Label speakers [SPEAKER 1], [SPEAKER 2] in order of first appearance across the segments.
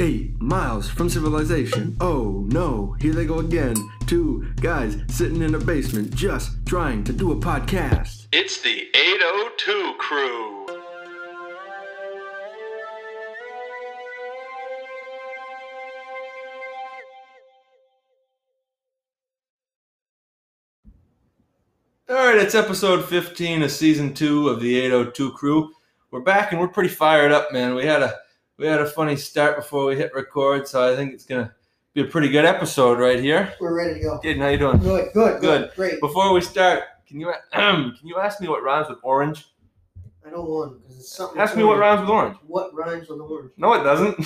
[SPEAKER 1] Eight miles from civilization. Oh no, here they go again. Two guys sitting in a basement just trying to do a podcast.
[SPEAKER 2] It's the 802 crew. All right, it's episode 15 of season 2 of the 802 crew. We're back and we're pretty fired up, man. We had a we had a funny start before we hit record, so I think it's going to be a pretty good episode right here.
[SPEAKER 3] We're ready to go.
[SPEAKER 2] Jaden, how you doing?
[SPEAKER 3] Good, good, good,
[SPEAKER 2] Good.
[SPEAKER 3] great.
[SPEAKER 2] Before we start, can you can you ask me what rhymes with orange?
[SPEAKER 3] I know one because it's something.
[SPEAKER 2] Ask me what
[SPEAKER 3] orange.
[SPEAKER 2] rhymes with orange.
[SPEAKER 3] What rhymes with orange?
[SPEAKER 2] No, it doesn't.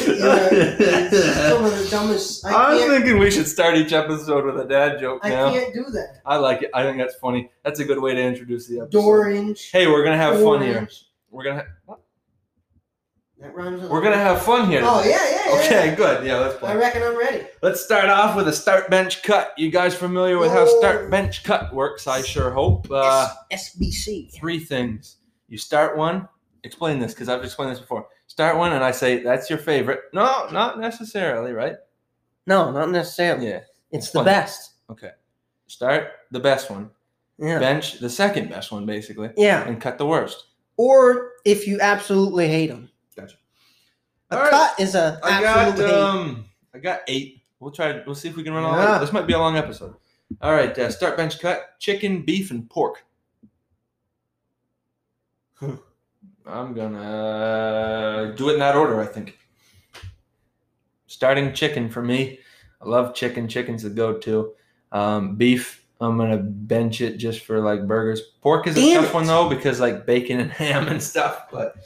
[SPEAKER 3] Yeah, it's some of the dumbest. I
[SPEAKER 2] I was
[SPEAKER 3] can't.
[SPEAKER 2] thinking we should start each episode with a dad joke
[SPEAKER 3] I
[SPEAKER 2] now.
[SPEAKER 3] can't do that.
[SPEAKER 2] I like it. I think that's funny. That's a good way to introduce the episode.
[SPEAKER 3] Dorange.
[SPEAKER 2] Hey, we're gonna have fun here.
[SPEAKER 3] orange.
[SPEAKER 2] We're gonna ha- what?
[SPEAKER 3] That rhymes with.
[SPEAKER 2] we're gonna have fun here.
[SPEAKER 3] Oh yeah,
[SPEAKER 2] today.
[SPEAKER 3] yeah, yeah.
[SPEAKER 2] Okay, good. Yeah, that's
[SPEAKER 3] I
[SPEAKER 2] fun.
[SPEAKER 3] reckon I'm ready.
[SPEAKER 2] Let's start off with a start bench cut. You guys familiar with how
[SPEAKER 3] Oh.
[SPEAKER 2] start bench cut works? I sure hope. Uh,
[SPEAKER 3] S- SBC.
[SPEAKER 2] three things. You start one. Explain this because I've explained this before. Start one, and I say that's your favorite. No, not necessarily, right?
[SPEAKER 4] No, not necessarily.
[SPEAKER 2] Yeah.
[SPEAKER 4] It's the
[SPEAKER 2] Fun.
[SPEAKER 4] best.
[SPEAKER 2] Okay. Start the best one.
[SPEAKER 4] Yeah.
[SPEAKER 2] Bench the second best one, basically,
[SPEAKER 4] Yeah.
[SPEAKER 2] and cut the worst.
[SPEAKER 4] Or if you absolutely hate them.
[SPEAKER 2] Gotcha.
[SPEAKER 4] A
[SPEAKER 2] All right.
[SPEAKER 4] cut is a
[SPEAKER 2] I got
[SPEAKER 4] absolute hate.
[SPEAKER 2] um, I got eight. We'll try. We'll see if we can run all
[SPEAKER 4] Yeah.
[SPEAKER 2] eight. This might be a long episode. All right. Uh, start bench cut chicken, beef, and pork. I'm gonna do it in that order. I think. Starting chicken for me. I love chicken. Chicken's the go-to. Um, beef. I'm gonna bench it just for like burgers. Pork is a
[SPEAKER 4] Damn
[SPEAKER 2] tough
[SPEAKER 4] it.
[SPEAKER 2] one though because like bacon and ham and stuff. But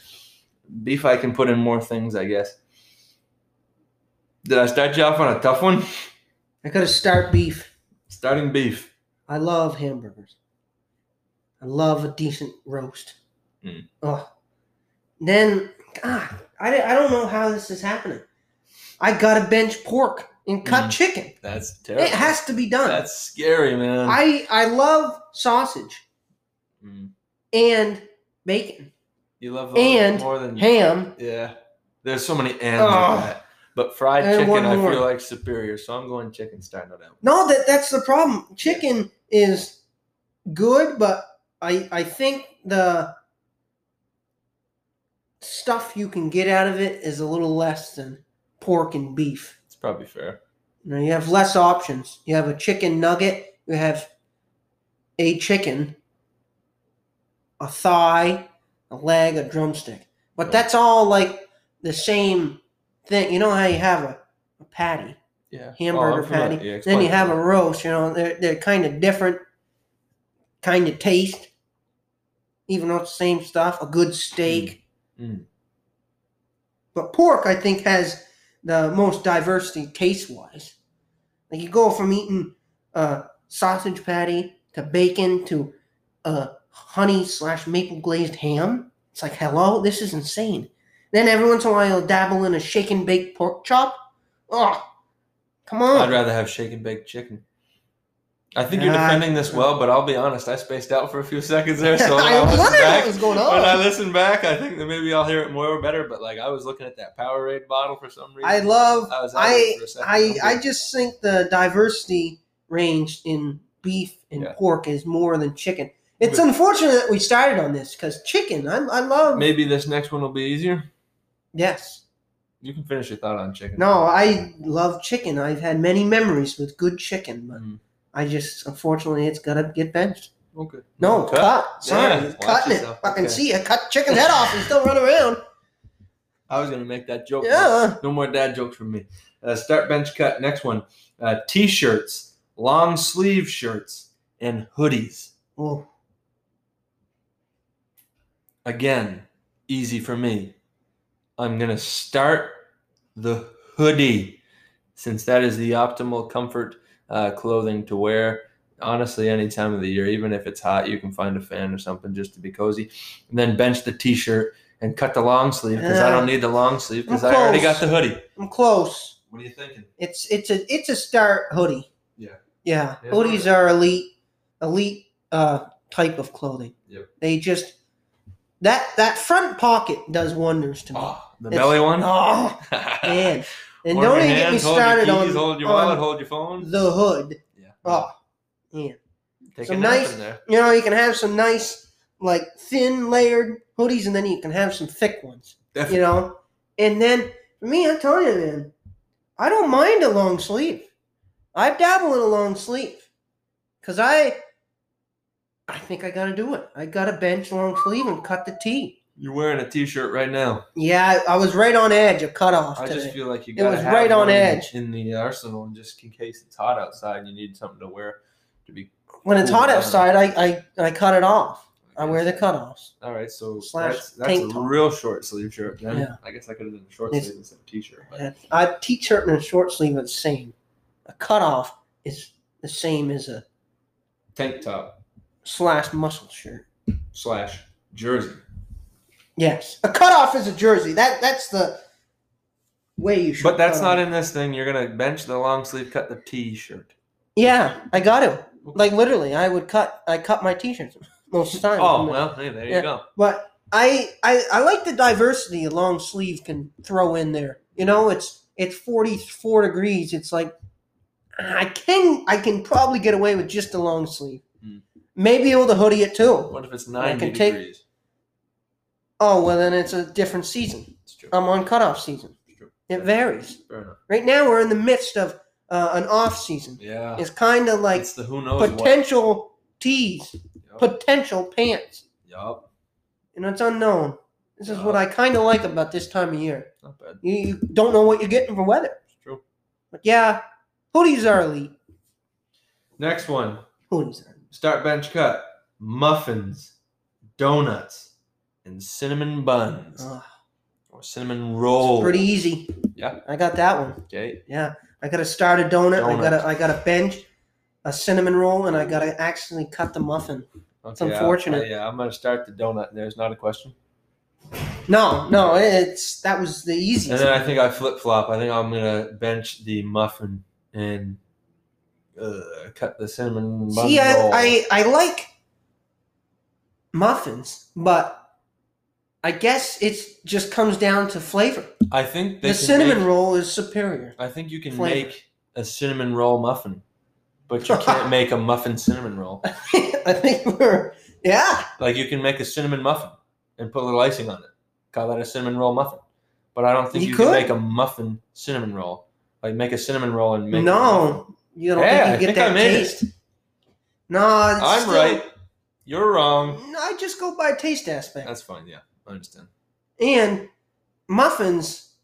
[SPEAKER 2] beef, I can put in more things, I guess. Did I start you off on a tough one?
[SPEAKER 4] I gotta start beef.
[SPEAKER 2] Starting beef.
[SPEAKER 4] I love hamburgers. I love a decent roast.
[SPEAKER 2] Mm.
[SPEAKER 4] Oh. Then ah, I, di- I don't know how this is happening. I gotta bench pork and cut
[SPEAKER 2] Mm.
[SPEAKER 4] chicken.
[SPEAKER 2] That's terrible.
[SPEAKER 4] It has to be done.
[SPEAKER 2] That's scary, man.
[SPEAKER 4] I I love sausage
[SPEAKER 2] Mm.
[SPEAKER 4] and bacon,
[SPEAKER 2] You love those
[SPEAKER 4] And
[SPEAKER 2] more than
[SPEAKER 4] ham.
[SPEAKER 2] yeah. There's so many ands
[SPEAKER 4] Ugh.
[SPEAKER 2] with that. But fried
[SPEAKER 4] And
[SPEAKER 2] chicken,
[SPEAKER 4] one
[SPEAKER 2] I
[SPEAKER 4] more.
[SPEAKER 2] feel like superior, so I'm going chicken starting it out.
[SPEAKER 4] No, that that's the problem. Chicken is good, but I I think the stuff you can get out of it is a little less than pork and beef.
[SPEAKER 2] It's probably fair.
[SPEAKER 4] You know, you have less options. You have a chicken nugget, you have a chicken, a thigh, a leg, a drumstick. But that's all like the same thing. You know how you have a, a patty
[SPEAKER 2] Yeah.
[SPEAKER 4] hamburger
[SPEAKER 2] Oh, I'm familiar.
[SPEAKER 4] patty.
[SPEAKER 2] Yeah,
[SPEAKER 4] then
[SPEAKER 2] explain
[SPEAKER 4] you
[SPEAKER 2] that.
[SPEAKER 4] have a roast. You know, they're they're kind of different, kind of taste, even though it's the same stuff. A good steak,
[SPEAKER 2] Mm.
[SPEAKER 4] but pork, I think, has the most diversity taste wise. Like you go from eating uh, sausage patty to bacon to uh, honey slash maple glazed ham. It's like, hello, this is insane. Then every once in a while, you'll dabble in a shake and bake pork chop. Oh, come on.
[SPEAKER 2] I'd rather have shake and baked chicken. I think you're
[SPEAKER 4] Nah.
[SPEAKER 2] defending this well, but I'll be honest, I spaced out for a few seconds there. So when
[SPEAKER 4] I was
[SPEAKER 2] listened
[SPEAKER 4] wondering
[SPEAKER 2] back-
[SPEAKER 4] what was going
[SPEAKER 2] when I
[SPEAKER 4] on.
[SPEAKER 2] listen back, I think that maybe I'll hear it more or better. But like, I was looking at that Powerade bottle for some reason.
[SPEAKER 4] I love.
[SPEAKER 2] was out of it
[SPEAKER 4] I
[SPEAKER 2] for a second.
[SPEAKER 4] I
[SPEAKER 2] I'm
[SPEAKER 4] I
[SPEAKER 2] good.
[SPEAKER 4] just think the diversity range in beef and
[SPEAKER 2] Yeah.
[SPEAKER 4] pork is more than chicken. It's
[SPEAKER 2] But-
[SPEAKER 4] unfortunate that we started on this because chicken. I I love.
[SPEAKER 2] maybe this next one will be easier.
[SPEAKER 4] Yes.
[SPEAKER 2] You can finish your thought on chicken.
[SPEAKER 4] No, I love chicken. I've had many memories with good chicken, but
[SPEAKER 2] Mm.
[SPEAKER 4] I just unfortunately it's gotta get benched.
[SPEAKER 2] Okay.
[SPEAKER 4] No,
[SPEAKER 2] Cut.
[SPEAKER 4] cut. Sorry,
[SPEAKER 2] Yeah, watch
[SPEAKER 4] cutting it.
[SPEAKER 2] yourself.
[SPEAKER 4] Fucking
[SPEAKER 2] Okay.
[SPEAKER 4] see, I cut chicken's head off and still run around.
[SPEAKER 2] I was gonna make that joke. but
[SPEAKER 4] Yeah.
[SPEAKER 2] No more dad jokes from me. Uh, start bench cut. Next one. Uh, t-shirts, long sleeve shirts, and hoodies.
[SPEAKER 4] Well,
[SPEAKER 2] Again, easy for me. I'm gonna start the hoodie, since that is the optimal comfort uh, clothing to wear. Honestly, any time of the year, even if it's hot, you can find a fan or something just to be cozy. And then bench the t-shirt and cut the long sleeve because I
[SPEAKER 4] Yeah.
[SPEAKER 2] don't need the long sleeve because
[SPEAKER 4] I'm
[SPEAKER 2] I already
[SPEAKER 4] close.
[SPEAKER 2] got the hoodie.
[SPEAKER 4] I'm close.
[SPEAKER 2] What are you thinking?
[SPEAKER 4] It's it's a it's a start hoodie.
[SPEAKER 2] Yeah.
[SPEAKER 4] Yeah.
[SPEAKER 2] Yeah.
[SPEAKER 4] Hoodies are elite elite uh type of clothing.
[SPEAKER 2] Yep.
[SPEAKER 4] They just That that front pocket does wonders to me.
[SPEAKER 2] Oh, the
[SPEAKER 4] It's-
[SPEAKER 2] belly one. Ah.
[SPEAKER 4] Oh, man. And don't even get me started
[SPEAKER 2] hold your keys,
[SPEAKER 4] on,
[SPEAKER 2] hold your
[SPEAKER 4] on
[SPEAKER 2] wallet, hold your phone.
[SPEAKER 4] the hood.
[SPEAKER 2] Yeah.
[SPEAKER 4] Oh,
[SPEAKER 2] Take a
[SPEAKER 4] some
[SPEAKER 2] nap
[SPEAKER 4] nice-
[SPEAKER 2] in there.
[SPEAKER 4] you know, you can have some nice, like thin layered hoodies, and then you can have some thick ones. You
[SPEAKER 2] Definitely.
[SPEAKER 4] know, and then for me, I'm telling you, man, I don't mind a long sleeve. I dabble in a long sleeve because I, I think I gotta do it. I gotta bench long sleeve and cut the T.
[SPEAKER 2] You're wearing a t-shirt right now.
[SPEAKER 4] Yeah, I, I was right on edge of cutoff
[SPEAKER 2] I
[SPEAKER 4] today.
[SPEAKER 2] just feel like you
[SPEAKER 4] It
[SPEAKER 2] got
[SPEAKER 4] was right on edge.
[SPEAKER 2] in the arsenal, and just in case it's hot outside, and you need something to wear to be.
[SPEAKER 4] when it's
[SPEAKER 2] cool
[SPEAKER 4] hot
[SPEAKER 2] down.
[SPEAKER 4] outside, I, I I cut it off. I wear the cutoffs.
[SPEAKER 2] All right, so
[SPEAKER 4] Slash
[SPEAKER 2] that's, that's a
[SPEAKER 4] tank top.
[SPEAKER 2] real short sleeve shirt. Then
[SPEAKER 4] Yeah.
[SPEAKER 2] I guess I could have done a short
[SPEAKER 4] It's-
[SPEAKER 2] sleeve instead of t-shirt. But
[SPEAKER 4] And I t-shirt and a short sleeve are the same. A cutoff is the same as a
[SPEAKER 2] tank top
[SPEAKER 4] slash muscle shirt.
[SPEAKER 2] slash jersey.
[SPEAKER 4] Yes, a cutoff is a jersey. That that's the way you should.
[SPEAKER 2] But that's not
[SPEAKER 4] it.
[SPEAKER 2] in this thing. You're gonna bench the long sleeve, cut the t-shirt.
[SPEAKER 4] Yeah, I got to. Like literally, I would cut. I cut my t-shirts most of the time.
[SPEAKER 2] Oh well, hey, there you
[SPEAKER 4] Yeah.
[SPEAKER 2] go.
[SPEAKER 4] But I, I I like the diversity a long sleeve can throw in there. You know, it's it's 44 degrees. It's like I can I can probably get away with just a long sleeve.
[SPEAKER 2] Hmm.
[SPEAKER 4] Maybe able to hoodie it too.
[SPEAKER 2] What if it's ninety
[SPEAKER 4] can take-
[SPEAKER 2] degrees?
[SPEAKER 4] Oh well, then it's a different season.
[SPEAKER 2] It's true.
[SPEAKER 4] I'm on cutoff season.
[SPEAKER 2] It's true.
[SPEAKER 4] It varies.
[SPEAKER 2] Fair enough.
[SPEAKER 4] Right now we're in the midst of uh, an off season.
[SPEAKER 2] Yeah.
[SPEAKER 4] It's kind of like
[SPEAKER 2] it's the who knows
[SPEAKER 4] potential tees,
[SPEAKER 2] what. Yup.
[SPEAKER 4] potential pants,
[SPEAKER 2] Yup.
[SPEAKER 4] and it's unknown. This is what I kind of like about this time of year.
[SPEAKER 2] Not bad.
[SPEAKER 4] You, you don't know what you're getting for weather.
[SPEAKER 2] It's true.
[SPEAKER 4] But yeah, hoodies are elite.
[SPEAKER 2] Next one.
[SPEAKER 4] Hoodies are. elite.
[SPEAKER 2] Start bench cut. Muffins, donuts, and cinnamon buns
[SPEAKER 4] Ugh,
[SPEAKER 2] or cinnamon
[SPEAKER 4] it's
[SPEAKER 2] rolls.
[SPEAKER 4] pretty easy.
[SPEAKER 2] Yeah.
[SPEAKER 4] I got that one.
[SPEAKER 2] Okay.
[SPEAKER 4] Yeah, I gotta start a donut. I
[SPEAKER 2] Donut.
[SPEAKER 4] gotta I gotta bench a cinnamon roll, and I gotta actually cut the muffin.
[SPEAKER 2] It's
[SPEAKER 4] unfortunate.
[SPEAKER 2] yeah, uh, I'm gonna start the donut. There's not a question.
[SPEAKER 4] No, no, it's that was the
[SPEAKER 2] And
[SPEAKER 4] easiest.
[SPEAKER 2] then I think I flip flop. I think I'm gonna bench the muffin and uh, cut the cinnamon bun
[SPEAKER 4] See,
[SPEAKER 2] roll.
[SPEAKER 4] I, I I like muffins, but I guess it's just comes down to flavor.
[SPEAKER 2] I think they
[SPEAKER 4] the
[SPEAKER 2] can
[SPEAKER 4] cinnamon
[SPEAKER 2] make-
[SPEAKER 4] roll is superior.
[SPEAKER 2] I think you can
[SPEAKER 4] flavor.
[SPEAKER 2] make a cinnamon roll muffin, but you can't make a muffin cinnamon roll.
[SPEAKER 4] I think we're yeah.
[SPEAKER 2] Like you can make a cinnamon muffin and put a little icing on it. Call that a cinnamon roll muffin. But I don't think you,
[SPEAKER 4] You
[SPEAKER 2] can
[SPEAKER 4] could.
[SPEAKER 2] make a muffin cinnamon roll. Like make a cinnamon roll and make it a muffin.
[SPEAKER 4] No, you don't
[SPEAKER 2] Yeah, I
[SPEAKER 4] think you
[SPEAKER 2] think
[SPEAKER 4] get
[SPEAKER 2] I
[SPEAKER 4] that
[SPEAKER 2] made it.
[SPEAKER 4] taste. No, it's
[SPEAKER 2] I'm
[SPEAKER 4] still-
[SPEAKER 2] right. You're wrong.
[SPEAKER 4] No, I just go by taste aspect.
[SPEAKER 2] That's fine. Yeah, I understand.
[SPEAKER 4] and muffins.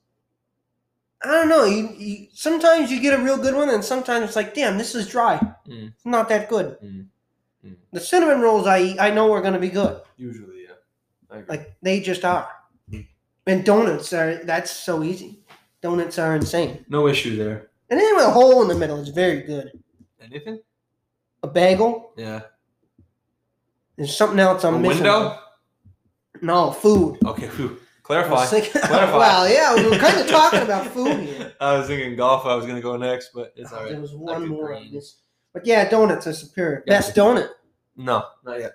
[SPEAKER 4] I don't know. You, you sometimes you get a real good one, and sometimes it's like, damn, this is dry.
[SPEAKER 2] Mm.
[SPEAKER 4] It's not that good.
[SPEAKER 2] Mm. Mm.
[SPEAKER 4] The cinnamon rolls I eat, I know are going to be good.
[SPEAKER 2] Usually, yeah. I agree.
[SPEAKER 4] Like they just are. And donuts are that's so easy. Donuts are insane.
[SPEAKER 2] no issue there.
[SPEAKER 4] And then with a hole in the middle is very good.
[SPEAKER 2] Anything?
[SPEAKER 4] A bagel.
[SPEAKER 2] Yeah.
[SPEAKER 4] There's something else I'm
[SPEAKER 2] a
[SPEAKER 4] missing.
[SPEAKER 2] window?
[SPEAKER 4] No food.
[SPEAKER 2] Okay. Whew.
[SPEAKER 4] I was
[SPEAKER 2] Clarify.
[SPEAKER 4] thinking-
[SPEAKER 2] Clarify.
[SPEAKER 4] well, yeah, we were kind of talking about food here.
[SPEAKER 2] I was thinking golf. I was gonna go next, but it's all right.
[SPEAKER 4] There was one
[SPEAKER 2] could
[SPEAKER 4] more
[SPEAKER 2] bring-
[SPEAKER 4] on this. But yeah, donuts are superior.
[SPEAKER 2] Yeah.
[SPEAKER 4] Best donut.
[SPEAKER 2] No, not yet.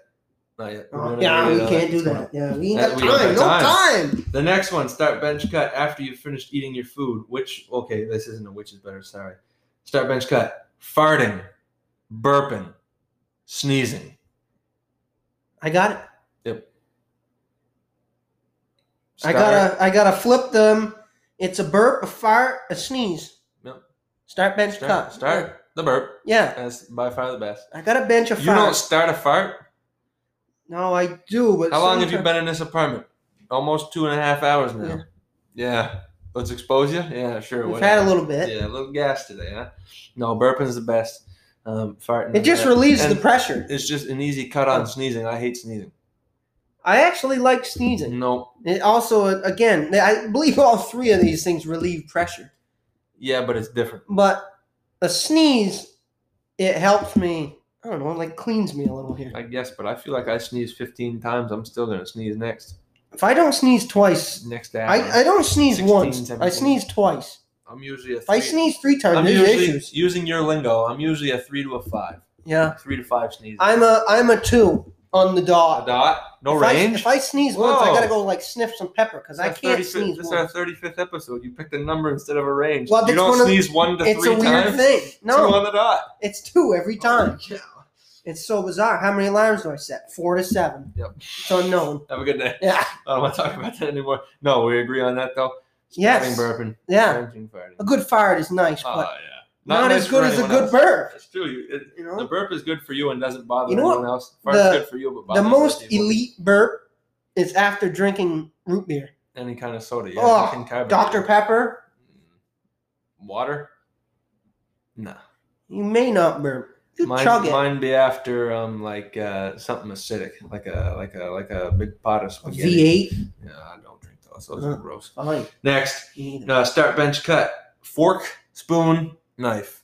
[SPEAKER 2] Not yet. We're
[SPEAKER 4] Oh,
[SPEAKER 2] gonna
[SPEAKER 4] yeah,
[SPEAKER 2] do
[SPEAKER 4] we
[SPEAKER 2] it, uh,
[SPEAKER 4] can't do
[SPEAKER 2] tomorrow.
[SPEAKER 4] that. Yeah, we ain't
[SPEAKER 2] Uh,
[SPEAKER 4] got
[SPEAKER 2] we don't
[SPEAKER 4] time. No
[SPEAKER 2] got
[SPEAKER 4] time.
[SPEAKER 2] The next one, start bench cut after you've finished eating your food. Which, okay, this isn't a which is better, sorry. Start bench cut. Farting, burping, sneezing.
[SPEAKER 4] I got it.
[SPEAKER 2] Start,
[SPEAKER 4] I gotta. I gotta flip them. It's a burp, a fart, a sneeze.
[SPEAKER 2] Yep.
[SPEAKER 4] Start bench
[SPEAKER 2] start,
[SPEAKER 4] cut.
[SPEAKER 2] start the burp.
[SPEAKER 4] Yeah,
[SPEAKER 2] That's by far the best.
[SPEAKER 4] I got a bench of
[SPEAKER 2] You don't
[SPEAKER 4] fart.
[SPEAKER 2] start a fart?
[SPEAKER 4] No, I do. But
[SPEAKER 2] How long have you
[SPEAKER 4] sometimes-
[SPEAKER 2] been in this apartment? Almost two and a half hours now. Yeah. Let's expose you? Yeah, sure.
[SPEAKER 4] We've
[SPEAKER 2] whatever.
[SPEAKER 4] had a little bit.
[SPEAKER 2] Yeah, a little gas today, huh? No, burping's the best. Um, farting.
[SPEAKER 4] It just
[SPEAKER 2] yeah.
[SPEAKER 4] relieves
[SPEAKER 2] And
[SPEAKER 4] the pressure.
[SPEAKER 2] It's just an easy cut on sneezing. I hate sneezing.
[SPEAKER 4] I actually like sneezing.
[SPEAKER 2] Nope.
[SPEAKER 4] It also, again, I believe all three of these things relieve pressure.
[SPEAKER 2] Yeah, but it's different.
[SPEAKER 4] But a sneeze, it helps me. I don't know, like cleans me a little here.
[SPEAKER 2] I guess, but I feel like I sneeze 15 times. I'm still gonna sneeze next
[SPEAKER 4] If I don't sneeze twice,
[SPEAKER 2] next hour.
[SPEAKER 4] I, I don't sneeze
[SPEAKER 2] 16,
[SPEAKER 4] once. I
[SPEAKER 2] 17.
[SPEAKER 4] sneeze twice.
[SPEAKER 2] am usually a
[SPEAKER 4] If I
[SPEAKER 2] three.
[SPEAKER 4] sneeze three times,
[SPEAKER 2] I'm
[SPEAKER 4] there's
[SPEAKER 2] usually
[SPEAKER 4] issues.
[SPEAKER 2] using your lingo. I'm usually a three to a five.
[SPEAKER 4] Yeah,
[SPEAKER 2] Three to five sneezes.
[SPEAKER 4] I'm a I'm a two on the
[SPEAKER 2] a
[SPEAKER 4] dot.
[SPEAKER 2] dot. No
[SPEAKER 4] if I,
[SPEAKER 2] range.
[SPEAKER 4] if I sneeze once, I
[SPEAKER 2] Whoa.
[SPEAKER 4] gotta go like sniff some pepper because I
[SPEAKER 2] That's
[SPEAKER 4] can't
[SPEAKER 2] 35th
[SPEAKER 4] sneeze
[SPEAKER 2] This is
[SPEAKER 4] once.
[SPEAKER 2] our thirty-fifth episode. You picked a number instead of a range.
[SPEAKER 4] Well,
[SPEAKER 2] you
[SPEAKER 4] that's
[SPEAKER 2] don't
[SPEAKER 4] one of the-
[SPEAKER 2] sneeze one to
[SPEAKER 4] It's a
[SPEAKER 2] three
[SPEAKER 4] weird
[SPEAKER 2] times.
[SPEAKER 4] thing.
[SPEAKER 2] Two
[SPEAKER 4] No,
[SPEAKER 2] on the dot.
[SPEAKER 4] it's two every time.
[SPEAKER 3] Holy cow.
[SPEAKER 4] It's so bizarre. How many alarms do I set? Four to seven.
[SPEAKER 2] Yep.
[SPEAKER 4] It's unknown.
[SPEAKER 2] Have a good day.
[SPEAKER 4] Yeah.
[SPEAKER 2] I don't want to talk about that anymore. No, we agree on that though.
[SPEAKER 4] Yes.
[SPEAKER 2] Snorting, burping,
[SPEAKER 4] Yeah.
[SPEAKER 2] Ranting, farting.
[SPEAKER 4] A good fart is nice,
[SPEAKER 2] Oh,
[SPEAKER 4] but
[SPEAKER 2] yeah.
[SPEAKER 4] not,
[SPEAKER 2] nice
[SPEAKER 4] as
[SPEAKER 2] for
[SPEAKER 4] good as a
[SPEAKER 2] anyone
[SPEAKER 4] good
[SPEAKER 2] else.
[SPEAKER 4] burp.
[SPEAKER 2] It's true. You- it-
[SPEAKER 4] You
[SPEAKER 2] the
[SPEAKER 4] know,
[SPEAKER 2] burp is good for you and doesn't bother
[SPEAKER 4] You know what?
[SPEAKER 2] anyone else. Fart's
[SPEAKER 4] The-
[SPEAKER 2] good for you, but
[SPEAKER 4] the
[SPEAKER 2] bothers
[SPEAKER 4] most
[SPEAKER 2] people.
[SPEAKER 4] elite burp is after drinking root beer,
[SPEAKER 2] any kind of soda. Yeah,
[SPEAKER 4] Oh,
[SPEAKER 2] anything carbonated.
[SPEAKER 4] Dr Pepper.
[SPEAKER 2] Mm. Water. No.
[SPEAKER 4] You may not burp. You
[SPEAKER 2] mine,
[SPEAKER 4] chug it.
[SPEAKER 2] mine be after um like uh something acidic, like a like a like a big pot of
[SPEAKER 4] A
[SPEAKER 2] spaghetti.
[SPEAKER 4] V8.
[SPEAKER 2] Yeah, I don't drink those. Those
[SPEAKER 4] Uh.
[SPEAKER 2] are gross.
[SPEAKER 4] Fine.
[SPEAKER 2] Next,
[SPEAKER 4] You need it.
[SPEAKER 2] uh, start bench cut. Fork, spoon, knife.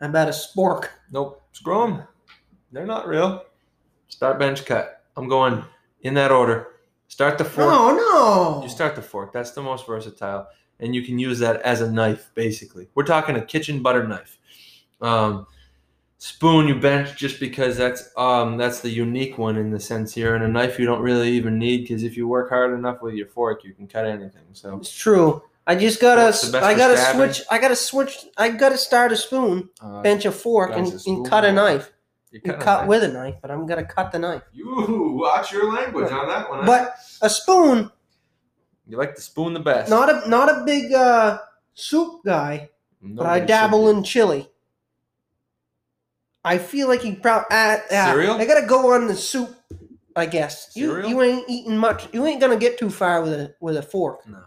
[SPEAKER 4] How about a spork?
[SPEAKER 2] Nope, screw 'em. They're not real. Start bench cut. I'm going in that order. Start the fork.
[SPEAKER 4] No, no.
[SPEAKER 2] You start the fork. That's the most versatile, and you can use that as a knife. Basically, we're talking a kitchen butter knife. Um, spoon you bench just because that's um, that's the unique one in the sense here, and a knife you don't really even need because if you work hard enough with your fork, you can cut anything. So
[SPEAKER 4] It's true. I just gotta.
[SPEAKER 2] What's the best
[SPEAKER 4] I
[SPEAKER 2] for
[SPEAKER 4] gotta
[SPEAKER 2] stabbing?
[SPEAKER 4] switch. I gotta switch. I gotta start a spoon,
[SPEAKER 2] uh,
[SPEAKER 4] bench a fork, and,
[SPEAKER 2] guys, a
[SPEAKER 4] and
[SPEAKER 2] spoon
[SPEAKER 4] cut a
[SPEAKER 2] or-
[SPEAKER 4] knife.
[SPEAKER 2] you
[SPEAKER 4] You
[SPEAKER 2] cut, a
[SPEAKER 4] cut
[SPEAKER 2] knife.
[SPEAKER 4] with a knife, but I'm gonna cut the knife.
[SPEAKER 2] You watch your language on that one. huh?
[SPEAKER 4] But a spoon,
[SPEAKER 2] you like the spoon the best.
[SPEAKER 4] not a not a big uh, soup guy, but I
[SPEAKER 2] Nobody should
[SPEAKER 4] dabble
[SPEAKER 2] be.
[SPEAKER 4] in chili. I feel like you probably uh,
[SPEAKER 2] Cereal?
[SPEAKER 4] I gotta go on the soup. I guess you
[SPEAKER 2] Cereal?
[SPEAKER 4] you ain't eating much. You ain't gonna get too far with a with a fork.
[SPEAKER 2] No.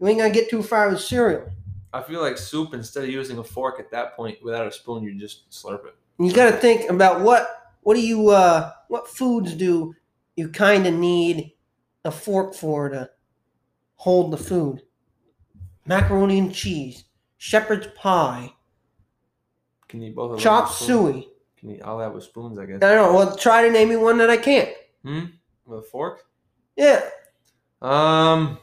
[SPEAKER 4] You ain't gonna get too far with cereal.
[SPEAKER 2] I feel like soup instead of using a fork at that point without a spoon, you just slurp it.
[SPEAKER 4] You got to think about what what do you uh what foods do you kind of need a fork for to hold the food? Macaroni and cheese, shepherd's pie,
[SPEAKER 2] Can you both of those
[SPEAKER 4] chop
[SPEAKER 2] with spoons?
[SPEAKER 4] suey.
[SPEAKER 2] Can you all that with spoons, I
[SPEAKER 4] I
[SPEAKER 2] guess.
[SPEAKER 4] don't know. Well, try to name me one that I can't.
[SPEAKER 2] With a fork?
[SPEAKER 4] Yeah,
[SPEAKER 2] Um,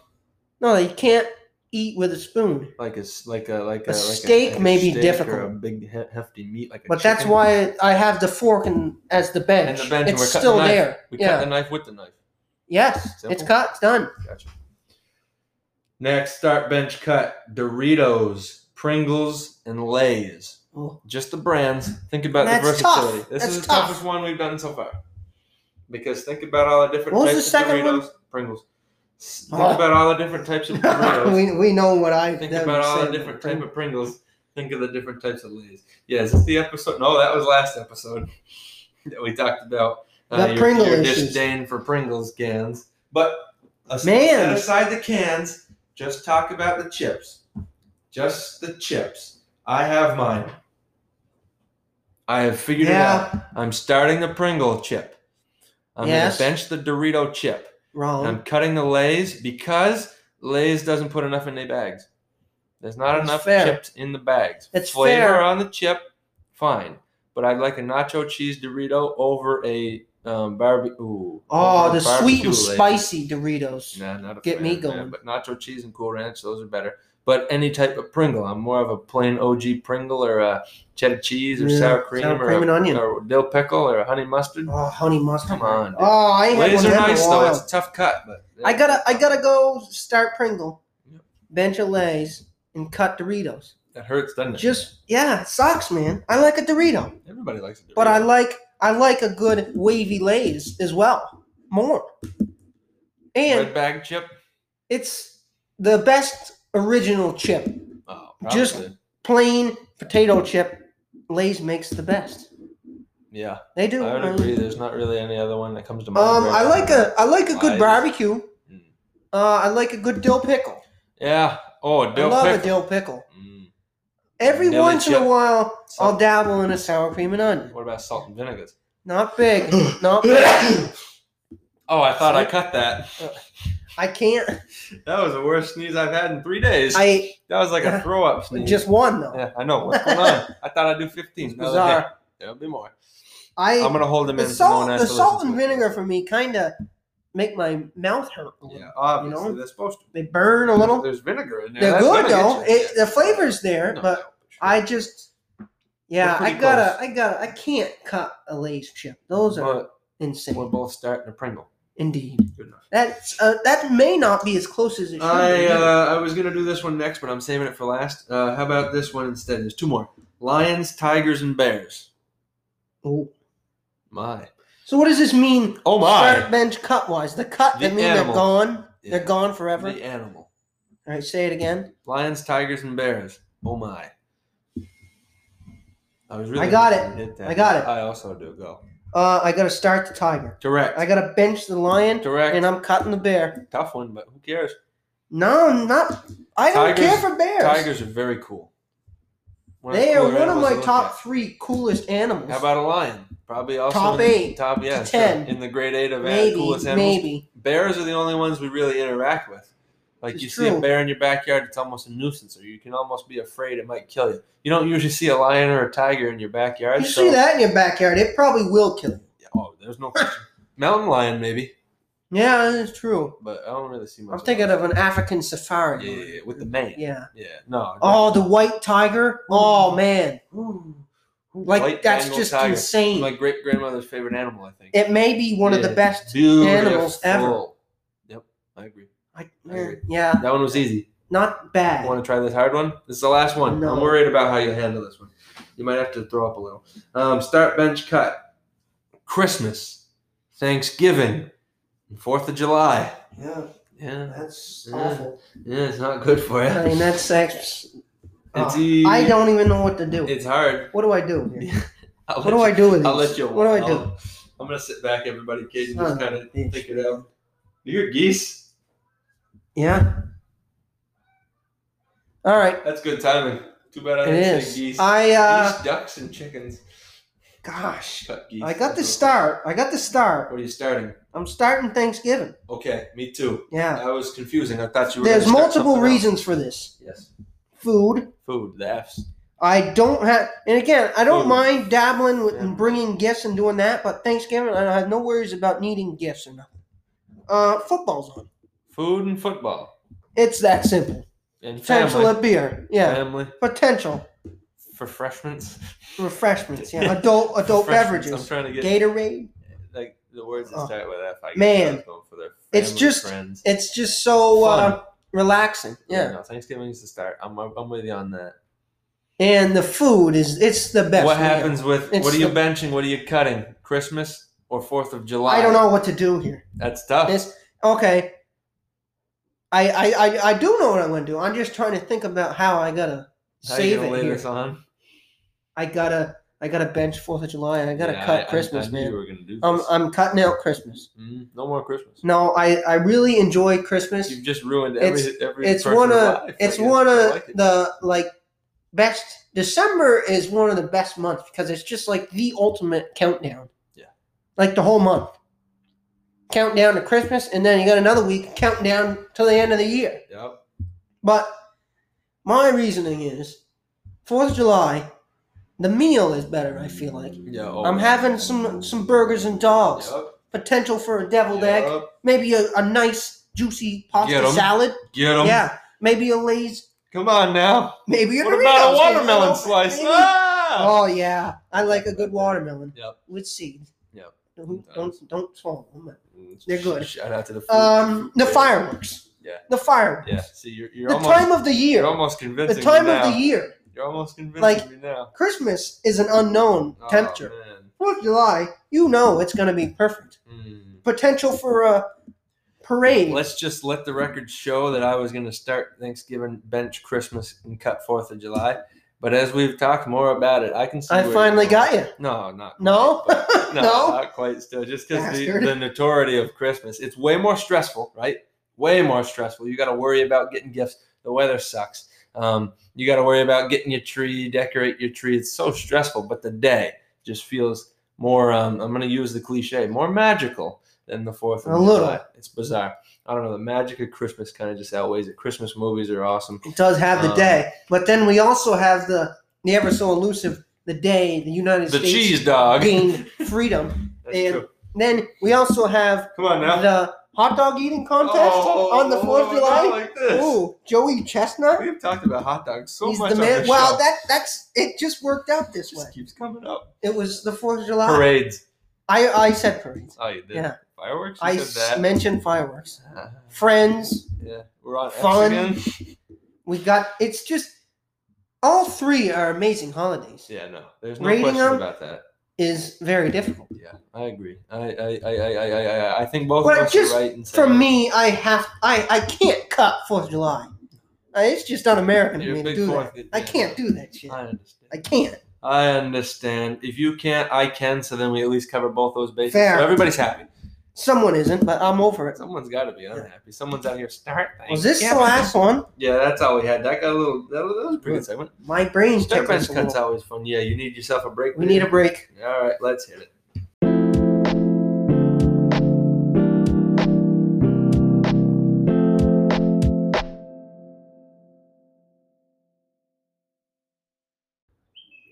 [SPEAKER 4] no, you can't eat with a spoon.
[SPEAKER 2] like a s- like a like a,
[SPEAKER 4] A
[SPEAKER 2] like
[SPEAKER 4] steak
[SPEAKER 2] like
[SPEAKER 4] may be
[SPEAKER 2] steak Or a
[SPEAKER 4] difficult.
[SPEAKER 2] big he- hefty meat like a
[SPEAKER 4] But that's
[SPEAKER 2] chicken.
[SPEAKER 4] why I have the fork and as the bench.
[SPEAKER 2] And the bench, and
[SPEAKER 4] it's
[SPEAKER 2] we're cutting
[SPEAKER 4] still
[SPEAKER 2] the knife.
[SPEAKER 4] there.
[SPEAKER 2] we
[SPEAKER 4] yeah.
[SPEAKER 2] cut the knife with the knife.
[SPEAKER 4] yes, it's
[SPEAKER 2] Simple.
[SPEAKER 4] cut. It's done.
[SPEAKER 2] Gotcha. Next, start bench cut Doritos, Pringles, and Lay's.
[SPEAKER 4] Oh.
[SPEAKER 2] Just the brands. Think about
[SPEAKER 4] That's
[SPEAKER 2] the versatility.
[SPEAKER 4] tough.
[SPEAKER 2] This
[SPEAKER 4] That's
[SPEAKER 2] is the
[SPEAKER 4] tough.
[SPEAKER 2] toughest one we've done so far. Because think about all the different
[SPEAKER 4] What was
[SPEAKER 2] types
[SPEAKER 4] the second
[SPEAKER 2] of
[SPEAKER 4] one?
[SPEAKER 2] Doritos, Pringles. S- Think
[SPEAKER 4] Oh.
[SPEAKER 2] about all the different types of Doritos.
[SPEAKER 4] we, we know what I
[SPEAKER 2] Think
[SPEAKER 4] that
[SPEAKER 2] about
[SPEAKER 4] would
[SPEAKER 2] all
[SPEAKER 4] say.
[SPEAKER 2] the different type of Pringles. Think of the different types of Lay's. Yeah, is this the episode? No, that was last episode that we talked about uh,
[SPEAKER 4] The
[SPEAKER 2] your,
[SPEAKER 4] Pringle
[SPEAKER 2] your
[SPEAKER 4] issues.
[SPEAKER 2] disdain for Pringles cans. But as-
[SPEAKER 4] Man.
[SPEAKER 2] set aside the cans. Just talk about the chips. Just the chips. I have mine. I have figured it
[SPEAKER 4] Yeah,
[SPEAKER 2] out. I'm starting the Pringle chip. I'm
[SPEAKER 4] Yes.
[SPEAKER 2] gonna bench the Dorito chip.
[SPEAKER 4] wrong.
[SPEAKER 2] I'm cutting the Lay's because Lay's doesn't put enough in their bags. There's not
[SPEAKER 4] That's
[SPEAKER 2] enough
[SPEAKER 4] fair.
[SPEAKER 2] chips in the bags.
[SPEAKER 4] That's
[SPEAKER 2] Flavor
[SPEAKER 4] fair.
[SPEAKER 2] on the chip, fine. But I'd like a nacho cheese Dorito over a um, barbecue. Ooh,
[SPEAKER 4] Oh,
[SPEAKER 2] over a
[SPEAKER 4] the sweet and
[SPEAKER 2] barbecue Lay's.
[SPEAKER 4] spicy Doritos.
[SPEAKER 2] Nah, not a
[SPEAKER 4] Get
[SPEAKER 2] fan,
[SPEAKER 4] me
[SPEAKER 2] nah,
[SPEAKER 4] going.
[SPEAKER 2] but nacho cheese and Cool Ranch, those are better. But any type of Pringle, I'm more of a plain OG Pringle or a cheddar cheese or
[SPEAKER 4] Yeah,
[SPEAKER 2] sour cream,
[SPEAKER 4] sour
[SPEAKER 2] or,
[SPEAKER 4] cream
[SPEAKER 2] a,
[SPEAKER 4] and onion.
[SPEAKER 2] or dill pickle or a honey mustard.
[SPEAKER 4] Oh, honey mustard.
[SPEAKER 2] Come on, dude.
[SPEAKER 4] Oh, I ain't had
[SPEAKER 2] Lay's
[SPEAKER 4] one
[SPEAKER 2] are
[SPEAKER 4] of them in a
[SPEAKER 2] nice though.
[SPEAKER 4] while.
[SPEAKER 2] It's a tough cut, but
[SPEAKER 4] I gotta, I gotta go start Pringle,
[SPEAKER 2] Yep.
[SPEAKER 4] bench a Lay's, and cut Doritos.
[SPEAKER 2] That hurts, doesn't it?
[SPEAKER 4] Just yeah, it sucks, man. I like a Dorito,
[SPEAKER 2] Everybody likes it.
[SPEAKER 4] but I like, I like a good wavy Lay's as well, more. And
[SPEAKER 2] red bag chip.
[SPEAKER 4] it's the best original chip,
[SPEAKER 2] Oh,
[SPEAKER 4] Just-
[SPEAKER 2] probably.
[SPEAKER 4] plain potato chip. Lay's makes the best.
[SPEAKER 2] yeah.
[SPEAKER 4] They
[SPEAKER 2] I
[SPEAKER 4] do.
[SPEAKER 2] would
[SPEAKER 4] man.
[SPEAKER 2] agree. There's not really any other one that comes to mind.
[SPEAKER 4] Um,
[SPEAKER 2] right
[SPEAKER 4] I
[SPEAKER 2] now.
[SPEAKER 4] like a I like a good
[SPEAKER 2] I-
[SPEAKER 4] barbecue.
[SPEAKER 2] Mm.
[SPEAKER 4] Uh, I like a good dill pickle.
[SPEAKER 2] Yeah. Oh,
[SPEAKER 4] I
[SPEAKER 2] dill
[SPEAKER 4] love
[SPEAKER 2] pickle.
[SPEAKER 4] a dill pickle.
[SPEAKER 2] Mm.
[SPEAKER 4] Every
[SPEAKER 2] Dilly
[SPEAKER 4] once in a
[SPEAKER 2] chip.
[SPEAKER 4] while,
[SPEAKER 2] Salt-
[SPEAKER 4] I'll dabble in a sour cream and onion.
[SPEAKER 2] What about salt and vinegars?
[SPEAKER 4] Not big, not big.
[SPEAKER 2] Oh, I thought I cut that.
[SPEAKER 4] I can't.
[SPEAKER 2] That was the worst sneeze I've had in three days.
[SPEAKER 4] I
[SPEAKER 2] that was like a throw up sneeze.
[SPEAKER 4] just one though.
[SPEAKER 2] yeah, I know. What's going on? I thought I'd do 15.
[SPEAKER 4] It's
[SPEAKER 2] No,
[SPEAKER 4] bizarre.
[SPEAKER 2] There'll be more.
[SPEAKER 4] I
[SPEAKER 2] I'm going to hold them
[SPEAKER 4] the
[SPEAKER 2] in. so no
[SPEAKER 4] salt
[SPEAKER 2] one has
[SPEAKER 4] the
[SPEAKER 2] to
[SPEAKER 4] salt
[SPEAKER 2] listen
[SPEAKER 4] and
[SPEAKER 2] to it.
[SPEAKER 4] vinegar for me kind of make my mouth hurt. a little.
[SPEAKER 2] Yeah, obviously.
[SPEAKER 4] You know?
[SPEAKER 2] They're supposed to.
[SPEAKER 4] They burn a little.
[SPEAKER 2] There's vinegar in there.
[SPEAKER 4] They're
[SPEAKER 2] That's gonna
[SPEAKER 4] good
[SPEAKER 2] get
[SPEAKER 4] though.
[SPEAKER 2] you.
[SPEAKER 4] It, the flavor's there,
[SPEAKER 2] No,
[SPEAKER 4] but
[SPEAKER 2] no, for sure.
[SPEAKER 4] I just
[SPEAKER 2] We're
[SPEAKER 4] yeah, I
[SPEAKER 2] pretty
[SPEAKER 4] gotta, I gotta, I can't cut a Lay's chip. Those are
[SPEAKER 2] But
[SPEAKER 4] Insane.
[SPEAKER 2] We're both starting a Pringle.
[SPEAKER 4] Indeed.
[SPEAKER 2] Good enough.
[SPEAKER 4] That's uh, that may not be as close as it should
[SPEAKER 2] I
[SPEAKER 4] be.
[SPEAKER 2] uh, I was gonna do this one next, but I'm saving it for last. Uh, how about this one instead? There's two more: lions, tigers, and bears.
[SPEAKER 4] Oh.
[SPEAKER 2] My.
[SPEAKER 4] So what does this mean?
[SPEAKER 2] Oh my.
[SPEAKER 4] Start bench cut wise. The cut
[SPEAKER 2] The
[SPEAKER 4] that mean
[SPEAKER 2] animal.
[SPEAKER 4] they're gone.
[SPEAKER 2] Yeah,
[SPEAKER 4] They're gone forever.
[SPEAKER 2] The animal.
[SPEAKER 4] All right, say it again.
[SPEAKER 2] Lions, tigers, and bears. Oh my. I was really.
[SPEAKER 4] I got
[SPEAKER 2] hoping you did that.
[SPEAKER 4] I got it.
[SPEAKER 2] I also do go.
[SPEAKER 4] Uh, I gotta start the tiger.
[SPEAKER 2] Direct.
[SPEAKER 4] I gotta bench the lion,
[SPEAKER 2] Direct.
[SPEAKER 4] and I'm cutting the bear.
[SPEAKER 2] Tough one, but who cares?
[SPEAKER 4] No, I'm not. I don't
[SPEAKER 2] Tigers-
[SPEAKER 4] care for bears.
[SPEAKER 2] Tigers are very cool. One of the
[SPEAKER 4] They are
[SPEAKER 2] cooler
[SPEAKER 4] one of
[SPEAKER 2] animals
[SPEAKER 4] my
[SPEAKER 2] to look
[SPEAKER 4] top
[SPEAKER 2] at.
[SPEAKER 4] three coolest animals.
[SPEAKER 2] How about a lion? Probably also
[SPEAKER 4] Top
[SPEAKER 2] in-
[SPEAKER 4] eight
[SPEAKER 2] Top yeah,
[SPEAKER 4] to
[SPEAKER 2] sure.
[SPEAKER 4] 10.
[SPEAKER 2] in the grade eight of
[SPEAKER 4] maybe,
[SPEAKER 2] coolest animals.
[SPEAKER 4] maybe?
[SPEAKER 2] Bears are the only ones we really interact with. Like
[SPEAKER 4] It's
[SPEAKER 2] you see a
[SPEAKER 4] true.
[SPEAKER 2] bear in your backyard, it's almost a nuisance, or you can almost be afraid it might kill you. You don't usually see a lion or a tiger in your backyard.
[SPEAKER 4] You
[SPEAKER 2] so,
[SPEAKER 4] see that in your backyard, it probably will kill you.
[SPEAKER 2] Oh, there's no question. Mountain lion maybe,
[SPEAKER 4] Yeah, that's true.
[SPEAKER 2] but I don't really see much.
[SPEAKER 4] I'm thinking of an African safari.
[SPEAKER 2] yeah, yeah, yeah, with the mane. Yeah,
[SPEAKER 4] Yeah.
[SPEAKER 2] no.
[SPEAKER 4] Oh, the white tiger. Oh man, like
[SPEAKER 2] Mm-hmm. White
[SPEAKER 4] that's
[SPEAKER 2] Bengal
[SPEAKER 4] just
[SPEAKER 2] tiger.
[SPEAKER 4] insane.
[SPEAKER 2] my great grandmother's favorite animal, I think.
[SPEAKER 4] it may be one of the
[SPEAKER 2] Yeah.
[SPEAKER 4] best animals ever.
[SPEAKER 2] Beautiful. Yep, I agree.
[SPEAKER 4] Like,
[SPEAKER 2] I agree.
[SPEAKER 4] yeah,
[SPEAKER 2] That one was easy.
[SPEAKER 4] not bad.
[SPEAKER 2] Want to try this hard one? This is the last one.
[SPEAKER 4] No.
[SPEAKER 2] I'm worried about how you handle this one. You might have to throw up a little. Um, start bench cut. Christmas, Thanksgiving, and Fourth of July.
[SPEAKER 3] Yeah,
[SPEAKER 2] Yeah,
[SPEAKER 3] that's
[SPEAKER 2] Yeah.
[SPEAKER 3] awful.
[SPEAKER 2] yeah, it's not good for you.
[SPEAKER 4] I mean, that's that's.
[SPEAKER 2] It's
[SPEAKER 4] Oh,
[SPEAKER 2] e-
[SPEAKER 4] I don't even know what to do.
[SPEAKER 2] It's hard.
[SPEAKER 4] what do I do? Here?
[SPEAKER 2] I'll
[SPEAKER 4] What do
[SPEAKER 2] let
[SPEAKER 4] I do with
[SPEAKER 2] you-
[SPEAKER 4] these?
[SPEAKER 2] I'll let you.
[SPEAKER 4] What do I do?
[SPEAKER 2] I'll- I'm gonna sit back, everybody, Kate, and just
[SPEAKER 4] Huh.
[SPEAKER 2] kind of think it out. You hear geese?
[SPEAKER 4] Yeah. All right.
[SPEAKER 2] That's good timing. Too bad I
[SPEAKER 4] It
[SPEAKER 2] didn't say
[SPEAKER 4] is.
[SPEAKER 2] geese.
[SPEAKER 4] I uh.
[SPEAKER 2] geese, ducks, and chickens.
[SPEAKER 4] Gosh,
[SPEAKER 2] Cut geese.
[SPEAKER 4] I got the
[SPEAKER 2] That's
[SPEAKER 4] start. I got the
[SPEAKER 2] all.
[SPEAKER 4] start.
[SPEAKER 2] What are you starting?
[SPEAKER 4] I'm starting Thanksgiving.
[SPEAKER 2] Okay, me too.
[SPEAKER 4] Yeah.
[SPEAKER 2] I was confusing. I thought you were.
[SPEAKER 4] There's
[SPEAKER 2] gonna start
[SPEAKER 4] multiple
[SPEAKER 2] something else.
[SPEAKER 4] reasons for this.
[SPEAKER 2] Yes,
[SPEAKER 4] Food.
[SPEAKER 2] food. The F's.
[SPEAKER 4] I don't have, and again, I don't
[SPEAKER 2] Food.
[SPEAKER 4] mind dabbling with
[SPEAKER 2] Yeah.
[SPEAKER 4] and bringing gifts and doing that, but Thanksgiving, I have no worries about needing gifts or nothing. Uh, football's on.
[SPEAKER 2] Food and football
[SPEAKER 4] It's that simple.
[SPEAKER 2] and
[SPEAKER 4] Potential
[SPEAKER 2] family.
[SPEAKER 4] of beer, yeah.
[SPEAKER 2] Family
[SPEAKER 4] Potential
[SPEAKER 2] refreshments.
[SPEAKER 4] refreshments, yeah. Adult adult
[SPEAKER 2] Refreshments. I'm
[SPEAKER 4] beverages.
[SPEAKER 2] trying to get
[SPEAKER 4] Gatorade.
[SPEAKER 2] like the words that
[SPEAKER 4] Oh,
[SPEAKER 2] start with F. I guess
[SPEAKER 4] man.
[SPEAKER 2] I was going for their
[SPEAKER 4] It's
[SPEAKER 2] family,
[SPEAKER 4] just-
[SPEAKER 2] friends.
[SPEAKER 4] It's just so uh, relaxing, yeah.
[SPEAKER 2] No, Thanksgiving's the start. I'm I'm with you on that.
[SPEAKER 4] And the food is it's the best.
[SPEAKER 2] what
[SPEAKER 4] meal.
[SPEAKER 2] happens with
[SPEAKER 4] It's
[SPEAKER 2] what are you
[SPEAKER 4] the-
[SPEAKER 2] benching? What are you cutting? Christmas or Fourth of July?
[SPEAKER 4] I don't know what to do here.
[SPEAKER 2] That's tough.
[SPEAKER 4] This okay. I I I, I do know what I'm gonna do. I'm just trying to think about how I gotta
[SPEAKER 2] How you
[SPEAKER 4] save
[SPEAKER 2] gonna
[SPEAKER 4] it
[SPEAKER 2] lay
[SPEAKER 4] here.
[SPEAKER 2] this on?
[SPEAKER 4] I gotta I gotta bench Fourth of July. I gotta
[SPEAKER 2] Yeah, I-
[SPEAKER 4] cut
[SPEAKER 2] I-
[SPEAKER 4] Christmas,
[SPEAKER 2] I knew you
[SPEAKER 4] man. Um,
[SPEAKER 2] were gonna do
[SPEAKER 4] I'm
[SPEAKER 2] this.
[SPEAKER 4] I'm cutting out Christmas.
[SPEAKER 2] Mm, no more Christmas.
[SPEAKER 4] No, I I really enjoy Christmas.
[SPEAKER 2] You've just ruined every
[SPEAKER 4] It's-
[SPEAKER 2] every.
[SPEAKER 4] It's
[SPEAKER 2] person's
[SPEAKER 4] one of
[SPEAKER 2] life, I
[SPEAKER 4] it's
[SPEAKER 2] guess.
[SPEAKER 4] one
[SPEAKER 2] I
[SPEAKER 4] of
[SPEAKER 2] like it.
[SPEAKER 4] the like best. December is one of the best months because it's just like the ultimate countdown.
[SPEAKER 2] Yeah.
[SPEAKER 4] Like the whole month. Countdown to Christmas, and then you got another week counting down to the end of the year.
[SPEAKER 2] Yep.
[SPEAKER 4] But my reasoning is Fourth of July, the meal is better. I feel like.
[SPEAKER 2] Yeah. oh,
[SPEAKER 4] I'm
[SPEAKER 2] yeah.
[SPEAKER 4] having some some burgers and dogs.
[SPEAKER 2] Yep.
[SPEAKER 4] Potential for a deviled egg. Maybe a, a nice juicy pasta
[SPEAKER 2] Get 'em.
[SPEAKER 4] salad.
[SPEAKER 2] Get them.
[SPEAKER 4] Yeah. Maybe a Lay's.
[SPEAKER 2] Come on now.
[SPEAKER 4] Maybe a
[SPEAKER 2] what about a
[SPEAKER 4] Doritos,
[SPEAKER 2] watermelon
[SPEAKER 4] you know?
[SPEAKER 2] slice?
[SPEAKER 4] Maybe-
[SPEAKER 2] Ah!
[SPEAKER 4] Oh yeah, I like a good watermelon
[SPEAKER 2] Yep.
[SPEAKER 4] with seeds.
[SPEAKER 2] Yep.
[SPEAKER 4] Don't don't, don't swallow them.
[SPEAKER 2] They're
[SPEAKER 4] They're
[SPEAKER 2] good.
[SPEAKER 4] Oh, good.
[SPEAKER 2] Mm, Shout out to the food.
[SPEAKER 4] Um, the fireworks.
[SPEAKER 2] Yeah.
[SPEAKER 4] The fireworks.
[SPEAKER 2] Yeah. See, you're, you're
[SPEAKER 4] The
[SPEAKER 2] almost.
[SPEAKER 4] time of the
[SPEAKER 2] you're
[SPEAKER 4] year.
[SPEAKER 2] almost
[SPEAKER 4] The
[SPEAKER 2] convincing
[SPEAKER 4] time
[SPEAKER 2] me now.
[SPEAKER 4] of the year.
[SPEAKER 2] You're almost convincing
[SPEAKER 4] Like-
[SPEAKER 2] me now.
[SPEAKER 4] Christmas is an unknown
[SPEAKER 2] Oh,
[SPEAKER 4] temperature.
[SPEAKER 2] man.
[SPEAKER 4] Fourth of July, you know it's gonna be perfect.
[SPEAKER 2] Mm.
[SPEAKER 4] Potential for a parade.
[SPEAKER 2] Let's just let the record show that I was going to start Thanksgiving, bench Christmas, and cut Fourth of July. But as we've talked more about it, I can see.
[SPEAKER 4] I
[SPEAKER 2] where
[SPEAKER 4] finally
[SPEAKER 2] you're going.
[SPEAKER 4] got you.
[SPEAKER 2] No, not
[SPEAKER 4] No?
[SPEAKER 2] quite, but- no,
[SPEAKER 4] No?
[SPEAKER 2] not quite. Still, just because the,
[SPEAKER 4] Bastard.
[SPEAKER 2] the notoriety of Christmas, it's way more stressful, right? Way more stressful. You got to worry about getting gifts. The weather sucks. Um, you got to worry about getting your tree, decorate your tree. It's so stressful, but the day just feels more. Um, I'm going to use the cliche, more magical than the Fourth of
[SPEAKER 4] A little.
[SPEAKER 2] July. It's bizarre. I don't know. The magic of Christmas kind of just outweighs it. Christmas movies are awesome.
[SPEAKER 4] It does have the
[SPEAKER 2] Um,
[SPEAKER 4] day, but then we also have the the ever so elusive the day the United
[SPEAKER 2] The
[SPEAKER 4] States
[SPEAKER 2] cheese dog.
[SPEAKER 4] gained freedom.
[SPEAKER 2] That's
[SPEAKER 4] and
[SPEAKER 2] true.
[SPEAKER 4] Then we also have
[SPEAKER 2] Come on now.
[SPEAKER 4] the hot dog eating contest
[SPEAKER 2] Oh,
[SPEAKER 4] on the Fourth of
[SPEAKER 2] not
[SPEAKER 4] July.
[SPEAKER 2] like this.
[SPEAKER 4] Ooh, Joey Chestnut.
[SPEAKER 2] We've talked about hot dogs so
[SPEAKER 4] He's
[SPEAKER 2] much.
[SPEAKER 4] the
[SPEAKER 2] on
[SPEAKER 4] man.
[SPEAKER 2] this
[SPEAKER 4] Well,
[SPEAKER 2] show.
[SPEAKER 4] that that's it. Just worked out this
[SPEAKER 2] just
[SPEAKER 4] way.
[SPEAKER 2] keeps coming up.
[SPEAKER 4] It was the Fourth of July.
[SPEAKER 2] Parades.
[SPEAKER 4] I I said parades.
[SPEAKER 2] Oh, you did.
[SPEAKER 4] Yeah.
[SPEAKER 2] Fireworks? You
[SPEAKER 4] I
[SPEAKER 2] said
[SPEAKER 4] s-
[SPEAKER 2] that.
[SPEAKER 4] mentioned fireworks.
[SPEAKER 2] Ah,
[SPEAKER 4] Friends,
[SPEAKER 2] yeah. We're on F's
[SPEAKER 4] Fun.
[SPEAKER 2] again?
[SPEAKER 4] we got. It's just all three are amazing holidays.
[SPEAKER 2] Yeah, no. There's no
[SPEAKER 4] Rating
[SPEAKER 2] question
[SPEAKER 4] them?
[SPEAKER 2] about that.
[SPEAKER 4] Is very difficult
[SPEAKER 2] Yeah, I agree. I I I I I, I- I, I think both
[SPEAKER 4] But
[SPEAKER 2] of us
[SPEAKER 4] just
[SPEAKER 2] are right in saying
[SPEAKER 4] for me. I have. I I can't cut Fourth of July. Uh, It's just un-American
[SPEAKER 2] You're
[SPEAKER 4] of
[SPEAKER 2] a
[SPEAKER 4] me to
[SPEAKER 2] big
[SPEAKER 4] do
[SPEAKER 2] Fourth-
[SPEAKER 4] that. I can't do that shit.
[SPEAKER 2] I understand.
[SPEAKER 4] I can't.
[SPEAKER 2] I understand. If you can't, I can. So then we at least cover both those bases.
[SPEAKER 4] Fair.
[SPEAKER 2] So everybody's happy.
[SPEAKER 4] Someone isn't, but I'm over it.
[SPEAKER 2] Someone's got to be unhappy. Someone's out here start things.
[SPEAKER 4] Was this
[SPEAKER 2] yeah.
[SPEAKER 4] the last one?
[SPEAKER 2] Yeah, that's all we had. That got a little. That, was- that was a pretty good segment.
[SPEAKER 4] My brain's
[SPEAKER 2] Start bench
[SPEAKER 4] tickles a
[SPEAKER 2] cuts
[SPEAKER 4] little.
[SPEAKER 2] always fun. Yeah, you need yourself a break.
[SPEAKER 4] We need a break.
[SPEAKER 2] All right, let's hit it.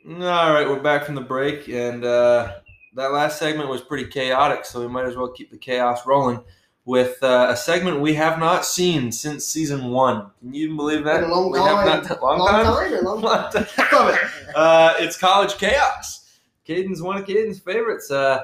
[SPEAKER 2] All right, we're back from the break, and uh, that last segment was pretty chaotic, so we might as well keep the chaos rolling with uh, a segment we have not seen since season one. Can you even believe that?
[SPEAKER 3] Been a long
[SPEAKER 2] we have
[SPEAKER 3] time.
[SPEAKER 2] not-
[SPEAKER 3] Long time or long
[SPEAKER 2] Long
[SPEAKER 3] time?
[SPEAKER 2] time. Love it uh, it's college chaos. Caden's one of Caden's favorites. Uh,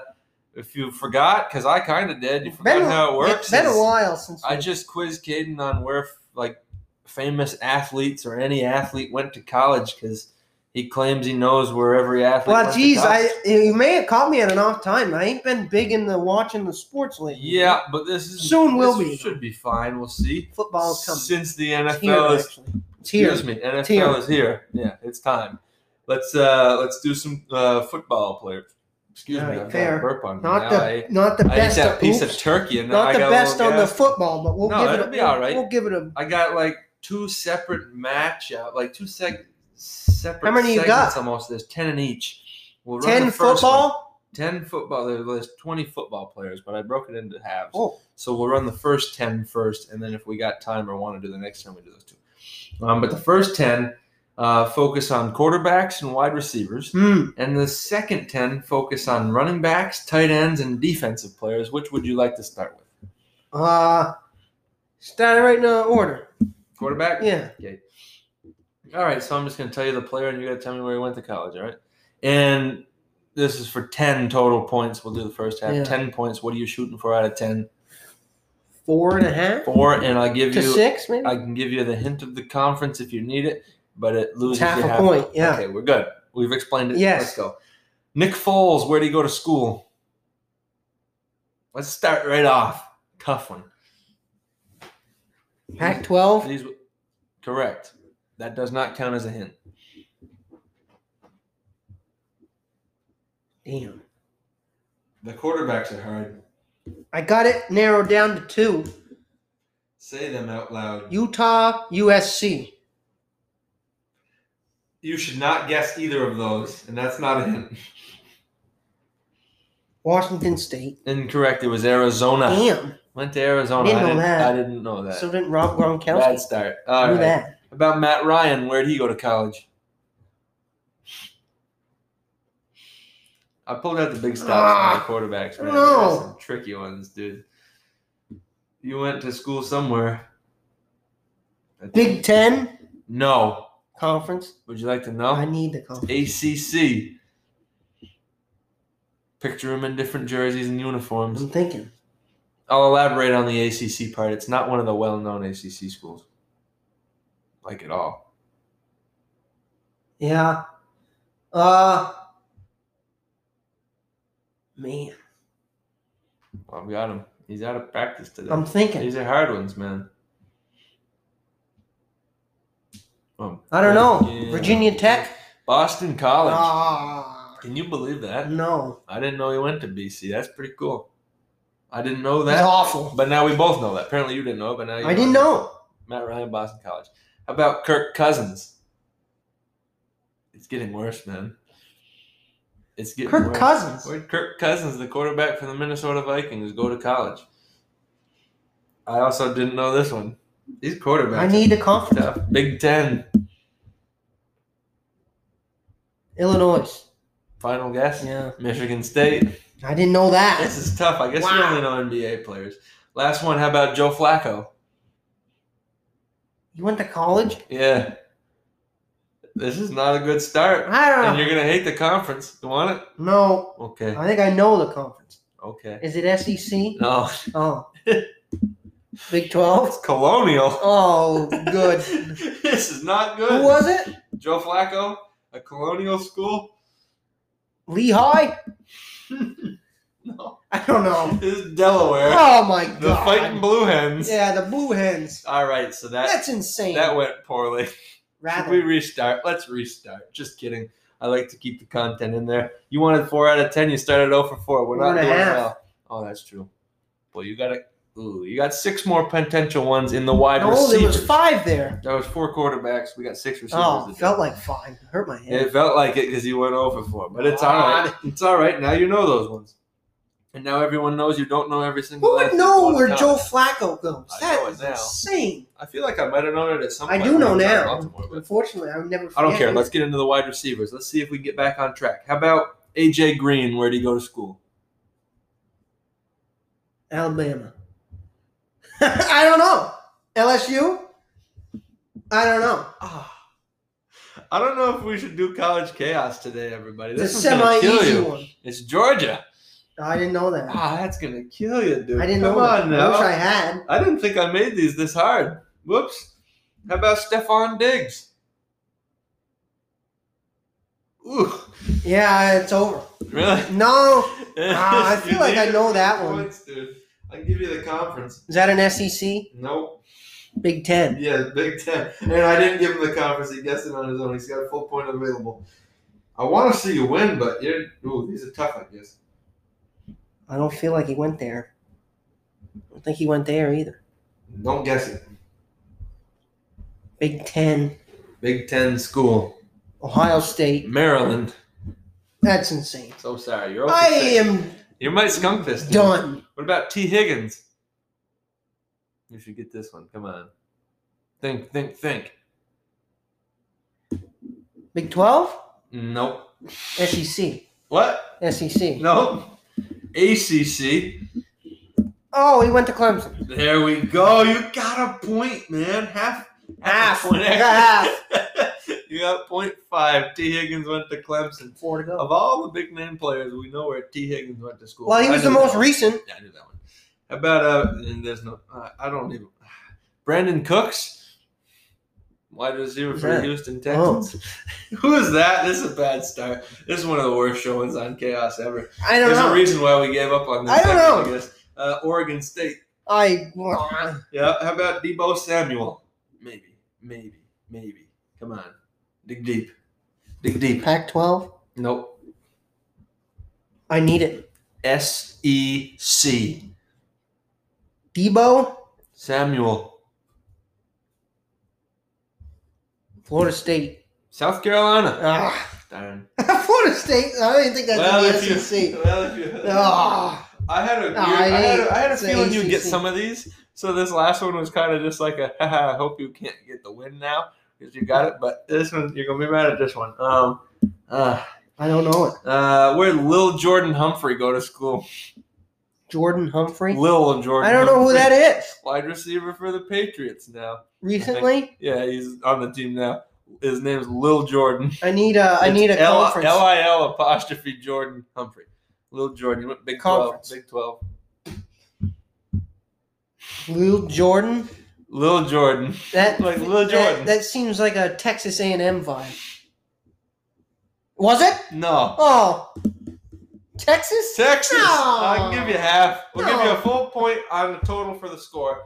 [SPEAKER 2] if you forgot, because I kind of did, you forgot
[SPEAKER 4] Been a-
[SPEAKER 2] how it works.
[SPEAKER 4] It's been a
[SPEAKER 2] is
[SPEAKER 4] while since
[SPEAKER 2] I just quizzed Caden on where f- like famous athletes or any athlete went to college because he claims he knows where every athlete.
[SPEAKER 4] Well,
[SPEAKER 2] went to
[SPEAKER 4] geez, I
[SPEAKER 2] college.
[SPEAKER 4] you may have caught me at an off time. I ain't been big into watching the sports lately.
[SPEAKER 2] Yeah, but this is
[SPEAKER 4] Soon will
[SPEAKER 2] this
[SPEAKER 4] be.
[SPEAKER 2] Should be fine. We'll see.
[SPEAKER 4] football's coming.
[SPEAKER 2] Since the
[SPEAKER 4] It's here,
[SPEAKER 2] NFL is
[SPEAKER 4] actually. It's here.
[SPEAKER 2] Excuse me. NFL
[SPEAKER 4] Tear.
[SPEAKER 2] is here. Yeah, it's time. Let's uh let's do some uh football players. Excuse
[SPEAKER 4] All
[SPEAKER 2] me.
[SPEAKER 4] right,
[SPEAKER 2] I've got a
[SPEAKER 4] fair.
[SPEAKER 2] burp on me.
[SPEAKER 4] Not
[SPEAKER 2] Now
[SPEAKER 4] the
[SPEAKER 2] I,
[SPEAKER 4] not the
[SPEAKER 2] I ate
[SPEAKER 4] best.
[SPEAKER 2] that
[SPEAKER 4] of-
[SPEAKER 2] piece of
[SPEAKER 4] oops,
[SPEAKER 2] turkey and now
[SPEAKER 4] not
[SPEAKER 2] I
[SPEAKER 4] the
[SPEAKER 2] got
[SPEAKER 4] best
[SPEAKER 2] a
[SPEAKER 4] on
[SPEAKER 2] little
[SPEAKER 4] the
[SPEAKER 2] gas.
[SPEAKER 4] football, but we'll
[SPEAKER 2] No,
[SPEAKER 4] give it.
[SPEAKER 2] that'll
[SPEAKER 4] A,
[SPEAKER 2] be all right.
[SPEAKER 4] We'll give it a.
[SPEAKER 2] I got like two separate match out, like two sec separate
[SPEAKER 4] How many you got?
[SPEAKER 2] segments almost. There's ten in each. We'll run
[SPEAKER 4] Ten
[SPEAKER 2] the first one.
[SPEAKER 4] football.
[SPEAKER 2] Ten football. there- There's twenty football players, but I broke it into halves.
[SPEAKER 4] Oh.
[SPEAKER 2] So we'll run the first 10 first, and then if we got time or want to do the next 10, we do those two. Um, but the first 10 uh, focus on quarterbacks and wide receivers,
[SPEAKER 4] Hmm.
[SPEAKER 2] and the second 10 focus on running backs, tight ends, and defensive players. Which would you like to start with?
[SPEAKER 4] Uh, starting right in uh, order.
[SPEAKER 2] Quarterback?
[SPEAKER 4] Yeah.
[SPEAKER 2] All right, so I'm just going to tell you the player, and you got to tell me where he went to college, all right? And this is for 10 total points. We'll do the first half.
[SPEAKER 4] Yeah.
[SPEAKER 2] 10 points. What are you shooting for out of 10?
[SPEAKER 4] Four and a half
[SPEAKER 2] Four, and I'll give
[SPEAKER 4] to
[SPEAKER 2] you.
[SPEAKER 4] six, maybe.
[SPEAKER 2] I can give you the hint of the conference if you need it, but it
[SPEAKER 4] It's
[SPEAKER 2] loses
[SPEAKER 4] half
[SPEAKER 2] you
[SPEAKER 4] a point. Yeah.
[SPEAKER 2] Okay, we're good. We've explained it.
[SPEAKER 4] Yes.
[SPEAKER 2] Let's go. Nick Foles, where did he go to school? Let's start right off. Tough one.
[SPEAKER 4] Pac-12.
[SPEAKER 2] These, correct. That does not count as a hint.
[SPEAKER 4] Damn.
[SPEAKER 2] The quarterbacks are hard.
[SPEAKER 4] I got it narrowed down to two:
[SPEAKER 2] Say them out loud.
[SPEAKER 4] Utah, USC.
[SPEAKER 2] You should not guess either of those, and that's not a hint.
[SPEAKER 4] Washington State.
[SPEAKER 2] Incorrect. It was Arizona.
[SPEAKER 4] Damn.
[SPEAKER 2] Went to Arizona.
[SPEAKER 4] Didn't know that.
[SPEAKER 2] I didn't know that.
[SPEAKER 4] So didn't Rob Gronkowski.
[SPEAKER 2] Bad start. All
[SPEAKER 4] Knew
[SPEAKER 2] right.
[SPEAKER 4] that.
[SPEAKER 2] About Matt Ryan, where'd he go to college? I pulled out the big stops on the quarterbacks, man. There are
[SPEAKER 4] Ah, no.
[SPEAKER 2] Some tricky ones, dude. You went to school somewhere. I think-
[SPEAKER 4] Big Ten
[SPEAKER 2] No.
[SPEAKER 4] conference.
[SPEAKER 2] Would you like to
[SPEAKER 4] I
[SPEAKER 2] know?
[SPEAKER 4] need the conference.
[SPEAKER 2] ACC. Picture him in different jerseys and uniforms.
[SPEAKER 4] I'm thinking.
[SPEAKER 2] I'll elaborate on the ACC part. It's not one of the well-known ACC schools, like at all.
[SPEAKER 4] Yeah. Uh. Man,
[SPEAKER 2] I've got him. He's out of practice today.
[SPEAKER 4] I'm thinking.
[SPEAKER 2] These are hard ones, man. Um,
[SPEAKER 4] I don't know.
[SPEAKER 2] yeah.
[SPEAKER 4] Virginia Tech.
[SPEAKER 2] Boston College.
[SPEAKER 4] Ah.
[SPEAKER 2] Can you believe that?
[SPEAKER 4] No.
[SPEAKER 2] I didn't know he went to BC. That's pretty cool. I didn't know
[SPEAKER 4] That's
[SPEAKER 2] that.
[SPEAKER 4] awful.
[SPEAKER 2] But now we both know that. Apparently you didn't know, but now you
[SPEAKER 4] I didn't know.
[SPEAKER 2] Matt Ryan, Boston College. How about Kirk Cousins? It's getting worse, man. It's getting
[SPEAKER 4] Kirk
[SPEAKER 2] worse.
[SPEAKER 4] Cousins.
[SPEAKER 2] Where'd Kirk Cousins, the quarterback for the Minnesota Vikings, go to college? I also didn't know this one. These quarterbacks
[SPEAKER 4] I need the
[SPEAKER 2] are
[SPEAKER 4] conference.
[SPEAKER 2] tough. Big Ten.
[SPEAKER 4] Illinois.
[SPEAKER 2] Final guess.
[SPEAKER 4] Yeah.
[SPEAKER 2] Michigan State.
[SPEAKER 4] I didn't know that.
[SPEAKER 2] This is tough. I guess you
[SPEAKER 4] Wow.
[SPEAKER 2] only know NBA players. Last one, how about Joe Flacco?
[SPEAKER 4] You went to college?
[SPEAKER 2] Yeah. This is not a good start.
[SPEAKER 4] I don't
[SPEAKER 2] And
[SPEAKER 4] know.
[SPEAKER 2] you're gonna hate the conference. You want it?
[SPEAKER 4] No,
[SPEAKER 2] Okay.
[SPEAKER 4] I think I know the conference.
[SPEAKER 2] Okay.
[SPEAKER 4] Is it SEC?
[SPEAKER 2] No,
[SPEAKER 4] Oh, Big Twelve.
[SPEAKER 2] it's colonial.
[SPEAKER 4] Oh, good.
[SPEAKER 2] this is not
[SPEAKER 4] Who
[SPEAKER 2] good.
[SPEAKER 4] was it?
[SPEAKER 2] Joe Flacco, a colonial school.
[SPEAKER 4] Lehigh?
[SPEAKER 2] No.
[SPEAKER 4] I don't know.
[SPEAKER 2] This is Delaware.
[SPEAKER 4] Oh my god.
[SPEAKER 2] the fighting blue hens.
[SPEAKER 4] Yeah, the Blue Hens.
[SPEAKER 2] All right, so that
[SPEAKER 4] That's insane.
[SPEAKER 2] that went poorly. Should
[SPEAKER 4] Rather.
[SPEAKER 2] we restart? Let's restart. Just kidding. I like to keep the content in there. You wanted four out of ten. You started zero for four. We're
[SPEAKER 4] Four
[SPEAKER 2] not
[SPEAKER 4] and a
[SPEAKER 2] doing
[SPEAKER 4] half.
[SPEAKER 2] well. Oh, that's true. Well, you got a, ooh, you got six more potential ones in the wide
[SPEAKER 4] no, there
[SPEAKER 2] receivers.
[SPEAKER 4] was five there.
[SPEAKER 2] That was four quarterbacks. We got six receivers.
[SPEAKER 4] Oh,
[SPEAKER 2] to
[SPEAKER 4] felt
[SPEAKER 2] do.
[SPEAKER 4] like five. Hurt my head.
[SPEAKER 2] it felt like it because you went over for it. But it's all right. It's all right. Now you know those ones, and now everyone knows you don't know every single.
[SPEAKER 4] Who would
[SPEAKER 2] last
[SPEAKER 4] know
[SPEAKER 2] one
[SPEAKER 4] where
[SPEAKER 2] time.
[SPEAKER 4] Joe Flacco goes?
[SPEAKER 2] I know
[SPEAKER 4] That
[SPEAKER 2] it
[SPEAKER 4] is
[SPEAKER 2] now.
[SPEAKER 4] insane.
[SPEAKER 2] I feel like I might have known it at some.
[SPEAKER 4] I
[SPEAKER 2] point
[SPEAKER 4] do
[SPEAKER 2] when
[SPEAKER 4] know
[SPEAKER 2] was out in
[SPEAKER 4] now.
[SPEAKER 2] Baltimore, but-
[SPEAKER 4] Unfortunately, I would never
[SPEAKER 2] I don't
[SPEAKER 4] forget
[SPEAKER 2] care.
[SPEAKER 4] it.
[SPEAKER 2] Let's get into the wide receivers. Let's see if we can get back on track. How about AJ Green? Where'd he go to school?
[SPEAKER 4] Alabama. I don't know. LSU? I don't know.
[SPEAKER 2] Ah, I don't know if we should do college chaos today, everybody.
[SPEAKER 4] It's
[SPEAKER 2] This
[SPEAKER 4] a
[SPEAKER 2] is gonna
[SPEAKER 4] semi
[SPEAKER 2] kill
[SPEAKER 4] easy
[SPEAKER 2] you.
[SPEAKER 4] one.
[SPEAKER 2] It's Georgia.
[SPEAKER 4] I didn't know that.
[SPEAKER 2] Ah, that's gonna kill you, dude.
[SPEAKER 4] I didn't
[SPEAKER 2] Come
[SPEAKER 4] know that.
[SPEAKER 2] on
[SPEAKER 4] I
[SPEAKER 2] now.
[SPEAKER 4] wish I
[SPEAKER 2] I,
[SPEAKER 4] had.
[SPEAKER 2] didn't think I made these this hard. Whoops. How about Stefan Diggs? Ooh,
[SPEAKER 4] Yeah, it's over.
[SPEAKER 2] really?
[SPEAKER 4] No. Ah, I feel
[SPEAKER 2] You
[SPEAKER 4] like I
[SPEAKER 2] needed
[SPEAKER 4] know that
[SPEAKER 2] three
[SPEAKER 4] one.
[SPEAKER 2] points, dude. I can give you the conference.
[SPEAKER 4] Is that an SEC?
[SPEAKER 2] Nope.
[SPEAKER 4] Big Ten.
[SPEAKER 2] Yeah, Big Ten. And I didn't give him the conference. He guessed it on his own. He's got a full point available. I want to see you win, but you're ooh, these are tough, I guess.
[SPEAKER 4] I don't feel like he went there. I don't think he went there either.
[SPEAKER 2] Don't guess it.
[SPEAKER 4] Big Ten.
[SPEAKER 2] Big Ten school,
[SPEAKER 4] Ohio State.
[SPEAKER 2] Maryland.
[SPEAKER 4] That's insane.
[SPEAKER 2] So sorry, you're.
[SPEAKER 4] I am
[SPEAKER 2] You might skunk this. dude.
[SPEAKER 4] done.
[SPEAKER 2] What about T. Higgins? You should get this one. Come on. Think, think, think.
[SPEAKER 4] Big E 12?
[SPEAKER 2] Nope.
[SPEAKER 4] SEC.
[SPEAKER 2] What?
[SPEAKER 4] SEC.
[SPEAKER 2] Nope. ACC.
[SPEAKER 4] Oh, he went to Clemson.
[SPEAKER 2] There we go. You got a point, man. Half,
[SPEAKER 4] Half.
[SPEAKER 2] a point.
[SPEAKER 4] I got
[SPEAKER 2] you got point five. T. Higgins went to Clemson.
[SPEAKER 4] Four to go.
[SPEAKER 2] Of all the big name players, we know where T. Higgins went to school.
[SPEAKER 4] Well, he
[SPEAKER 2] I
[SPEAKER 4] was the
[SPEAKER 2] knew that
[SPEAKER 4] most
[SPEAKER 2] one.
[SPEAKER 4] recent.
[SPEAKER 2] Yeah, I knew that one. How about uh? And there's no. Uh, I don't even. Brandon Cooks, wide receiver
[SPEAKER 4] Who's
[SPEAKER 2] for
[SPEAKER 4] that?
[SPEAKER 2] the Houston
[SPEAKER 4] Oh.
[SPEAKER 2] Texans. Who is that? This is a bad start. This is one of the worst showings on Chaos ever.
[SPEAKER 4] I don't
[SPEAKER 2] There's a
[SPEAKER 4] know.
[SPEAKER 2] reason why we gave up on this.
[SPEAKER 4] I don't
[SPEAKER 2] segment,
[SPEAKER 4] know.
[SPEAKER 2] I guess. Uh, Oregon State.
[SPEAKER 4] I.
[SPEAKER 2] Yeah, how about Debo Samuel? Maybe, maybe, maybe. Come on. Dig deep. Dig deep.
[SPEAKER 4] Pac 12?
[SPEAKER 2] Nope.
[SPEAKER 4] I need it.
[SPEAKER 2] S E C.
[SPEAKER 4] Debo?
[SPEAKER 2] Samuel.
[SPEAKER 4] Florida State.
[SPEAKER 2] South Carolina.
[SPEAKER 4] Ah.
[SPEAKER 2] Darn.
[SPEAKER 4] Florida State? I didn't think that's
[SPEAKER 2] Well,
[SPEAKER 4] in
[SPEAKER 2] if
[SPEAKER 4] the
[SPEAKER 2] you.
[SPEAKER 4] SEC.
[SPEAKER 2] Well, if you.
[SPEAKER 4] Ah.
[SPEAKER 2] I had a, weird,
[SPEAKER 4] No,
[SPEAKER 2] I had a, I had a
[SPEAKER 4] it's E
[SPEAKER 2] feeling you'd get
[SPEAKER 4] ACC.
[SPEAKER 2] some of these. So this last one was kind of just like a, haha, I hope you can't get the win now because you got it. But this one, you're going to be mad at this one. Um, uh,
[SPEAKER 4] I don't know it.
[SPEAKER 2] uh, where'd Lil Jordan Humphrey go to school?
[SPEAKER 4] Jordan Humphrey?
[SPEAKER 2] Lil Jordan.
[SPEAKER 4] I don't know who
[SPEAKER 2] Humphrey.
[SPEAKER 4] that is.
[SPEAKER 2] wide receiver for the Patriots now.
[SPEAKER 4] Recently,
[SPEAKER 2] Yeah, he's on the team now. His name's Lil Jordan.
[SPEAKER 4] I need a I need a conference.
[SPEAKER 2] L I L apostrophe Jordan Humphrey. Lil Jordan. You went Big
[SPEAKER 4] Conference.
[SPEAKER 2] twelve. Big twelve.
[SPEAKER 4] Lil Jordan.
[SPEAKER 2] Lil Jordan.
[SPEAKER 4] That
[SPEAKER 2] Like Lil
[SPEAKER 4] That,
[SPEAKER 2] Jordan.
[SPEAKER 4] that seems like a Texas A and M vibe. Was it?
[SPEAKER 2] No.
[SPEAKER 4] Oh, Texas.
[SPEAKER 2] Texas.
[SPEAKER 4] No.
[SPEAKER 2] I'll give you half. We'll give you
[SPEAKER 4] No.
[SPEAKER 2] a full point on the total for the score.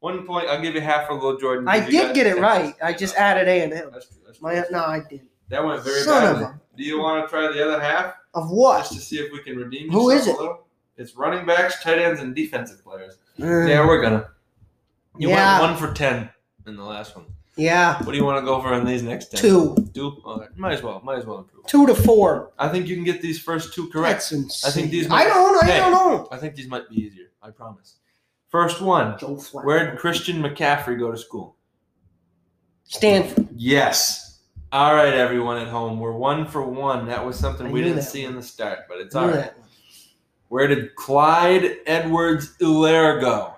[SPEAKER 2] One point. I'll give you half for Lil Jordan.
[SPEAKER 4] I
[SPEAKER 2] because you
[SPEAKER 4] did
[SPEAKER 2] got
[SPEAKER 4] get it
[SPEAKER 2] Texas.
[SPEAKER 4] right. I just added A and M.
[SPEAKER 2] That's true. That's true.
[SPEAKER 4] My no, I didn't.
[SPEAKER 2] that went very
[SPEAKER 4] Son of
[SPEAKER 2] badly.
[SPEAKER 4] a-
[SPEAKER 2] Do you want to try the other half?
[SPEAKER 4] Of
[SPEAKER 2] just
[SPEAKER 4] what?
[SPEAKER 2] to see if we can redeem.
[SPEAKER 4] Who
[SPEAKER 2] yourself
[SPEAKER 4] is it?
[SPEAKER 2] a little. It's running backs, tight ends, and defensive players.
[SPEAKER 4] Yeah.
[SPEAKER 2] Yeah, we're gonna. You
[SPEAKER 4] Hmm. Yeah.
[SPEAKER 2] went one for ten in the last one.
[SPEAKER 4] yeah.
[SPEAKER 2] What do you want to go for in these next ten?
[SPEAKER 4] Two,
[SPEAKER 2] Two. All right. Might as well. Might as well improve.
[SPEAKER 4] two to four.
[SPEAKER 2] I think you can get these first two correct.
[SPEAKER 4] That's insane.
[SPEAKER 2] these
[SPEAKER 4] I
[SPEAKER 2] might-
[SPEAKER 4] don't. I
[SPEAKER 2] Hey.
[SPEAKER 4] don't know.
[SPEAKER 2] I think these might be easier. I promise. First one.
[SPEAKER 4] Joe Flacco.
[SPEAKER 2] Where did Christian McCaffrey go to school?
[SPEAKER 4] Stanford.
[SPEAKER 2] Yes. All right, everyone at home. We're one for one. That was something
[SPEAKER 4] I
[SPEAKER 2] we
[SPEAKER 4] knew
[SPEAKER 2] didn't
[SPEAKER 4] that
[SPEAKER 2] see
[SPEAKER 4] one.
[SPEAKER 2] in the start, but it's
[SPEAKER 4] Knew
[SPEAKER 2] all right.
[SPEAKER 4] that one.
[SPEAKER 2] Where did Clyde Edwards Hilaire go?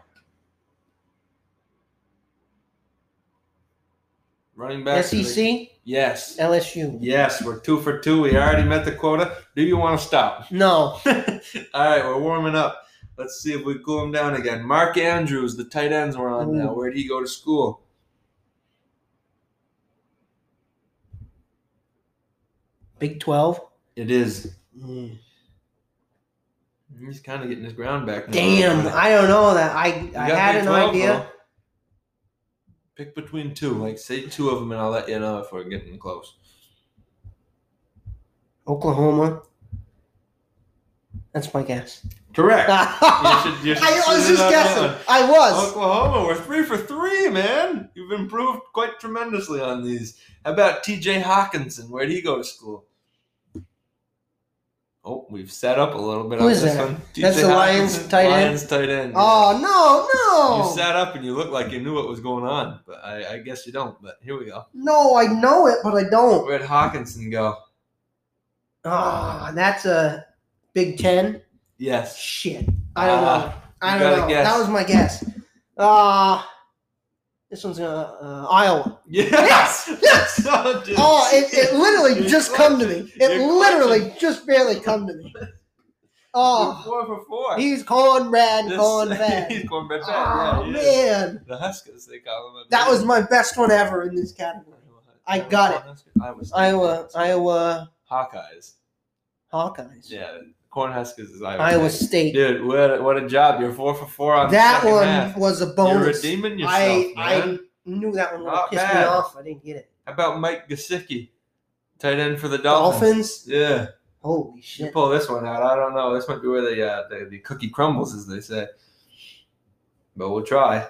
[SPEAKER 2] Running back.
[SPEAKER 4] E
[SPEAKER 2] to the-
[SPEAKER 4] SEC,
[SPEAKER 2] Yes.
[SPEAKER 4] LSU.
[SPEAKER 2] Yes, we're two for two. We already met the quota. Do you want to stop?
[SPEAKER 4] No.
[SPEAKER 2] All right, we're warming up. Let's see if we cool him down again. Mark Andrews, the tight ends we're on now. Where did he go to school?
[SPEAKER 4] Big 12.
[SPEAKER 2] It is. Mm. He's kind of getting his ground back. now.
[SPEAKER 4] Damn, I don't know that. I I
[SPEAKER 2] Uh, You got
[SPEAKER 4] had
[SPEAKER 2] Big
[SPEAKER 4] an
[SPEAKER 2] 12,
[SPEAKER 4] idea.
[SPEAKER 2] though. Pick between two. Like, say two of them, and I'll let you know if we're getting close.
[SPEAKER 4] Oklahoma. That's my guess.
[SPEAKER 2] Correct.
[SPEAKER 4] I
[SPEAKER 2] should- you should
[SPEAKER 4] was
[SPEAKER 2] sit it
[SPEAKER 4] just
[SPEAKER 2] out
[SPEAKER 4] guessing.
[SPEAKER 2] loud.
[SPEAKER 4] I
[SPEAKER 2] Oh,
[SPEAKER 4] was.
[SPEAKER 2] Oklahoma, we're three for three, man. You've improved quite tremendously on these. How about TJ Hawkinson? Where'd he go to school? Oh, we've set up a little bit
[SPEAKER 4] Who
[SPEAKER 2] on
[SPEAKER 4] is
[SPEAKER 2] this
[SPEAKER 4] that?
[SPEAKER 2] one.
[SPEAKER 4] That's the Lions
[SPEAKER 2] Hockenson,
[SPEAKER 4] tight end?
[SPEAKER 2] Lions tight end.
[SPEAKER 4] Oh
[SPEAKER 2] You
[SPEAKER 4] no, no,
[SPEAKER 2] sat up and you looked like you knew what was going on, but I, I guess you don't. But here we go.
[SPEAKER 4] no! I know it, but I don't.
[SPEAKER 2] Where'd Hawkinson go?
[SPEAKER 4] Ah, that's a Big Ten.
[SPEAKER 2] Yes.
[SPEAKER 4] Shit, I don't know.
[SPEAKER 2] Ah,
[SPEAKER 4] I
[SPEAKER 2] you
[SPEAKER 4] don't
[SPEAKER 2] gotta
[SPEAKER 4] know.
[SPEAKER 2] guess.
[SPEAKER 4] That was my guess. Ah, this one's gonna uh, Iowa.
[SPEAKER 2] Yes.
[SPEAKER 4] Yes!
[SPEAKER 2] So did-
[SPEAKER 4] Oh, it, it literally
[SPEAKER 2] You
[SPEAKER 4] just
[SPEAKER 2] clutched
[SPEAKER 4] come to
[SPEAKER 2] it.
[SPEAKER 4] me. It
[SPEAKER 2] You clutched
[SPEAKER 4] literally just barely come to me.
[SPEAKER 2] You're
[SPEAKER 4] Oh,
[SPEAKER 2] Four for four.
[SPEAKER 4] he's cornbread,
[SPEAKER 2] This-
[SPEAKER 4] cornbread.
[SPEAKER 2] He's cornbread bad.
[SPEAKER 4] Oh
[SPEAKER 2] yeah, he is.
[SPEAKER 4] man,
[SPEAKER 2] The Huskers, they call them.
[SPEAKER 4] that was my best one ever in this category. I got it.
[SPEAKER 2] Iowa. State.
[SPEAKER 4] Iowa, Iowa
[SPEAKER 2] Hawkeyes.
[SPEAKER 4] Hawkeyes.
[SPEAKER 2] Yeah, Cornhuskers is Iowa.
[SPEAKER 4] Iowa
[SPEAKER 2] State.
[SPEAKER 4] State.
[SPEAKER 2] Dude, what a, what a job! You're four for four on the
[SPEAKER 4] That
[SPEAKER 2] second
[SPEAKER 4] one
[SPEAKER 2] half.
[SPEAKER 4] was a
[SPEAKER 2] You're
[SPEAKER 4] bonus.
[SPEAKER 2] redeeming yourself,
[SPEAKER 4] I I
[SPEAKER 2] man.
[SPEAKER 4] knew that one would
[SPEAKER 2] Not
[SPEAKER 4] have pissed me
[SPEAKER 2] bad.
[SPEAKER 4] off. I didn't get it.
[SPEAKER 2] How about Mike Gesicki, tight end for the Dolphins?
[SPEAKER 4] Dolphins.
[SPEAKER 2] Yeah,
[SPEAKER 4] Holy
[SPEAKER 2] you
[SPEAKER 4] shit!
[SPEAKER 2] pull this one out. I don't know. This might be where the uh, the, the cookie crumbles, as they say. But we'll try.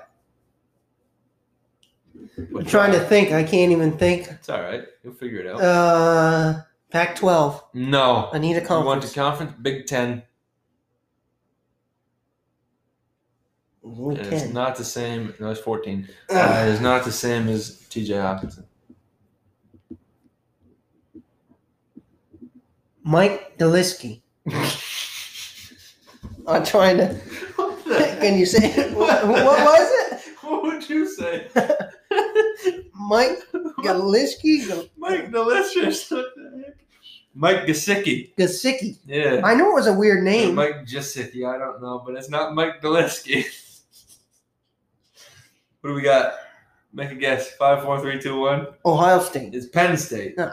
[SPEAKER 2] We'll
[SPEAKER 4] I'm trying to
[SPEAKER 2] try.
[SPEAKER 4] think. I can't even think.
[SPEAKER 2] It's all right. You'll figure it out.
[SPEAKER 4] Uh, Pac-12.
[SPEAKER 2] no.
[SPEAKER 4] I need
[SPEAKER 2] You
[SPEAKER 4] a
[SPEAKER 2] want
[SPEAKER 4] conference.
[SPEAKER 2] to conference? Big Ten.
[SPEAKER 4] There's only
[SPEAKER 2] And It's
[SPEAKER 4] ten.
[SPEAKER 2] not the same. No, it's 14. Uh,
[SPEAKER 4] Ugh.
[SPEAKER 2] it's not the same as TJ Hawkinson.
[SPEAKER 4] Mike Delisky. I'm trying to.
[SPEAKER 2] what,
[SPEAKER 4] Can you say it? What, what was it?
[SPEAKER 2] What would you say?
[SPEAKER 4] Mike Galisky
[SPEAKER 2] Mike Delicious. What the heck? Mike Gesicki.
[SPEAKER 4] Gasicki.
[SPEAKER 2] Yeah.
[SPEAKER 4] I knew it was a weird name.
[SPEAKER 2] Mike Gesicki. I don't know, but it's not Mike Delisky. what do we got? Make a guess. Five, four, three, two, one.
[SPEAKER 4] Ohio State.
[SPEAKER 2] It's Penn State.
[SPEAKER 4] No.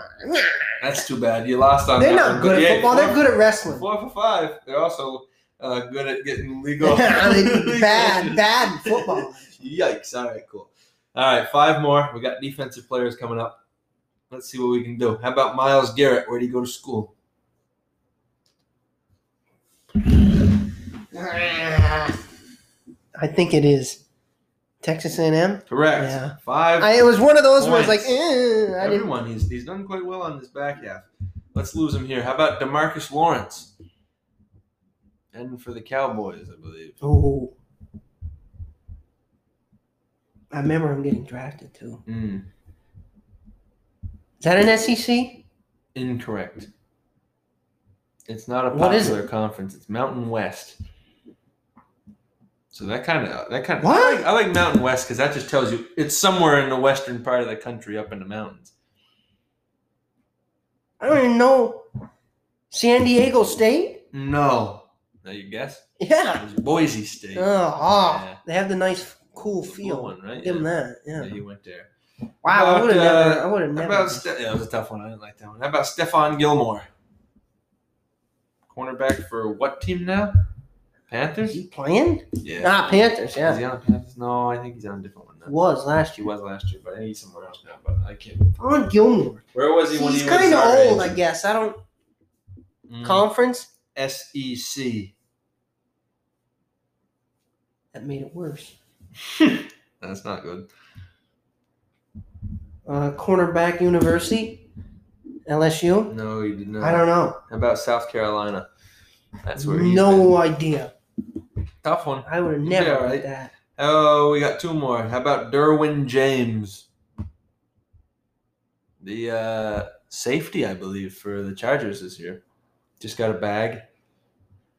[SPEAKER 2] That's too bad. You lost on
[SPEAKER 4] They're
[SPEAKER 2] that
[SPEAKER 4] not
[SPEAKER 2] one, but
[SPEAKER 4] good at
[SPEAKER 2] yeah,
[SPEAKER 4] football. They're
[SPEAKER 2] four-
[SPEAKER 4] good at wrestling.
[SPEAKER 2] Four for five. They're also uh, good at getting legal.
[SPEAKER 4] bad, bad football.
[SPEAKER 2] Yikes. All right, cool. All right, five more. We got defensive players coming up. Let's see what we can do. How about Miles Garrett? Where'd he go to school?
[SPEAKER 4] I think it is Texas A&M.
[SPEAKER 2] Correct.
[SPEAKER 4] Yeah.
[SPEAKER 2] Five.
[SPEAKER 4] I, it was one of those ones like,
[SPEAKER 2] Points.
[SPEAKER 4] eh, I didn't.
[SPEAKER 2] Everyone, he's, he's done quite well on this back half. Let's lose him here. How about Demarcus Lawrence? And for the Cowboys, I believe.
[SPEAKER 4] Oh. I remember him getting drafted too.
[SPEAKER 2] Hmm.
[SPEAKER 4] Is that an E SEC?
[SPEAKER 2] incorrect. It's not a popular
[SPEAKER 4] What is
[SPEAKER 2] conference. It's Mountain West. So that kind of that kind of I
[SPEAKER 4] What?
[SPEAKER 2] like, I like Mountain West because that just tells you it's somewhere in the western part of the country, up in the mountains.
[SPEAKER 4] I don't even know. San Diego State?
[SPEAKER 2] No, now you guess. It
[SPEAKER 4] Yeah.
[SPEAKER 2] was Boise State.
[SPEAKER 4] Oh, ah,
[SPEAKER 2] Yeah.
[SPEAKER 4] they have the nice, cool
[SPEAKER 2] It's a cool
[SPEAKER 4] feel.
[SPEAKER 2] one, right?
[SPEAKER 4] Give them
[SPEAKER 2] Yeah.
[SPEAKER 4] that. Yeah.
[SPEAKER 2] Yeah, you went there.
[SPEAKER 4] Wow, I
[SPEAKER 2] About,
[SPEAKER 4] would have
[SPEAKER 2] uh,
[SPEAKER 4] never. I would have
[SPEAKER 2] How
[SPEAKER 4] never.
[SPEAKER 2] about
[SPEAKER 4] guessed.
[SPEAKER 2] Ste- yeah, that was a tough one. I didn't like that one. How about Stefan Gilmore, cornerback for what team now?
[SPEAKER 4] Is
[SPEAKER 2] Panthers.
[SPEAKER 4] he playing?
[SPEAKER 2] Yeah.
[SPEAKER 4] Ah, Panthers.
[SPEAKER 2] Is
[SPEAKER 4] Yeah,
[SPEAKER 2] he on the Panthers? No, I think he's on a different one now.
[SPEAKER 4] was last
[SPEAKER 2] He
[SPEAKER 4] year.
[SPEAKER 2] was last year, but I think he's somewhere else now. But I can't.
[SPEAKER 4] Ron Gilmore.
[SPEAKER 2] Where was he when
[SPEAKER 4] He's
[SPEAKER 2] he was?
[SPEAKER 4] kind of
[SPEAKER 2] our
[SPEAKER 4] old, I
[SPEAKER 2] age?
[SPEAKER 4] guess. I don't
[SPEAKER 2] Mm. E
[SPEAKER 4] conference.
[SPEAKER 2] SEC.
[SPEAKER 4] That made it worse.
[SPEAKER 2] That's not good.
[SPEAKER 4] Uh, cornerback University, LSU.
[SPEAKER 2] No, he did not.
[SPEAKER 4] I don't know.
[SPEAKER 2] How about South Carolina? That's where he's
[SPEAKER 4] no
[SPEAKER 2] been.
[SPEAKER 4] idea.
[SPEAKER 2] tough one.
[SPEAKER 4] I would have
[SPEAKER 2] He'll be
[SPEAKER 4] never
[SPEAKER 2] all
[SPEAKER 4] got
[SPEAKER 2] right.
[SPEAKER 4] that.
[SPEAKER 2] Oh, we got two more. How about Derwin James? The uh, safety, I believe, for the Chargers this year. Just got a bag.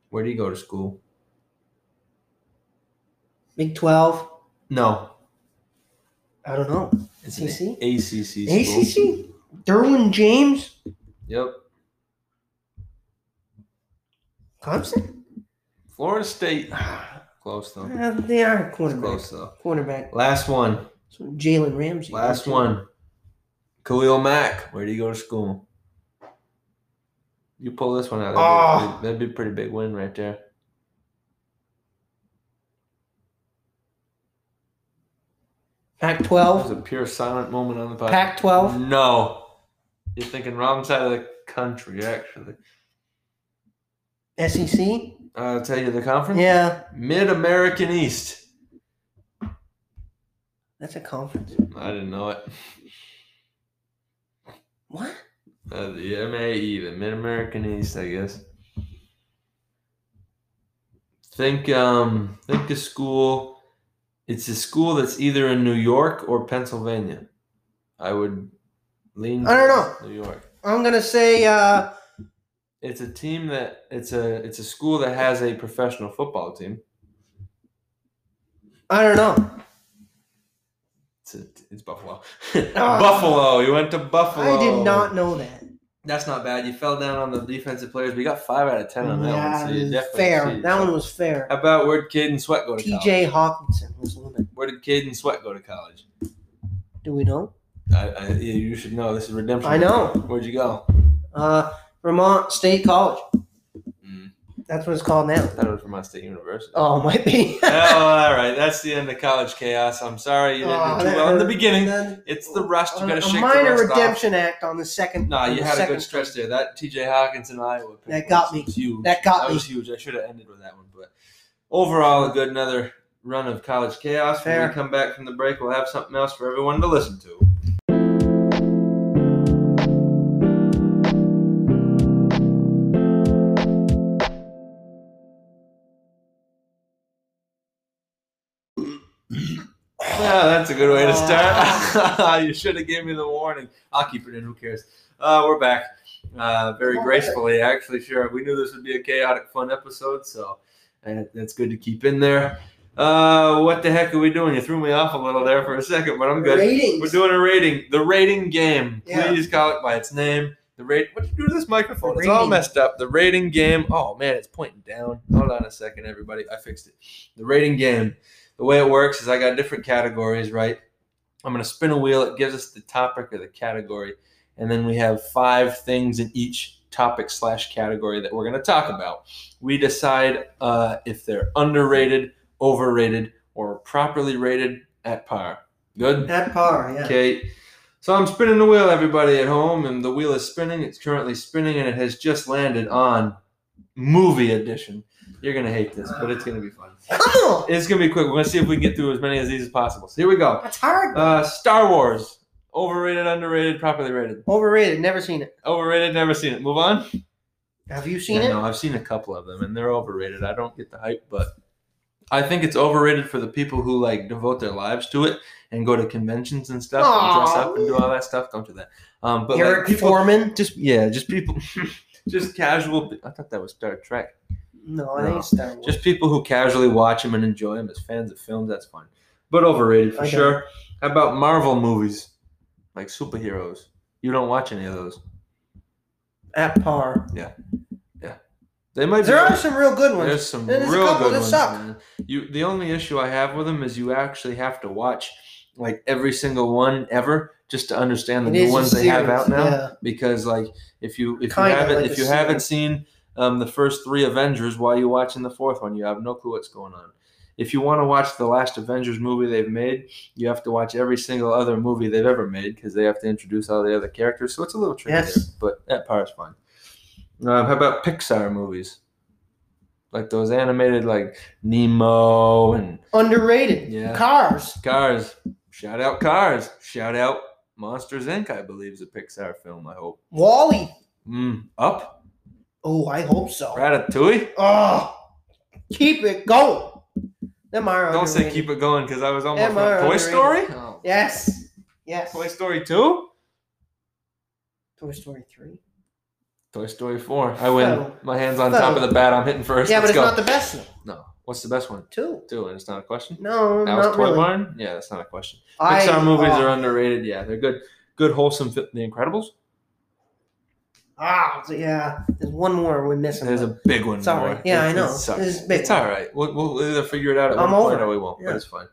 [SPEAKER 2] Where do you go to school?
[SPEAKER 4] Big Twelve.
[SPEAKER 2] No.
[SPEAKER 4] I don't know.
[SPEAKER 2] It's an
[SPEAKER 4] ACC?
[SPEAKER 2] ACC. school.
[SPEAKER 4] ACC? Derwin James?
[SPEAKER 2] Yep.
[SPEAKER 4] Clemson?
[SPEAKER 2] Florida State. Close though.
[SPEAKER 4] Uh, they are a
[SPEAKER 2] It's
[SPEAKER 4] quarterback.
[SPEAKER 2] Oh. close though.
[SPEAKER 4] Quarterback.
[SPEAKER 2] Last one.
[SPEAKER 4] So Jalen Ramsey.
[SPEAKER 2] Last one. Khalil Mack. Where do you go to school? You pull this one out.
[SPEAKER 4] Ah.
[SPEAKER 2] That'd, be, that'd be a pretty big win right there.
[SPEAKER 4] Pac
[SPEAKER 2] That was
[SPEAKER 4] 12.
[SPEAKER 2] a Mm-hmm. pure silent moment on the podcast.
[SPEAKER 4] Pac 12.
[SPEAKER 2] No. You're thinking wrong side of the country, actually. Uh,
[SPEAKER 4] SEC.
[SPEAKER 2] I'll tell you the conference.
[SPEAKER 4] E Yeah.
[SPEAKER 2] Mid American East.
[SPEAKER 4] That's a conference.
[SPEAKER 2] I didn't know it.
[SPEAKER 4] What?
[SPEAKER 2] Uh, the MAE, the Mid American East, I guess. Think um think a school. It's a school that's either in New York or Pennsylvania. I would lean.
[SPEAKER 4] I don't
[SPEAKER 2] towards New York.
[SPEAKER 4] I'm going to say uh,
[SPEAKER 2] It's a team that it's a it's a school that has a professional football team.
[SPEAKER 4] I don't know.
[SPEAKER 2] It's a, it's Buffalo. Buffalo. You went to Buffalo.
[SPEAKER 4] Ah. I did not know that.
[SPEAKER 2] That's not bad. You fell down on the defensive players. We got five out of ten on that
[SPEAKER 4] yeah,
[SPEAKER 2] one. So you
[SPEAKER 4] it was
[SPEAKER 2] definitely uh,
[SPEAKER 4] fair.
[SPEAKER 2] cheated.
[SPEAKER 4] That one was fair.
[SPEAKER 2] How about where'd Caden Sweat go to college?
[SPEAKER 4] TJ Hawkinson was one. that-
[SPEAKER 2] Where did Caden Sweat go to college?
[SPEAKER 4] Do we know?
[SPEAKER 2] I, I, yeah, you should know. This is redemption.
[SPEAKER 4] I know.
[SPEAKER 2] Where'd you go?
[SPEAKER 4] Uh, Vermont State College.
[SPEAKER 2] Mm.
[SPEAKER 4] That's what it's called now.
[SPEAKER 2] I thought it was Vermont State University.
[SPEAKER 4] Oh, might be.
[SPEAKER 2] Oh, all right. That's the end of college chaos. I'm sorry you didn't
[SPEAKER 4] Oh,
[SPEAKER 2] do too
[SPEAKER 4] that
[SPEAKER 2] well in the
[SPEAKER 4] hurt.
[SPEAKER 2] beginning.
[SPEAKER 4] Then
[SPEAKER 2] It's the rust. You
[SPEAKER 4] a-
[SPEAKER 2] got to
[SPEAKER 4] a
[SPEAKER 2] shake the
[SPEAKER 4] minor
[SPEAKER 2] rust
[SPEAKER 4] redemption act on the second.
[SPEAKER 2] off. Nah,
[SPEAKER 4] on
[SPEAKER 2] you
[SPEAKER 4] the
[SPEAKER 2] had a
[SPEAKER 4] second-
[SPEAKER 2] good stretch there. That T.J. Hawkins and Iowa. pick
[SPEAKER 4] That got
[SPEAKER 2] was
[SPEAKER 4] me.
[SPEAKER 2] Huge.
[SPEAKER 4] That got
[SPEAKER 2] that
[SPEAKER 4] me.
[SPEAKER 2] was huge. I should have ended with that one, but overall, a good another run of college chaos. When
[SPEAKER 4] Fair.
[SPEAKER 2] we come back from the break, we'll have something else for everyone to listen to. Well, that's a good way to
[SPEAKER 4] Uh.
[SPEAKER 2] start. you should have gave me the warning. I'll keep it in. Who cares? Uh, we're back uh, very gracefully, actually. Sure, we knew this would be a chaotic, fun episode, so and that's good to keep in there. Uh, what the heck are we doing? You threw me off a little there for a second, but I'm good.
[SPEAKER 4] Ratings.
[SPEAKER 2] We're doing a rating, the rating game.
[SPEAKER 4] Yeah.
[SPEAKER 2] Please call it by its name. The rate. What'd you do to this microphone?
[SPEAKER 4] The
[SPEAKER 2] It's all
[SPEAKER 4] rating.
[SPEAKER 2] messed up. The rating game. Oh man, it's pointing down. Hold on a second, everybody. I fixed it. The rating game. The way it works is I got different categories, right? I'm gonna spin a wheel. It gives us the topic or the category, and then we have five things in each topic slash category that we're gonna talk about. We decide uh, if they're underrated, overrated, or properly rated at par. Good.
[SPEAKER 4] At par, yeah.
[SPEAKER 2] Okay. So I'm spinning the wheel, everybody at home, and the wheel is spinning. It's currently spinning, and it has just landed on movie edition. You're gonna hate this, but it's gonna be fun.
[SPEAKER 4] Come on,
[SPEAKER 2] It's gonna be quick. We're gonna see if we can get through as many of these as possible. So here we go.
[SPEAKER 4] that's hard.
[SPEAKER 2] Uh, Star Wars, overrated, underrated, properly rated.
[SPEAKER 4] Overrated. Never seen it.
[SPEAKER 2] Overrated, never seen it. Move on.
[SPEAKER 4] Have you seen
[SPEAKER 2] Yeah,
[SPEAKER 4] it?
[SPEAKER 2] No, I've seen a couple of them, and they're overrated. I don't get the hype, but I think it's overrated for the people who like devote their lives to it and go to conventions and stuff and dress
[SPEAKER 4] Aw.
[SPEAKER 2] up and do all that stuff. Don't do that. Um, but
[SPEAKER 4] Eric
[SPEAKER 2] like people,
[SPEAKER 4] Foreman.
[SPEAKER 2] just yeah, just people, just casual. I thought that was Star Trek.
[SPEAKER 4] No, I
[SPEAKER 2] No.
[SPEAKER 4] think it's Star Wars.
[SPEAKER 2] Just people who casually watch them and enjoy them as fans of films. That's fine, but overrated for
[SPEAKER 4] I don't.
[SPEAKER 2] sure. How about Marvel movies, like superheroes? You don't watch any of those.
[SPEAKER 4] At par.
[SPEAKER 2] They might.
[SPEAKER 4] There
[SPEAKER 2] be
[SPEAKER 4] are some real good ones.
[SPEAKER 2] There's some
[SPEAKER 4] There's a
[SPEAKER 2] real
[SPEAKER 4] couple
[SPEAKER 2] good
[SPEAKER 4] that
[SPEAKER 2] ones.
[SPEAKER 4] suck.
[SPEAKER 2] man. You the only issue I have with them is you actually have to watch like every single one ever just to understand the
[SPEAKER 4] It is
[SPEAKER 2] new
[SPEAKER 4] a
[SPEAKER 2] ones they have
[SPEAKER 4] series,
[SPEAKER 2] out now.
[SPEAKER 4] yeah.
[SPEAKER 2] Because like if you if
[SPEAKER 4] Kinda
[SPEAKER 2] you haven't
[SPEAKER 4] like
[SPEAKER 2] if
[SPEAKER 4] a
[SPEAKER 2] you haven't seen um, the first three Avengers while you're watching the fourth one, you have no clue what's going on. If you want to watch the last Avengers movie they've made, you have to watch every single other movie they've ever made because they have to introduce all the other characters. So it's a little tricky,
[SPEAKER 4] Yes.
[SPEAKER 2] there, but that part's fun. Um, how about Pixar movies? Like those animated, like Nemo and
[SPEAKER 4] Underrated.
[SPEAKER 2] Yeah.
[SPEAKER 4] Cars.
[SPEAKER 2] Cars. Shout out Cars. Shout out Monsters Inc. I believe is a Pixar film. I hope.
[SPEAKER 4] Wally.
[SPEAKER 2] Mm, up.
[SPEAKER 4] Oh, I hope so.
[SPEAKER 2] Ratatouille.
[SPEAKER 4] Oh, keep it going. Them are
[SPEAKER 2] Don't say
[SPEAKER 4] underrated.
[SPEAKER 2] keep it going because I was almost
[SPEAKER 4] Them are
[SPEAKER 2] on Toy
[SPEAKER 4] underrated.
[SPEAKER 2] Story.
[SPEAKER 4] Oh. Yes. Yes.
[SPEAKER 2] Toy Story two.
[SPEAKER 4] Toy Story 3.
[SPEAKER 2] Toy Story four. I win.
[SPEAKER 4] Fell.
[SPEAKER 2] My hands on
[SPEAKER 4] Fell.
[SPEAKER 2] top of the bat. I'm hitting first.
[SPEAKER 4] Yeah, but
[SPEAKER 2] Let's go.
[SPEAKER 4] it's not the best though.
[SPEAKER 2] no. What's the best one?
[SPEAKER 4] Two.
[SPEAKER 2] Two, and it's not a question.
[SPEAKER 4] No,
[SPEAKER 2] That was
[SPEAKER 4] not
[SPEAKER 2] Toy
[SPEAKER 4] really.
[SPEAKER 2] Barn. Yeah, that's not a question.
[SPEAKER 4] I-
[SPEAKER 2] Pixar movies
[SPEAKER 4] oh,
[SPEAKER 2] are underrated. Yeah, they're good. Good wholesome. Fi- the Incredibles.
[SPEAKER 4] Ah, so yeah. There's one more we're missing.
[SPEAKER 2] There's a big one.
[SPEAKER 4] Sorry.
[SPEAKER 2] more.
[SPEAKER 4] Yeah,
[SPEAKER 2] It-
[SPEAKER 4] I know.
[SPEAKER 2] It sucks.
[SPEAKER 4] This is big
[SPEAKER 2] It's
[SPEAKER 4] one.
[SPEAKER 2] all right. We'll, we'll either figure it out at
[SPEAKER 4] I'm
[SPEAKER 2] one point
[SPEAKER 4] over
[SPEAKER 2] or we won't.
[SPEAKER 4] Yeah.
[SPEAKER 2] But it's fine.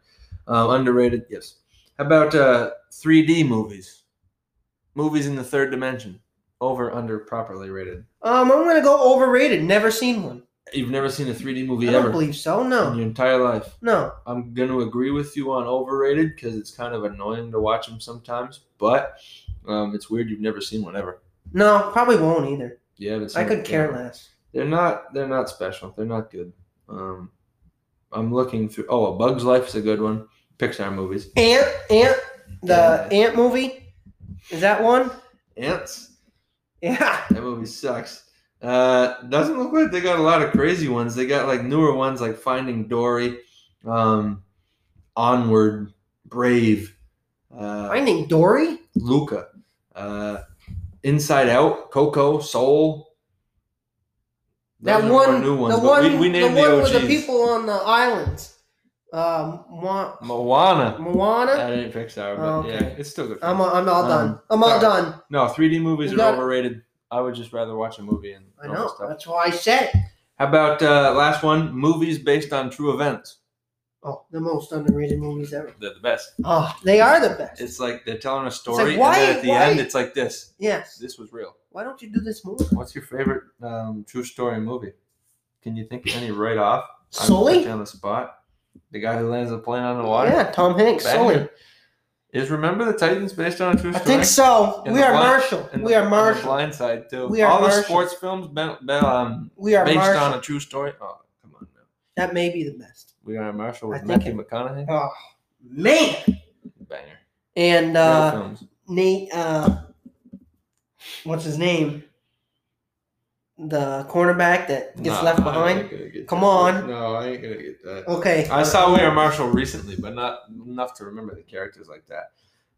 [SPEAKER 2] Um, underrated. Yes. How about uh, 3D movies? Movies in the third dimension. Over, under, properly rated.
[SPEAKER 4] um, I'm gonna go overrated. Never seen one.
[SPEAKER 2] You've never seen a 3D movie
[SPEAKER 4] I don't
[SPEAKER 2] ever
[SPEAKER 4] believe so.
[SPEAKER 2] in
[SPEAKER 4] No,
[SPEAKER 2] your entire life.
[SPEAKER 4] no.
[SPEAKER 2] I'm going to agree with you on overrated because it's kind of annoying to watch them sometimes, but um, it's weird you've never seen one ever.
[SPEAKER 4] No, probably won't either.
[SPEAKER 2] You haven't seen
[SPEAKER 4] I could
[SPEAKER 2] it.
[SPEAKER 4] care less.
[SPEAKER 2] They're not. They're not special. They're not good. Um, I'm looking through. Oh, A Bug's Life is a good one. Pixar movies.
[SPEAKER 4] Ant, Ant, the Ant movie. Is that one?
[SPEAKER 2] Ants.
[SPEAKER 4] Yeah.
[SPEAKER 2] That movie sucks. Uh, doesn't look like they got a lot of crazy ones. They got like newer ones like Finding Dory, um, Onward, Brave, uh,
[SPEAKER 4] Finding Dory.
[SPEAKER 2] Luca, uh, Inside Out, Coco, Soul.
[SPEAKER 4] That
[SPEAKER 2] Those are
[SPEAKER 4] one.
[SPEAKER 2] more new ones.
[SPEAKER 4] the
[SPEAKER 2] but
[SPEAKER 4] one.
[SPEAKER 2] we, we named
[SPEAKER 4] the
[SPEAKER 2] the,
[SPEAKER 4] one
[SPEAKER 2] OGs.
[SPEAKER 4] with the people on the islands. Um, Mo-
[SPEAKER 2] Moana.
[SPEAKER 4] Moana.
[SPEAKER 2] That ain't Pixar, but
[SPEAKER 4] Oh, okay.
[SPEAKER 2] yeah, it's still good.
[SPEAKER 4] I'm, I'm all
[SPEAKER 2] Um,
[SPEAKER 4] done. I'm all
[SPEAKER 2] sorry.
[SPEAKER 4] done.
[SPEAKER 2] no, 3D movies
[SPEAKER 4] You
[SPEAKER 2] are
[SPEAKER 4] got-
[SPEAKER 2] overrated. I would just rather watch a movie and
[SPEAKER 4] I
[SPEAKER 2] all
[SPEAKER 4] know.
[SPEAKER 2] that stuff.
[SPEAKER 4] That's why I said it.
[SPEAKER 2] How about uh, last one? Movies based on true events.
[SPEAKER 4] Oh, the most underrated movies ever.
[SPEAKER 2] They're the best.
[SPEAKER 4] Oh, they are the best.
[SPEAKER 2] It's like they're telling a story,
[SPEAKER 4] why-
[SPEAKER 2] and then at the
[SPEAKER 4] why-
[SPEAKER 2] end, it's like this.
[SPEAKER 4] Yes.
[SPEAKER 2] This was real.
[SPEAKER 4] Why don't you do this more?
[SPEAKER 2] What's your favorite um, true story movie? Can you think of any right off? I'm
[SPEAKER 4] Sully?
[SPEAKER 2] put you on the spot. The guy who lands the plane on the water.
[SPEAKER 4] Yeah, Tom Hanks.
[SPEAKER 2] Banger.
[SPEAKER 4] Sully.
[SPEAKER 2] Is Remember the Titans based on a true
[SPEAKER 4] I
[SPEAKER 2] story?
[SPEAKER 4] think so.
[SPEAKER 2] And
[SPEAKER 4] we
[SPEAKER 2] the
[SPEAKER 4] are
[SPEAKER 2] blind-
[SPEAKER 4] Marshall.
[SPEAKER 2] And
[SPEAKER 4] We
[SPEAKER 2] the-
[SPEAKER 4] are
[SPEAKER 2] and the
[SPEAKER 4] Marshall.
[SPEAKER 2] Blind Side too.
[SPEAKER 4] We are
[SPEAKER 2] All the
[SPEAKER 4] Marshall.
[SPEAKER 2] sports films be, be, um,
[SPEAKER 4] We are
[SPEAKER 2] based
[SPEAKER 4] Marshall.
[SPEAKER 2] on a true story. Oh, come on now.
[SPEAKER 4] that may be the best.
[SPEAKER 2] We are Marshall
[SPEAKER 4] I
[SPEAKER 2] with
[SPEAKER 4] think
[SPEAKER 2] Matthew McConaughey.
[SPEAKER 4] Oh man.
[SPEAKER 2] Banger.
[SPEAKER 4] And
[SPEAKER 2] Great
[SPEAKER 4] uh,
[SPEAKER 2] films.
[SPEAKER 4] Nate. Uh, what's his name? The cornerback that gets
[SPEAKER 2] Nah,
[SPEAKER 4] left
[SPEAKER 2] I
[SPEAKER 4] behind.
[SPEAKER 2] ain't gonna get
[SPEAKER 4] Come
[SPEAKER 2] that.
[SPEAKER 4] on.
[SPEAKER 2] No, I ain't gonna get that.
[SPEAKER 4] Okay.
[SPEAKER 2] I saw We Are Marshall recently, but not enough to remember the characters like that.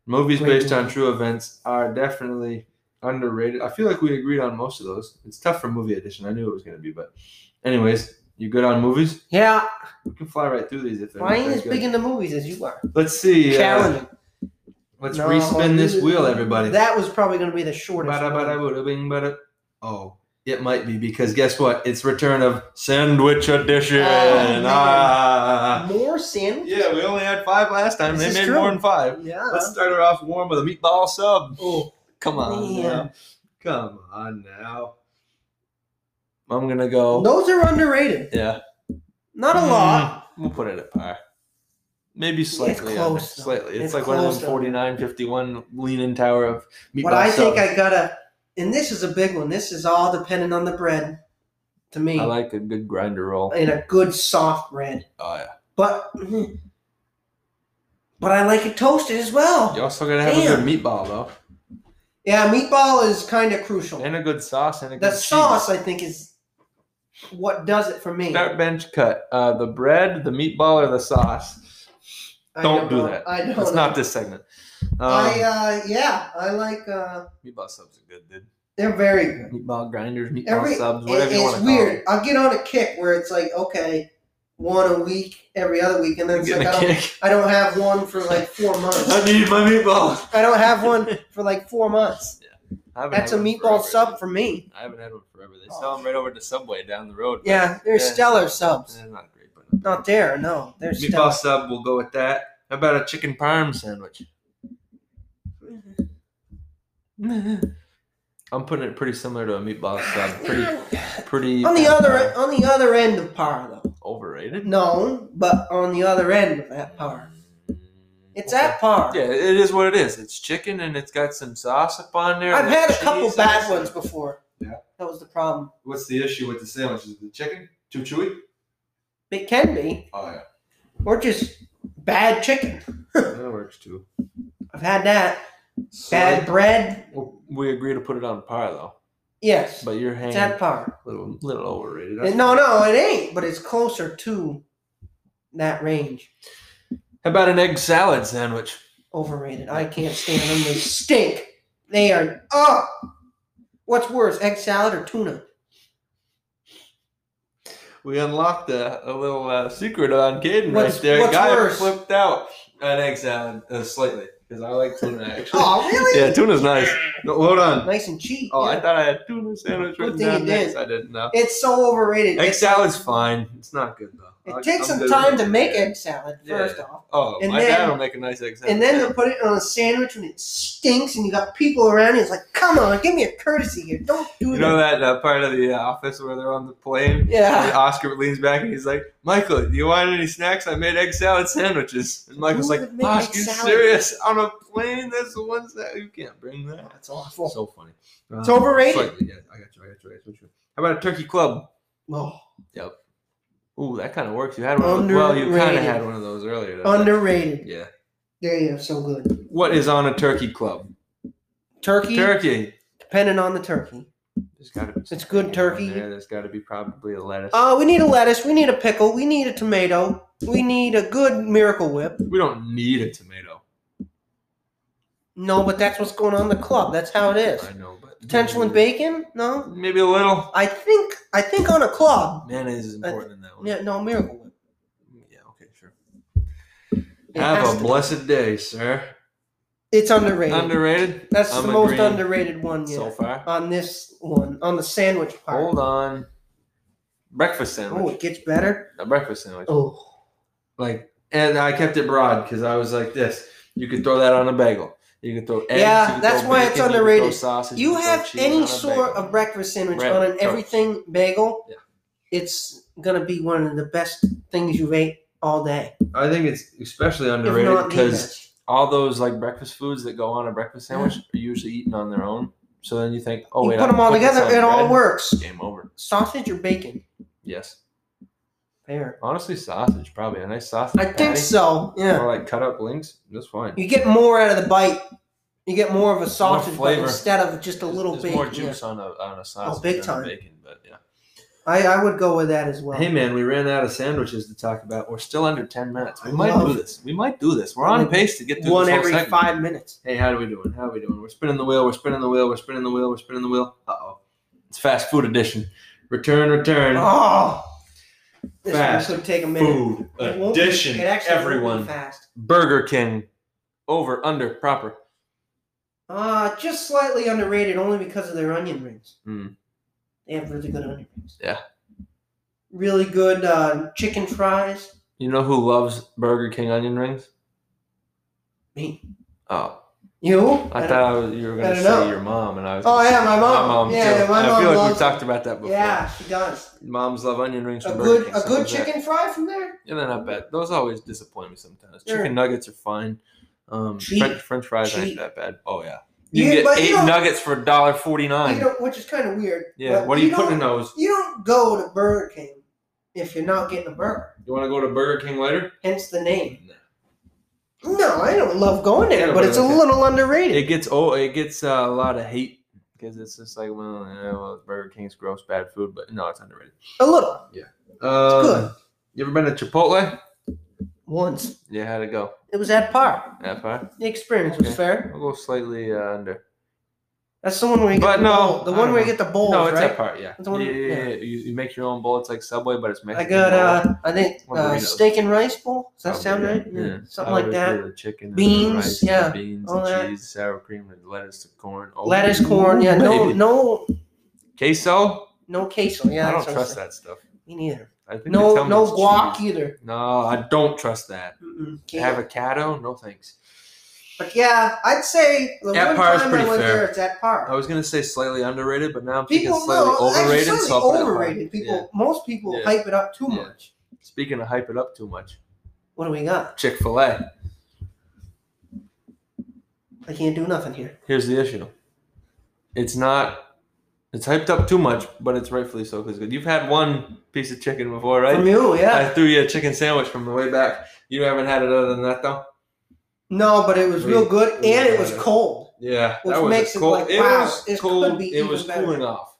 [SPEAKER 2] Movies
[SPEAKER 4] Great
[SPEAKER 2] based on true events are definitely underrated. I feel like we agreed on most of those. It's tough for movie edition. I knew it was gonna be, but anyways, you good on movies?
[SPEAKER 4] Yeah,
[SPEAKER 2] We can fly right through these if they're
[SPEAKER 4] I
[SPEAKER 2] not
[SPEAKER 4] ain't
[SPEAKER 2] that
[SPEAKER 4] as
[SPEAKER 2] good.
[SPEAKER 4] big into movies as you are.
[SPEAKER 2] Let's see. Uh,
[SPEAKER 4] Challenging.
[SPEAKER 2] let's
[SPEAKER 4] No,
[SPEAKER 2] respin this
[SPEAKER 4] dude,
[SPEAKER 2] wheel, everybody.
[SPEAKER 4] That was probably going to be the shortest.
[SPEAKER 2] Bada,
[SPEAKER 4] one.
[SPEAKER 2] bada, bada, bing, bada. Oh, it might be because guess what? It's return of sandwich edition.
[SPEAKER 4] Oh, man.
[SPEAKER 2] ah.
[SPEAKER 4] More sandwiches?
[SPEAKER 2] Yeah, we only had five last time.
[SPEAKER 4] This
[SPEAKER 2] they
[SPEAKER 4] is
[SPEAKER 2] made
[SPEAKER 4] true.
[SPEAKER 2] more than five.
[SPEAKER 4] Yeah.
[SPEAKER 2] Let's start her off warm with a meatball sub.
[SPEAKER 4] oh,
[SPEAKER 2] Come on,
[SPEAKER 4] Man.
[SPEAKER 2] now. come on now. I'm gonna go.
[SPEAKER 4] Oh, those are underrated.
[SPEAKER 2] Yeah,
[SPEAKER 4] Not a
[SPEAKER 2] Mm,
[SPEAKER 4] lot.
[SPEAKER 2] We'll put it at par. Maybe
[SPEAKER 4] it's
[SPEAKER 2] slightly. under,
[SPEAKER 4] close, though.
[SPEAKER 2] slightly. It's,
[SPEAKER 4] It's
[SPEAKER 2] like one of
[SPEAKER 4] close,
[SPEAKER 2] them
[SPEAKER 4] though.
[SPEAKER 2] 49, 51 leaning tower of meatball
[SPEAKER 4] But I think
[SPEAKER 2] subs.
[SPEAKER 4] I gotta, and this is a big one. This is all dependent on the bread, to me,
[SPEAKER 2] I like a good grinder roll.
[SPEAKER 4] and a good soft bread.
[SPEAKER 2] Oh yeah.
[SPEAKER 4] But, but I like it toasted as well.
[SPEAKER 2] You also gotta have a
[SPEAKER 4] Damn.
[SPEAKER 2] good meatball though,
[SPEAKER 4] Yeah, meatball is kind of crucial.
[SPEAKER 2] and a good sauce, and a
[SPEAKER 4] the
[SPEAKER 2] good
[SPEAKER 4] sauce,
[SPEAKER 2] Cheese.
[SPEAKER 4] I think, is what does it for me.
[SPEAKER 2] Start bench cut. Uh, the bread, the meatball, or the sauce.
[SPEAKER 4] I
[SPEAKER 2] Don't do
[SPEAKER 4] know.
[SPEAKER 2] that.
[SPEAKER 4] I don't.
[SPEAKER 2] It's not
[SPEAKER 4] know.
[SPEAKER 2] this segment. Um,
[SPEAKER 4] I uh, yeah, I like. uh
[SPEAKER 2] meatball subs are good, dude.
[SPEAKER 4] They're very good.
[SPEAKER 2] Meatball grinders, meatball
[SPEAKER 4] Every-
[SPEAKER 2] subs,
[SPEAKER 4] It-
[SPEAKER 2] whatever you want
[SPEAKER 4] it's
[SPEAKER 2] to call
[SPEAKER 4] weird.
[SPEAKER 2] it.
[SPEAKER 4] I'll get on a kick where it's like, okay, one a week, every other week, and then
[SPEAKER 2] I'm
[SPEAKER 4] it's
[SPEAKER 2] getting
[SPEAKER 4] like, I
[SPEAKER 2] a
[SPEAKER 4] don't,
[SPEAKER 2] kick.
[SPEAKER 4] I don't have one for like four
[SPEAKER 2] I
[SPEAKER 4] months.
[SPEAKER 2] need my meatball.
[SPEAKER 4] I don't have one for like four months. That's a meatball sub for me.
[SPEAKER 2] I haven't had one forever. They sell them right over to Subway down the road.
[SPEAKER 4] Yeah, they're
[SPEAKER 2] Yeah.
[SPEAKER 4] stellar subs.
[SPEAKER 2] They're not great, but
[SPEAKER 4] Not there, no. They're
[SPEAKER 2] meatball
[SPEAKER 4] stellar.
[SPEAKER 2] sub. We'll go with that. How about a chicken parm sandwich? I'm putting it pretty similar to a meatball sub. Pretty, pretty.
[SPEAKER 4] On the other
[SPEAKER 2] uh,
[SPEAKER 4] on the other end of par though.
[SPEAKER 2] overrated.
[SPEAKER 4] No, but on the other end of that par. It's at par.
[SPEAKER 2] Yeah, it is what it is. It's chicken and it's got some sauce up on there.
[SPEAKER 4] I've
[SPEAKER 2] and
[SPEAKER 4] had a
[SPEAKER 2] cheese
[SPEAKER 4] couple
[SPEAKER 2] and
[SPEAKER 4] bad
[SPEAKER 2] it's-
[SPEAKER 4] ones before.
[SPEAKER 2] Yeah.
[SPEAKER 4] That was the problem.
[SPEAKER 2] What's the issue with the sandwich? Is it the chicken too chewy?
[SPEAKER 4] It can be,
[SPEAKER 2] Oh yeah,
[SPEAKER 4] or just bad chicken.
[SPEAKER 2] that works too.
[SPEAKER 4] I've had that.
[SPEAKER 2] So
[SPEAKER 4] Bad bread.
[SPEAKER 2] I- we agree to put it on par though,
[SPEAKER 4] Yes.
[SPEAKER 2] but you're hanging
[SPEAKER 4] It's at par.
[SPEAKER 2] little little overrated.
[SPEAKER 4] And No, no, it ain't, but it's closer to that range.
[SPEAKER 2] How about an egg salad sandwich?
[SPEAKER 4] Overrated. I can't stand them. They stink. They are oh. What's worse, egg salad or tuna?
[SPEAKER 2] we unlocked a, a little uh, secret on Caden right
[SPEAKER 4] What's-
[SPEAKER 2] there.
[SPEAKER 4] what's
[SPEAKER 2] Guy
[SPEAKER 4] worse?
[SPEAKER 2] flipped out. Uh, thanks, Alan, uh, slightly because I like tuna actually.
[SPEAKER 4] Oh, really?
[SPEAKER 2] Yeah, tuna's nice. No, hold on.
[SPEAKER 4] Nice and cheap.
[SPEAKER 2] Oh, I
[SPEAKER 4] yeah.
[SPEAKER 2] thought I had tuna sandwich
[SPEAKER 4] Good
[SPEAKER 2] written
[SPEAKER 4] thing
[SPEAKER 2] down
[SPEAKER 4] you
[SPEAKER 2] next.
[SPEAKER 4] did.
[SPEAKER 2] I didn't know.
[SPEAKER 4] it's so overrated.
[SPEAKER 2] Egg
[SPEAKER 4] It's-
[SPEAKER 2] salad's fine. It's not good though.
[SPEAKER 4] It
[SPEAKER 2] I'll-
[SPEAKER 4] takes
[SPEAKER 2] Oh, I'm
[SPEAKER 4] some
[SPEAKER 2] good
[SPEAKER 4] time
[SPEAKER 2] with
[SPEAKER 4] to
[SPEAKER 2] it.
[SPEAKER 4] make egg salad,
[SPEAKER 2] Yeah.
[SPEAKER 4] first off.
[SPEAKER 2] Oh,
[SPEAKER 4] And
[SPEAKER 2] my
[SPEAKER 4] then-
[SPEAKER 2] dad will make a nice egg salad.
[SPEAKER 4] And then to put it on a sandwich when it stinks and you got people around you, it's like, come on, give me a courtesy here. Don't do
[SPEAKER 2] you
[SPEAKER 4] that.
[SPEAKER 2] know that uh, part of the uh, office where they're on the plane. And
[SPEAKER 4] yeah.
[SPEAKER 2] Oscar leans back and he's like, Michael, do you want any snacks? I made egg salad sandwiches. And Michael's
[SPEAKER 4] Who
[SPEAKER 2] like,
[SPEAKER 4] would make
[SPEAKER 2] Oscar,
[SPEAKER 4] egg
[SPEAKER 2] you
[SPEAKER 4] salad?"
[SPEAKER 2] serious? On a plane? That's the ones that you can't bring that.
[SPEAKER 4] That's awful.
[SPEAKER 2] So funny. Um,
[SPEAKER 4] It's overrated.
[SPEAKER 2] slightly, yeah, I got you. I got you. I got you. How about a turkey club?
[SPEAKER 4] Oh,
[SPEAKER 2] Ooh, that kind of works. You had one. Of those. Well, you kind of
[SPEAKER 4] Underrated.
[SPEAKER 2] had one of those earlier. though.
[SPEAKER 4] underrated.
[SPEAKER 2] yeah.
[SPEAKER 4] There you go. So good.
[SPEAKER 2] What is on a turkey club?
[SPEAKER 4] Turkey,
[SPEAKER 2] Turkey.
[SPEAKER 4] depending on the turkey.
[SPEAKER 2] There's got to be.
[SPEAKER 4] It's good turkey.
[SPEAKER 2] Yeah, there's got to be probably a lettuce.
[SPEAKER 4] Uh, we need a lettuce. We need a pickle. We need a tomato. We need a good Miracle Whip.
[SPEAKER 2] we don't need a tomato.
[SPEAKER 4] No, but that's what's going on in the club. That's how it is.
[SPEAKER 2] I know, but
[SPEAKER 4] Potential and bacon? No.
[SPEAKER 2] Maybe a little.
[SPEAKER 4] I think I think on a club.
[SPEAKER 2] Mayonnaise is
[SPEAKER 4] I-
[SPEAKER 2] important in that one.
[SPEAKER 4] Uh, Yeah, no Miracle Whip.
[SPEAKER 2] Yeah, okay, sure.
[SPEAKER 4] It has
[SPEAKER 2] Have a
[SPEAKER 4] to-
[SPEAKER 2] blessed day, sir.
[SPEAKER 4] It's underrated.
[SPEAKER 2] Underrated.
[SPEAKER 4] That's
[SPEAKER 2] I'm
[SPEAKER 4] the most
[SPEAKER 2] agreeing
[SPEAKER 4] underrated Oh, one yet.
[SPEAKER 2] so far.
[SPEAKER 4] on this one, on the sandwich part.
[SPEAKER 2] Hold on. Breakfast
[SPEAKER 4] Oh,
[SPEAKER 2] sandwich.
[SPEAKER 4] it gets better.
[SPEAKER 2] A breakfast sandwich.
[SPEAKER 4] Oh,
[SPEAKER 2] Like, and I kept it broad because I was like this. You could throw that on a bagel. You could throw eggs.
[SPEAKER 4] Yeah,
[SPEAKER 2] you could
[SPEAKER 4] that's
[SPEAKER 2] throw
[SPEAKER 4] why it's
[SPEAKER 2] bacon, you could
[SPEAKER 4] underrated.
[SPEAKER 2] throw sausage,
[SPEAKER 4] you
[SPEAKER 2] could throw
[SPEAKER 4] have
[SPEAKER 2] cheese on
[SPEAKER 4] any
[SPEAKER 2] a
[SPEAKER 4] sort
[SPEAKER 2] bagel.
[SPEAKER 4] of breakfast sandwich
[SPEAKER 2] Bread,
[SPEAKER 4] on an
[SPEAKER 2] toast.
[SPEAKER 4] everything bagel?
[SPEAKER 2] Yeah.
[SPEAKER 4] It's gonna be one of the best things you've ate all day.
[SPEAKER 2] I think it's especially
[SPEAKER 4] If
[SPEAKER 2] underrated
[SPEAKER 4] not the
[SPEAKER 2] because
[SPEAKER 4] best.
[SPEAKER 2] all those like breakfast foods that go on a breakfast sandwich are usually eaten on their own. So then you think, oh
[SPEAKER 4] you
[SPEAKER 2] wait,
[SPEAKER 4] put
[SPEAKER 2] I
[SPEAKER 4] them all
[SPEAKER 2] this
[SPEAKER 4] together,
[SPEAKER 2] on
[SPEAKER 4] it all
[SPEAKER 2] bread.
[SPEAKER 4] works.
[SPEAKER 2] Game over.
[SPEAKER 4] Sausage or bacon?
[SPEAKER 2] Yes,
[SPEAKER 4] Fair.
[SPEAKER 2] honestly, sausage probably a nice sausage.
[SPEAKER 4] I think
[SPEAKER 2] patty,
[SPEAKER 4] so. Yeah.
[SPEAKER 2] Or like cut up links. That's fine.
[SPEAKER 4] You get more out of the bite. You get more of a sausage bite
[SPEAKER 2] flavor.
[SPEAKER 4] instead of just a
[SPEAKER 2] There's-
[SPEAKER 4] little
[SPEAKER 2] there's
[SPEAKER 4] bit.
[SPEAKER 2] more
[SPEAKER 4] yeah. Oh,
[SPEAKER 2] juice on a on a sausage.
[SPEAKER 4] big
[SPEAKER 2] than a
[SPEAKER 4] time.
[SPEAKER 2] Bacon, but yeah.
[SPEAKER 4] I, I would go with that as well.
[SPEAKER 2] Hey man, we ran out of sandwiches to talk about. We're still under ten minutes. We
[SPEAKER 4] I
[SPEAKER 2] might
[SPEAKER 4] love-
[SPEAKER 2] do this. We might do this. We're on
[SPEAKER 4] Like
[SPEAKER 2] pace to get through
[SPEAKER 4] One
[SPEAKER 2] this whole
[SPEAKER 4] every
[SPEAKER 2] segment.
[SPEAKER 4] five minutes.
[SPEAKER 2] Hey, how are we doing? How are we doing? We're spinning the wheel. We're spinning the wheel. We're spinning the wheel. We're spinning the wheel. Uh oh, it's fast food edition. Return, return.
[SPEAKER 4] Oh, this
[SPEAKER 2] Fast
[SPEAKER 4] one could take a minute.
[SPEAKER 2] food
[SPEAKER 4] It won't be-
[SPEAKER 2] edition.
[SPEAKER 4] it actually won't be
[SPEAKER 2] Everyone.
[SPEAKER 4] fast.
[SPEAKER 2] Burger King. Over, under, proper.
[SPEAKER 4] Uh, just slightly underrated, only because of their onion rings.
[SPEAKER 2] Mm.
[SPEAKER 4] They have really good onion rings.
[SPEAKER 2] Yeah.
[SPEAKER 4] Really good uh, chicken fries.
[SPEAKER 2] You know who loves Burger King onion rings?
[SPEAKER 4] Me,
[SPEAKER 2] Oh,
[SPEAKER 4] you?
[SPEAKER 2] I
[SPEAKER 4] don't-
[SPEAKER 2] thought I was, you were going
[SPEAKER 4] I
[SPEAKER 2] to
[SPEAKER 4] don't
[SPEAKER 2] say
[SPEAKER 4] know.
[SPEAKER 2] your mom, and I was.
[SPEAKER 4] Oh
[SPEAKER 2] gonna
[SPEAKER 4] yeah,
[SPEAKER 2] say
[SPEAKER 4] my mom.
[SPEAKER 2] My mom
[SPEAKER 4] yeah,
[SPEAKER 2] too.
[SPEAKER 4] my
[SPEAKER 2] I
[SPEAKER 4] mom
[SPEAKER 2] feel like we've
[SPEAKER 4] loves.
[SPEAKER 2] talked about that before.
[SPEAKER 4] yeah, she does.
[SPEAKER 2] Moms love onion rings.
[SPEAKER 4] a
[SPEAKER 2] from Burger
[SPEAKER 4] good
[SPEAKER 2] King,
[SPEAKER 4] a
[SPEAKER 2] so
[SPEAKER 4] good
[SPEAKER 2] does that.
[SPEAKER 4] chicken fry from there.
[SPEAKER 2] Yeah, they're not bad. Those always disappoint me sometimes.
[SPEAKER 4] Sure.
[SPEAKER 2] Chicken nuggets are fine. Um,
[SPEAKER 4] Cheap.
[SPEAKER 2] French, French fries
[SPEAKER 4] Cheap.
[SPEAKER 2] ain't that bad. Oh yeah, you
[SPEAKER 4] Yeah,
[SPEAKER 2] can
[SPEAKER 4] but
[SPEAKER 2] get
[SPEAKER 4] you
[SPEAKER 2] eight
[SPEAKER 4] don't-
[SPEAKER 2] nuggets for a dollar forty
[SPEAKER 4] You
[SPEAKER 2] nine.
[SPEAKER 4] don't, which is kind of weird.
[SPEAKER 2] Yeah,
[SPEAKER 4] but
[SPEAKER 2] what are you, putting
[SPEAKER 4] don't-
[SPEAKER 2] in those?
[SPEAKER 4] You don't go to Burger King if you're not getting a burger.
[SPEAKER 2] You want to go to Burger King later?
[SPEAKER 4] Hence the name.
[SPEAKER 2] No.
[SPEAKER 4] No, I don't love going there,
[SPEAKER 2] Yeah,
[SPEAKER 4] but it's a
[SPEAKER 2] okay.
[SPEAKER 4] little underrated.
[SPEAKER 2] It gets oh, it gets uh, a lot of hate because it's just like well, yeah, well, Burger King's gross, bad food, but no, it's underrated.
[SPEAKER 4] A little.
[SPEAKER 2] Um,
[SPEAKER 4] good.
[SPEAKER 2] You ever been to Chipotle?
[SPEAKER 4] Once.
[SPEAKER 2] Yeah, how'd it go?
[SPEAKER 4] It was at par.
[SPEAKER 2] That far?
[SPEAKER 4] The experience was
[SPEAKER 2] Okay.
[SPEAKER 4] fair.
[SPEAKER 2] I'll go slightly uh, under.
[SPEAKER 4] That's the one where you get
[SPEAKER 2] But
[SPEAKER 4] the
[SPEAKER 2] no,
[SPEAKER 4] bowl. The
[SPEAKER 2] I don't
[SPEAKER 4] one where
[SPEAKER 2] know.
[SPEAKER 4] you get the bowls,
[SPEAKER 2] no, it's that
[SPEAKER 4] right?
[SPEAKER 2] part. Yeah.
[SPEAKER 4] It's
[SPEAKER 2] Yeah,
[SPEAKER 4] the one-
[SPEAKER 2] yeah, yeah,
[SPEAKER 4] yeah.
[SPEAKER 2] yeah. You, you make your own bowl. It's like Subway, but it's
[SPEAKER 4] I
[SPEAKER 2] Mexican.
[SPEAKER 4] got
[SPEAKER 2] bowl.
[SPEAKER 4] uh I think
[SPEAKER 2] One
[SPEAKER 4] uh,
[SPEAKER 2] burrito.
[SPEAKER 4] steak and rice bowl. Does
[SPEAKER 2] Probably,
[SPEAKER 4] that sound
[SPEAKER 2] yeah.
[SPEAKER 4] right? Yeah.
[SPEAKER 2] Yeah.
[SPEAKER 4] Something like
[SPEAKER 2] Salad
[SPEAKER 4] that.
[SPEAKER 2] with The chicken, and
[SPEAKER 4] Beans,
[SPEAKER 2] the rice, the
[SPEAKER 4] yeah,
[SPEAKER 2] beans,
[SPEAKER 4] all
[SPEAKER 2] the
[SPEAKER 4] that.
[SPEAKER 2] cheese, sour cream, and lettuce, the corn. Oh,
[SPEAKER 4] Lettuce, corn, yeah, no
[SPEAKER 2] baby.
[SPEAKER 4] no
[SPEAKER 2] queso.
[SPEAKER 4] no queso, yeah.
[SPEAKER 2] I don't
[SPEAKER 4] that's what I'm
[SPEAKER 2] trust
[SPEAKER 4] saying.
[SPEAKER 2] that stuff.
[SPEAKER 4] Me neither.
[SPEAKER 2] I think they
[SPEAKER 4] No
[SPEAKER 2] tell me
[SPEAKER 4] no
[SPEAKER 2] it's
[SPEAKER 4] guac
[SPEAKER 2] cheese.
[SPEAKER 4] either.
[SPEAKER 2] No, I don't trust that.
[SPEAKER 4] Mm-mm, can't.
[SPEAKER 2] Avocado, no thanks.
[SPEAKER 4] But yeah, I'd say the
[SPEAKER 2] At
[SPEAKER 4] one
[SPEAKER 2] par is
[SPEAKER 4] time I
[SPEAKER 2] pretty
[SPEAKER 4] went
[SPEAKER 2] fair.
[SPEAKER 4] there, it's at
[SPEAKER 2] I
[SPEAKER 4] par.
[SPEAKER 2] was gonna say slightly underrated, but now I'm thinking
[SPEAKER 4] People
[SPEAKER 2] slightly
[SPEAKER 4] no,
[SPEAKER 2] overrated.
[SPEAKER 4] Actually,
[SPEAKER 2] so I'll put it at par.
[SPEAKER 4] overrated. People,
[SPEAKER 2] Yeah.
[SPEAKER 4] most people
[SPEAKER 2] Yeah.
[SPEAKER 4] hype it up too
[SPEAKER 2] Yeah.
[SPEAKER 4] much.
[SPEAKER 2] Speaking of hype it up too much,
[SPEAKER 4] What do we got?
[SPEAKER 2] Chick Fil A.
[SPEAKER 4] I can't do nothing here.
[SPEAKER 2] Here's the issue. It's not. It's hyped up too much, but it's rightfully so because you've had one piece of chicken before, right?
[SPEAKER 4] From you, yeah.
[SPEAKER 2] I threw you a chicken sandwich from the way back. You haven't had it other than that though.
[SPEAKER 4] No, but it was real
[SPEAKER 2] Three-
[SPEAKER 4] good
[SPEAKER 2] three
[SPEAKER 4] and it was
[SPEAKER 2] better.
[SPEAKER 4] cold.
[SPEAKER 2] Yeah,
[SPEAKER 4] Which
[SPEAKER 2] that was
[SPEAKER 4] makes
[SPEAKER 2] a
[SPEAKER 4] it
[SPEAKER 2] cold.
[SPEAKER 4] like, wow, this could
[SPEAKER 2] cold.
[SPEAKER 4] be
[SPEAKER 2] it
[SPEAKER 4] even
[SPEAKER 2] was
[SPEAKER 4] better.
[SPEAKER 2] cooling off.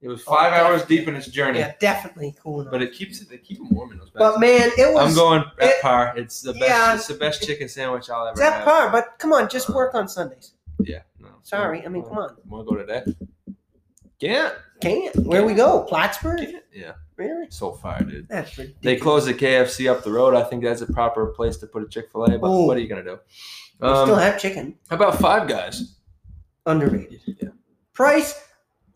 [SPEAKER 2] It was
[SPEAKER 4] Oh,
[SPEAKER 2] five hours
[SPEAKER 4] definitely.
[SPEAKER 2] deep in its journey,
[SPEAKER 4] Yeah, definitely cool. Enough.
[SPEAKER 2] but
[SPEAKER 4] But,
[SPEAKER 2] it keeps it. They keep them warm in those. bags.
[SPEAKER 4] man, it was
[SPEAKER 2] I'm going at
[SPEAKER 4] it-
[SPEAKER 2] par. It's the best.
[SPEAKER 4] yeah,
[SPEAKER 2] it's the best chicken sandwich I'll ever
[SPEAKER 4] it's at
[SPEAKER 2] have.
[SPEAKER 4] par. But come on, just work on Sundays.
[SPEAKER 2] Yeah. No.
[SPEAKER 4] Sorry, I mean, come on.
[SPEAKER 2] Want to go today? Can't.
[SPEAKER 4] Can't. Where we go? Plattsburgh?
[SPEAKER 2] Can't. Yeah.
[SPEAKER 4] Really?
[SPEAKER 2] so far, dude.
[SPEAKER 4] That's ridiculous.
[SPEAKER 2] They closed the KFC up the road. I think that's a proper place to put a Chick Fil A. But
[SPEAKER 4] Oh.
[SPEAKER 2] what are you gonna do?
[SPEAKER 4] They
[SPEAKER 2] Um,
[SPEAKER 4] still have chicken.
[SPEAKER 2] how about Five Guys?
[SPEAKER 4] Underrated. Price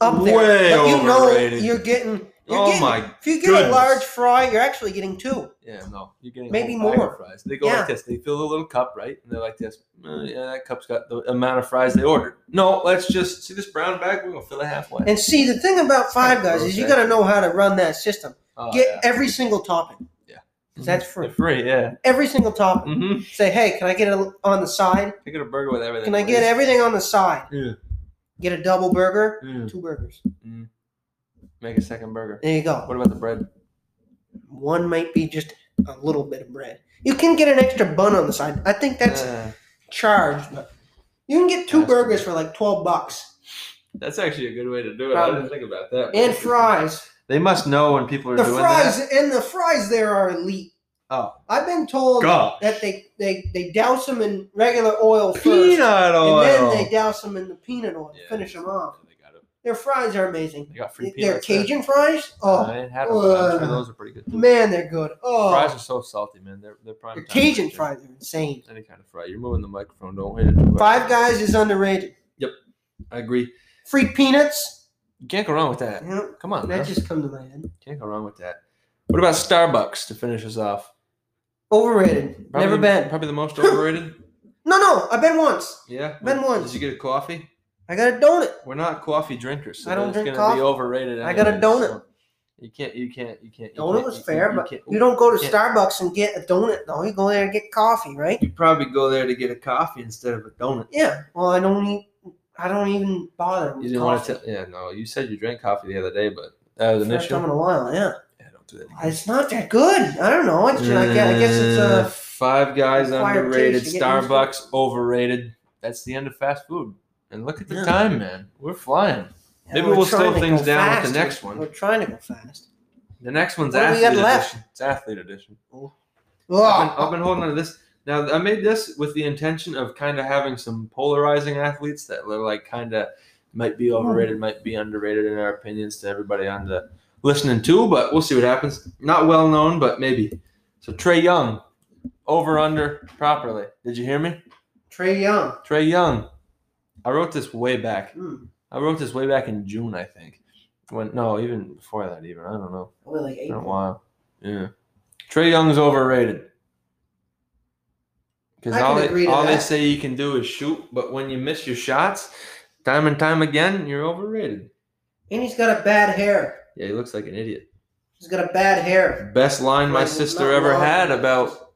[SPEAKER 4] up there.
[SPEAKER 2] Way
[SPEAKER 4] but you
[SPEAKER 2] overrated.
[SPEAKER 4] know you're getting. You're
[SPEAKER 2] oh
[SPEAKER 4] getting,
[SPEAKER 2] my!
[SPEAKER 4] If you get a
[SPEAKER 2] goodness.
[SPEAKER 4] large fry, you're actually getting two.
[SPEAKER 2] Yeah, no, you're getting a
[SPEAKER 4] Maybe
[SPEAKER 2] whole bag of
[SPEAKER 4] more.
[SPEAKER 2] fries. They go
[SPEAKER 4] Yeah.
[SPEAKER 2] like this. They fill the little cup, right? And they're like this. "Uh, yeah, that cup's got the amount of fries they ordered. No, let's just see this brown bag. We're gonna fill it halfway.
[SPEAKER 4] And see, the thing about Five
[SPEAKER 2] kinda
[SPEAKER 4] Guys is
[SPEAKER 2] gross,
[SPEAKER 4] you
[SPEAKER 2] eh?
[SPEAKER 4] got to know how to run that system.
[SPEAKER 2] Oh,
[SPEAKER 4] Get
[SPEAKER 2] yeah.
[SPEAKER 4] every single topping.
[SPEAKER 2] Yeah.
[SPEAKER 4] 'Cause that's free.
[SPEAKER 2] They're free. Yeah.
[SPEAKER 4] Every single topping.
[SPEAKER 2] Mm-hmm.
[SPEAKER 4] Say, hey, can I get it on the side?
[SPEAKER 2] I get a burger with everything.
[SPEAKER 4] Can I get everything on the side?
[SPEAKER 2] Yeah.
[SPEAKER 4] Get a double burger,
[SPEAKER 2] everything?
[SPEAKER 4] two burgers.
[SPEAKER 2] Make a second burger.
[SPEAKER 4] There you go.
[SPEAKER 2] What about the bread?
[SPEAKER 4] One might be just a little bit of bread. You can get an extra bun on the side. I think that's
[SPEAKER 2] Uh,
[SPEAKER 4] charged, but you can get two
[SPEAKER 2] That's
[SPEAKER 4] burgers
[SPEAKER 2] good.
[SPEAKER 4] for like twelve bucks
[SPEAKER 2] that's actually a good way to do it. I
[SPEAKER 4] Probably.
[SPEAKER 2] didn't think about that. but
[SPEAKER 4] and
[SPEAKER 2] it's-
[SPEAKER 4] fries.
[SPEAKER 2] They must know when people are
[SPEAKER 4] The
[SPEAKER 2] doing
[SPEAKER 4] fries
[SPEAKER 2] that.
[SPEAKER 4] and the fries there are elite.
[SPEAKER 2] Oh.
[SPEAKER 4] I've been told
[SPEAKER 2] God.
[SPEAKER 4] that they they they douse them in regular oil first,
[SPEAKER 2] Peanut
[SPEAKER 4] and
[SPEAKER 2] oil.
[SPEAKER 4] then they douse them in the peanut oil
[SPEAKER 2] Yeah.
[SPEAKER 4] to finish them off.
[SPEAKER 2] They got, it.
[SPEAKER 4] Their fries are amazing.
[SPEAKER 2] They got free
[SPEAKER 4] Their
[SPEAKER 2] peanuts. there.
[SPEAKER 4] Cajun fries, oh
[SPEAKER 2] I had them, but I'm sure
[SPEAKER 4] Uh,
[SPEAKER 2] those are pretty good. too.
[SPEAKER 4] man, they're good. Oh,
[SPEAKER 2] Fries are so salty, man. They're they're prime.
[SPEAKER 4] Your
[SPEAKER 2] time
[SPEAKER 4] Cajun
[SPEAKER 2] right there.
[SPEAKER 4] fries are insane.
[SPEAKER 2] Any kind of fry. You're moving the microphone. Don't hit it. too hard.
[SPEAKER 4] Five Guys is underrated.
[SPEAKER 2] I agree.
[SPEAKER 4] Free peanuts.
[SPEAKER 2] You can't go wrong with that.
[SPEAKER 4] You know,
[SPEAKER 2] Come on, man.
[SPEAKER 4] that just come to my head.
[SPEAKER 2] Can't go wrong with that. What about Starbucks to finish us off?
[SPEAKER 4] Overrated.
[SPEAKER 2] Probably-
[SPEAKER 4] Never been.
[SPEAKER 2] Probably the most overrated.
[SPEAKER 4] No, no, I've been once.
[SPEAKER 2] Yeah.
[SPEAKER 4] Been once.
[SPEAKER 2] Did you get a coffee?
[SPEAKER 4] I got a donut.
[SPEAKER 2] We're not coffee drinkers. So
[SPEAKER 4] I don't
[SPEAKER 2] it's
[SPEAKER 4] drink
[SPEAKER 2] gonna
[SPEAKER 4] coffee.
[SPEAKER 2] Be overrated.
[SPEAKER 4] I got a
[SPEAKER 2] anyways,
[SPEAKER 4] donut.
[SPEAKER 2] so You can't. You can't. You can't. you
[SPEAKER 4] Donut
[SPEAKER 2] can't-
[SPEAKER 4] was
[SPEAKER 2] you-
[SPEAKER 4] fair,
[SPEAKER 2] you
[SPEAKER 4] but
[SPEAKER 2] can't-
[SPEAKER 4] You don't go to
[SPEAKER 2] Yeah.
[SPEAKER 4] Starbucks and get a donut though. You go there and get coffee, right?
[SPEAKER 2] you probably go there to get a coffee instead of a donut.
[SPEAKER 4] Yeah. Well, I don't eat. I don't even bother.
[SPEAKER 2] You
[SPEAKER 4] with
[SPEAKER 2] didn't want
[SPEAKER 4] coffee.
[SPEAKER 2] to. Tell, yeah. No. You said you drank coffee the other day, but that was an
[SPEAKER 4] First
[SPEAKER 2] issue.
[SPEAKER 4] time in a while. Yeah.
[SPEAKER 2] Yeah, don't do that. again.
[SPEAKER 4] It's not that good. I don't know. It's, I guess I guess it's
[SPEAKER 2] Uh,
[SPEAKER 4] uh,
[SPEAKER 2] Five Guys
[SPEAKER 4] acquired
[SPEAKER 2] underrated,
[SPEAKER 4] taste, you get used to it.
[SPEAKER 2] Starbucks overrated. That's the end of fast food. And look at the
[SPEAKER 4] Yeah.
[SPEAKER 2] time, man. We're flying. Maybe
[SPEAKER 4] we're
[SPEAKER 2] we'll slow
[SPEAKER 4] trying to
[SPEAKER 2] things
[SPEAKER 4] go
[SPEAKER 2] down with
[SPEAKER 4] fast.
[SPEAKER 2] the next one.
[SPEAKER 4] We're trying to go fast.
[SPEAKER 2] The next one's
[SPEAKER 4] What do we
[SPEAKER 2] athlete
[SPEAKER 4] got
[SPEAKER 2] edition.
[SPEAKER 4] left?
[SPEAKER 2] It's athlete edition. I've, been, I've
[SPEAKER 4] Oh,
[SPEAKER 2] been holding on to this. Now I made this with the intention of kind of having some polarizing athletes that are like kind of might be overrated, might be underrated in our opinions to everybody on the listening to. But we'll see what happens. Not well known, but maybe. So Trey Young, over under properly. Did you hear me?
[SPEAKER 4] Trey Young.
[SPEAKER 2] Trey Young. I wrote this way back.
[SPEAKER 4] Hmm.
[SPEAKER 2] I wrote this way back in June, I think. When no, even before that, even I don't know.
[SPEAKER 4] Only like
[SPEAKER 2] It's been a
[SPEAKER 4] eight.
[SPEAKER 2] while. Yeah. Trey Young's overrated. Because
[SPEAKER 4] I
[SPEAKER 2] all,
[SPEAKER 4] can
[SPEAKER 2] they,
[SPEAKER 4] agree to
[SPEAKER 2] all they
[SPEAKER 4] that.
[SPEAKER 2] say you can do is shoot, but when you miss your shots, time and time again, you're overrated.
[SPEAKER 4] And he's got a bad hair.
[SPEAKER 2] Yeah, he looks like an idiot.
[SPEAKER 4] He's got a bad hair.
[SPEAKER 2] Best line my
[SPEAKER 4] Like,
[SPEAKER 2] sister
[SPEAKER 4] not
[SPEAKER 2] ever
[SPEAKER 4] long.
[SPEAKER 2] had about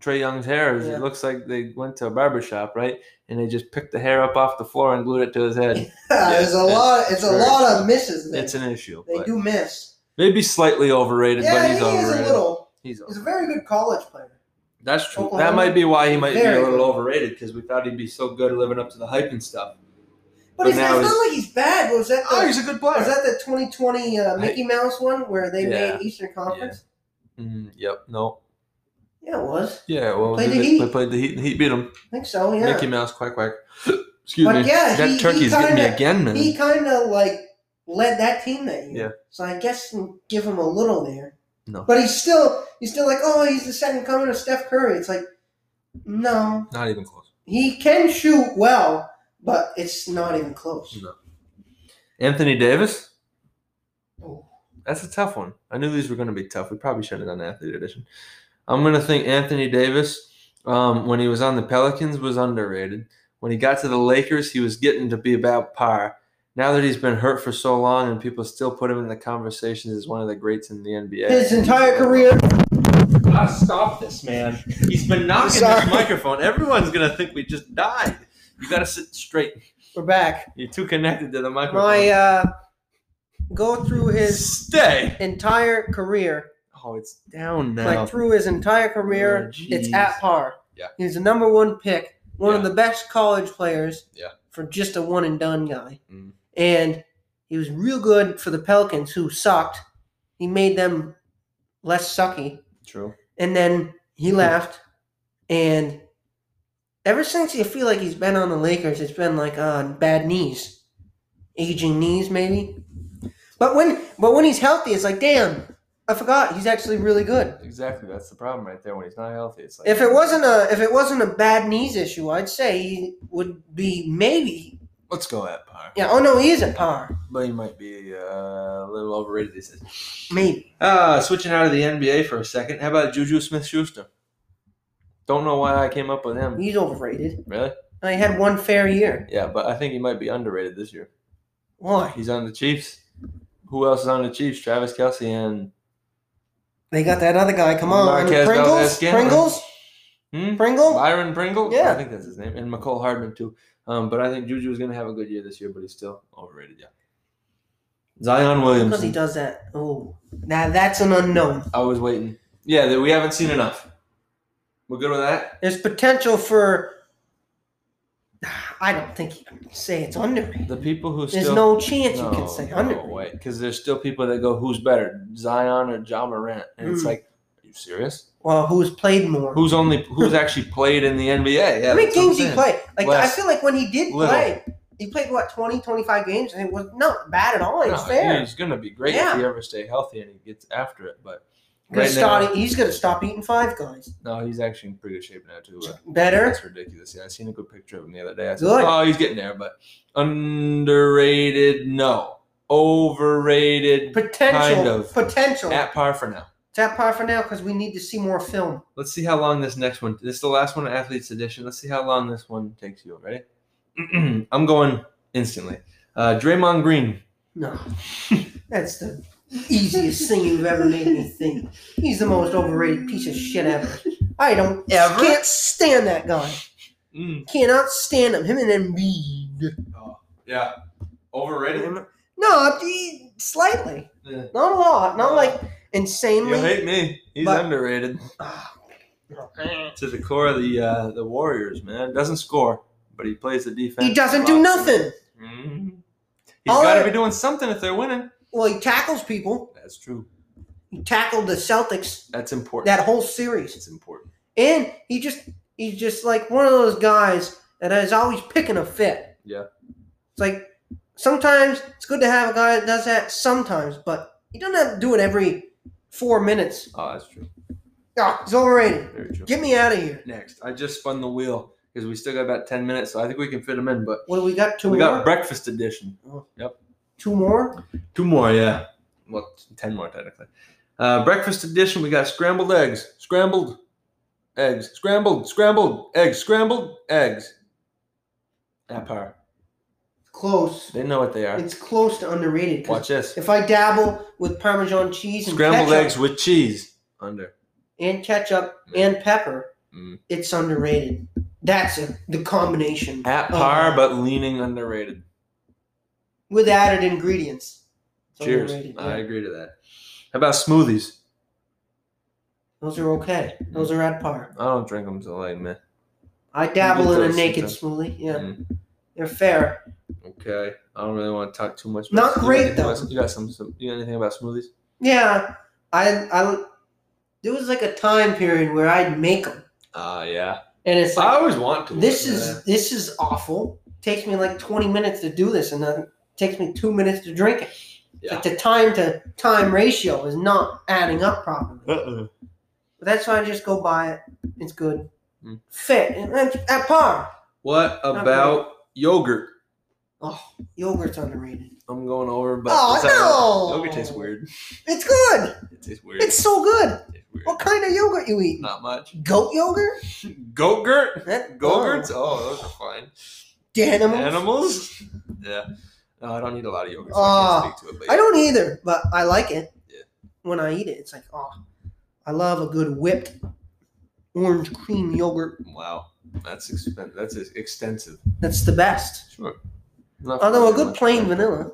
[SPEAKER 2] Trey Young's hair is
[SPEAKER 4] Yeah.
[SPEAKER 2] it looks like they went to a barber shop, right? And they just picked the hair up off the floor and glued it to his head.
[SPEAKER 4] There's a
[SPEAKER 2] it's
[SPEAKER 4] lot. It's a
[SPEAKER 2] very-
[SPEAKER 4] lot of misses. There.
[SPEAKER 2] it's an issue.
[SPEAKER 4] they
[SPEAKER 2] but-
[SPEAKER 4] do miss.
[SPEAKER 2] Maybe slightly overrated,
[SPEAKER 4] Yeah,
[SPEAKER 2] but
[SPEAKER 4] he
[SPEAKER 2] he's overrated.
[SPEAKER 4] is a little.
[SPEAKER 2] He's over-
[SPEAKER 4] He's a very good college player.
[SPEAKER 2] That's true. That
[SPEAKER 4] Oklahoma,
[SPEAKER 2] might be why he might be a
[SPEAKER 4] very
[SPEAKER 2] little
[SPEAKER 4] good.
[SPEAKER 2] overrated because we thought he'd be so good living up to the hype and stuff. But
[SPEAKER 4] But he's, it's
[SPEAKER 2] now
[SPEAKER 4] not
[SPEAKER 2] he's-
[SPEAKER 4] like he's bad. Was that the,
[SPEAKER 2] Oh, he's a good player.
[SPEAKER 4] was that the 2020 uh, Mickey Mouse one where they
[SPEAKER 2] Yeah.
[SPEAKER 4] made Eastern Conference?
[SPEAKER 2] Mm, yep. No.
[SPEAKER 4] Yeah, it was.
[SPEAKER 2] Yeah. Well,
[SPEAKER 4] Played
[SPEAKER 2] they,
[SPEAKER 4] the
[SPEAKER 2] did-
[SPEAKER 4] Heat.
[SPEAKER 2] they played the Heat. and Heat beat him.
[SPEAKER 4] I think so. Yeah.
[SPEAKER 2] Mickey Mouse, quack quack. Excuse
[SPEAKER 4] but
[SPEAKER 2] me.
[SPEAKER 4] yeah,
[SPEAKER 2] that
[SPEAKER 4] he, he
[SPEAKER 2] turkey's
[SPEAKER 4] kinda,
[SPEAKER 2] getting me again, man.
[SPEAKER 4] He kind of like led that team that year.
[SPEAKER 2] Yeah.
[SPEAKER 4] So I guess you give him a little there.
[SPEAKER 2] No.
[SPEAKER 4] But he's still he's still like oh he's the second coming of Steph Curry. It's like no
[SPEAKER 2] Not even close.
[SPEAKER 4] he can shoot well, but it's not even close.
[SPEAKER 2] No. Anthony Davis.
[SPEAKER 4] Oh.
[SPEAKER 2] That's a tough one. I knew these were going to be tough. We probably should have done athlete edition. I'm going to think Anthony Davis, um, when he was on the Pelicans, was underrated. When he got to the Lakers, he was getting to be about par. Now that he's been hurt for so long and people still put him in the conversations as one of the greats in the NBA.
[SPEAKER 4] His entire career.
[SPEAKER 2] Ah, stop this, man. He's been knocking
[SPEAKER 4] Sorry.
[SPEAKER 2] this microphone. Everyone's going to think we just died. You got to sit straight.
[SPEAKER 4] We're back.
[SPEAKER 2] You're too connected to the microphone.
[SPEAKER 4] My uh, go through his
[SPEAKER 2] Stay.
[SPEAKER 4] entire career.
[SPEAKER 2] Oh, it's down now.
[SPEAKER 4] Like through his entire career,
[SPEAKER 2] Oh,
[SPEAKER 4] it's
[SPEAKER 2] jeez.
[SPEAKER 4] at par.
[SPEAKER 2] Yeah.
[SPEAKER 4] He's the number one pick, one of
[SPEAKER 2] Yeah.
[SPEAKER 4] the best college players.
[SPEAKER 2] Yeah.
[SPEAKER 4] For just a one and done guy,
[SPEAKER 2] Mm.
[SPEAKER 4] and he was real good for the Pelicans, who sucked. He made them less sucky,
[SPEAKER 2] True.
[SPEAKER 4] and then
[SPEAKER 2] Mm-hmm.
[SPEAKER 4] he left. And ever since, you feel like he's been on the Lakers. It's been like on bad knees, aging knees, maybe. But when but when he's healthy, it's like damn, I forgot. He's actually really good.
[SPEAKER 2] Exactly, that's the problem right there. When he's not healthy, it's like
[SPEAKER 4] If it wasn't a if it wasn't a bad knees issue, I'd say he would be maybe.
[SPEAKER 2] let's go at par.
[SPEAKER 4] Yeah. Oh no, he is at par.
[SPEAKER 2] But he might be uh, a little overrated these days.
[SPEAKER 4] Maybe.
[SPEAKER 2] Ah, switching out of the NBA for a second. How about Juju Smith Schuster? Don't know why I came up with him.
[SPEAKER 4] He's overrated.
[SPEAKER 2] Really?
[SPEAKER 4] I had one fair year.
[SPEAKER 2] Yeah, but I think he might be underrated this year.
[SPEAKER 4] Why?
[SPEAKER 2] He's on the Chiefs. Who else is on the Chiefs? Travis Kelsey and
[SPEAKER 4] They got that other guy. Come on.
[SPEAKER 2] Marquez
[SPEAKER 4] Pringles?
[SPEAKER 2] Valdez-Scantling.
[SPEAKER 4] Pringles?
[SPEAKER 2] hmm?
[SPEAKER 4] Pringle?
[SPEAKER 2] Byron Pringle.
[SPEAKER 4] Yeah.
[SPEAKER 2] I think that's his name, and McCole Hardman too. Um, but I think Juju is going to have a good year this year, but he's still overrated. Yeah. Zion
[SPEAKER 4] Because he
[SPEAKER 2] Williams.
[SPEAKER 4] does that. Oh. Now that's an unknown.
[SPEAKER 2] I was waiting. Yeah, that we haven't seen enough. We're good with that.
[SPEAKER 4] There's potential for I don't think you can say it's underrated.
[SPEAKER 2] The people who
[SPEAKER 4] There's
[SPEAKER 2] still
[SPEAKER 4] no chance you can say underrated.
[SPEAKER 2] because there's still people that go, "Who's better, Zion or John Morant?" And it's
[SPEAKER 4] Mm.
[SPEAKER 2] like, "Are you serious?
[SPEAKER 4] Well, who's played more?
[SPEAKER 2] Who's only who's actually played in the NBA?" Yeah,
[SPEAKER 4] How many
[SPEAKER 2] that's what I'm
[SPEAKER 4] games he
[SPEAKER 2] saying.
[SPEAKER 4] played? Like
[SPEAKER 2] Less.
[SPEAKER 4] I feel like when he did
[SPEAKER 2] Little.
[SPEAKER 4] play, he played what 20, 25 games, and it was not bad at all. It was
[SPEAKER 2] No,
[SPEAKER 4] fair.
[SPEAKER 2] He's gonna be great
[SPEAKER 4] Yeah.
[SPEAKER 2] if he ever stay healthy and he gets after it. But
[SPEAKER 4] Gonna
[SPEAKER 2] right
[SPEAKER 4] start-
[SPEAKER 2] now,
[SPEAKER 4] he's gonna stop eating five guys.
[SPEAKER 2] no, he's actually in pretty good shape now too. Uh,
[SPEAKER 4] Better.
[SPEAKER 2] That's ridiculous. Yeah, I seen a good picture of him the other day. I said,
[SPEAKER 4] Good.
[SPEAKER 2] "Oh, he's getting there," but underrated, no, overrated,
[SPEAKER 4] Potential.
[SPEAKER 2] Kind of.
[SPEAKER 4] Potential.
[SPEAKER 2] at par for now.
[SPEAKER 4] Tap par for now because we need to see more film.
[SPEAKER 2] Let's see how long this next one. This is the last one, athletes edition. Let's see how long this one takes you. Ready? I'm going instantly. Uh, Draymond Green.
[SPEAKER 4] No, that's the easiest thing you've ever made me think. He's the most overrated piece of shit ever. I don't
[SPEAKER 2] Ever?
[SPEAKER 4] can't stand that guy.
[SPEAKER 2] Mm.
[SPEAKER 4] Cannot stand him. Him and Embiid.
[SPEAKER 2] Yeah, overrated.
[SPEAKER 4] No, he- slightly.
[SPEAKER 2] Yeah.
[SPEAKER 4] Not a lot. Not like
[SPEAKER 2] You
[SPEAKER 4] insanely.
[SPEAKER 2] hate me. He's
[SPEAKER 4] But-
[SPEAKER 2] underrated
[SPEAKER 4] Ah,
[SPEAKER 2] to the core of the uh, the Warriors. Man, doesn't score, but he plays the defense.
[SPEAKER 4] he doesn't do nothing.
[SPEAKER 2] Mm. He's
[SPEAKER 4] All
[SPEAKER 2] got to
[SPEAKER 4] I-
[SPEAKER 2] be doing something if they're winning.
[SPEAKER 4] Well, he tackles people.
[SPEAKER 2] That's true.
[SPEAKER 4] He tackled the Celtics
[SPEAKER 2] That's important.
[SPEAKER 4] that whole series.
[SPEAKER 2] It's important.
[SPEAKER 4] And he just he's just like one of those guys that is always picking a fit.
[SPEAKER 2] Yeah.
[SPEAKER 4] It's like sometimes it's good to have a guy that does that sometimes, but he doesn't have to do it every four minutes.
[SPEAKER 2] Oh, that's true.
[SPEAKER 4] Oh, he's overrated.
[SPEAKER 2] Very true.
[SPEAKER 4] Get me out of here.
[SPEAKER 2] Next, I just spun the wheel because we still got about ten minutes, so I think we can fit them in. But
[SPEAKER 4] What do we got? Two
[SPEAKER 2] we
[SPEAKER 4] more?
[SPEAKER 2] got breakfast edition.
[SPEAKER 4] Two more?
[SPEAKER 2] Two more, yeah. Well, ten more technically. Uh, breakfast edition. We got scrambled eggs, scrambled eggs, scrambled, scrambled eggs, scrambled eggs. At par,
[SPEAKER 4] Close.
[SPEAKER 2] they know what they are.
[SPEAKER 4] It's close to underrated. 'cause
[SPEAKER 2] Watch this.
[SPEAKER 4] If I dabble with Parmesan cheese and
[SPEAKER 2] Scrambled
[SPEAKER 4] ketchup,
[SPEAKER 2] eggs with cheese under.
[SPEAKER 4] and ketchup
[SPEAKER 2] Yeah.
[SPEAKER 4] and pepper,
[SPEAKER 2] Mm.
[SPEAKER 4] it's underrated. That's a, the combination.
[SPEAKER 2] At
[SPEAKER 4] Oh.
[SPEAKER 2] par, but leaning underrated.
[SPEAKER 4] with added ingredients. It's
[SPEAKER 2] Cheers.
[SPEAKER 4] underrated, yeah.
[SPEAKER 2] I agree to that. How about smoothies?
[SPEAKER 4] Those are okay.
[SPEAKER 2] Mm.
[SPEAKER 4] Those are at par.
[SPEAKER 2] I don't drink them till late, man.
[SPEAKER 4] I dabble in a
[SPEAKER 2] those
[SPEAKER 4] naked
[SPEAKER 2] sometimes.
[SPEAKER 4] smoothie. Yeah,
[SPEAKER 2] Mm.
[SPEAKER 4] they're fair.
[SPEAKER 2] Okay. I don't really want to talk too much.
[SPEAKER 4] Not
[SPEAKER 2] smoothies.
[SPEAKER 4] great,
[SPEAKER 2] You got-
[SPEAKER 4] though.
[SPEAKER 2] You got some, some. You got anything about smoothies?
[SPEAKER 4] Yeah, I I there was like a time period where I'd make them,
[SPEAKER 2] Ah, yeah.
[SPEAKER 4] and it's
[SPEAKER 2] I
[SPEAKER 4] like
[SPEAKER 2] always want to.
[SPEAKER 4] this
[SPEAKER 2] but,
[SPEAKER 4] is
[SPEAKER 2] uh,
[SPEAKER 4] this is awful. Takes me like twenty minutes to do this, and then it takes me two minutes to drink it. It's
[SPEAKER 2] Yeah.
[SPEAKER 4] Like the time to time ratio is not adding up properly.
[SPEAKER 2] Uh-uh.
[SPEAKER 4] But that's why I just go buy it. It's good.
[SPEAKER 2] Mm.
[SPEAKER 4] Fit and it's at par.
[SPEAKER 2] What about yogurt?
[SPEAKER 4] Oh, yogurt's underrated.
[SPEAKER 2] I'm going over, but
[SPEAKER 4] Oh,
[SPEAKER 2] it's not-
[SPEAKER 4] no!
[SPEAKER 2] yogurt tastes weird.
[SPEAKER 4] It's good.
[SPEAKER 2] It tastes weird.
[SPEAKER 4] It's so good.
[SPEAKER 2] It tastes weird.
[SPEAKER 4] What kind of yogurt you eating?
[SPEAKER 2] Not much.
[SPEAKER 4] Goat yogurt?
[SPEAKER 2] Gogurt?
[SPEAKER 4] That-
[SPEAKER 2] Gogurts?
[SPEAKER 4] Oh.
[SPEAKER 2] Oh, those are fine.
[SPEAKER 4] Animals?
[SPEAKER 2] Animals? Yeah. No, I don't need a lot of yogurt. So I
[SPEAKER 4] Ah,
[SPEAKER 2] can't speak to it, but
[SPEAKER 4] I don't either, but I like it.
[SPEAKER 2] Yeah.
[SPEAKER 4] When I eat it, it's like, oh, I love a good whipped orange cream yogurt.
[SPEAKER 2] Wow, that's expensive. That's ex- extensive.
[SPEAKER 4] That's the best.
[SPEAKER 2] Sure. Not
[SPEAKER 4] Although a
[SPEAKER 2] familiar
[SPEAKER 4] good
[SPEAKER 2] with
[SPEAKER 4] plain
[SPEAKER 2] that.
[SPEAKER 4] vanilla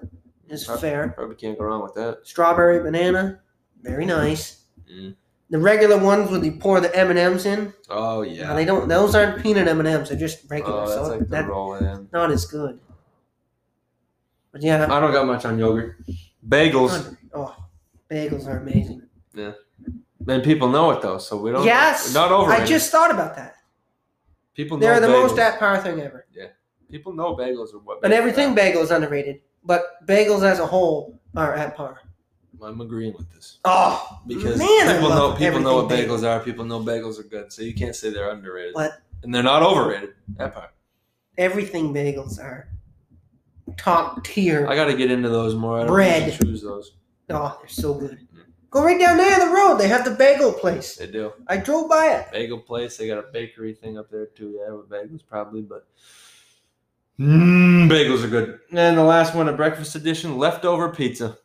[SPEAKER 4] is fair.
[SPEAKER 2] Probably can't go wrong with that.
[SPEAKER 4] Strawberry banana, very nice.
[SPEAKER 2] Mm.
[SPEAKER 4] The regular ones when you pour the M and M's in,
[SPEAKER 2] Oh
[SPEAKER 4] yeah.
[SPEAKER 2] yeah.
[SPEAKER 4] they don't. Those aren't peanut M and M's. They're just regular.
[SPEAKER 2] oh,
[SPEAKER 4] so
[SPEAKER 2] that's like the
[SPEAKER 4] that-
[SPEAKER 2] roll in.
[SPEAKER 4] not as good. But yeah,
[SPEAKER 2] I don't got much on yogurt. Bagels,
[SPEAKER 4] oh, bagels are amazing.
[SPEAKER 2] and people know it though, so we don't.
[SPEAKER 4] Yes,
[SPEAKER 2] not over.
[SPEAKER 4] I just thought about that.
[SPEAKER 2] people know
[SPEAKER 4] They're the
[SPEAKER 2] bagels.
[SPEAKER 4] most at par thing ever,
[SPEAKER 2] people know bagels are what.
[SPEAKER 4] and
[SPEAKER 2] bagels
[SPEAKER 4] everything
[SPEAKER 2] are.
[SPEAKER 4] bagels underrated. But bagels as a whole are at par.
[SPEAKER 2] I'm agreeing with this
[SPEAKER 4] Oh,
[SPEAKER 2] because
[SPEAKER 4] man, I
[SPEAKER 2] people know
[SPEAKER 4] love
[SPEAKER 2] people know what
[SPEAKER 4] everything
[SPEAKER 2] bagels are. People know bagels are good, so you can't say they're underrated.
[SPEAKER 4] What?
[SPEAKER 2] And they're not overrated. That part.
[SPEAKER 4] everything bagels are top tier.
[SPEAKER 2] I got to get into those more. I don't
[SPEAKER 4] Bread.
[SPEAKER 2] usually choose those.
[SPEAKER 4] oh, they're so good.
[SPEAKER 2] Mm-hmm.
[SPEAKER 4] Go right down there on the road. They have the bagel place.
[SPEAKER 2] They do.
[SPEAKER 4] I drove by it.
[SPEAKER 2] Bagel place. They got a bakery thing up there too. Yeah, with bagels probably, but Mm, bagels are good. And the last one, a breakfast edition, leftover pizza.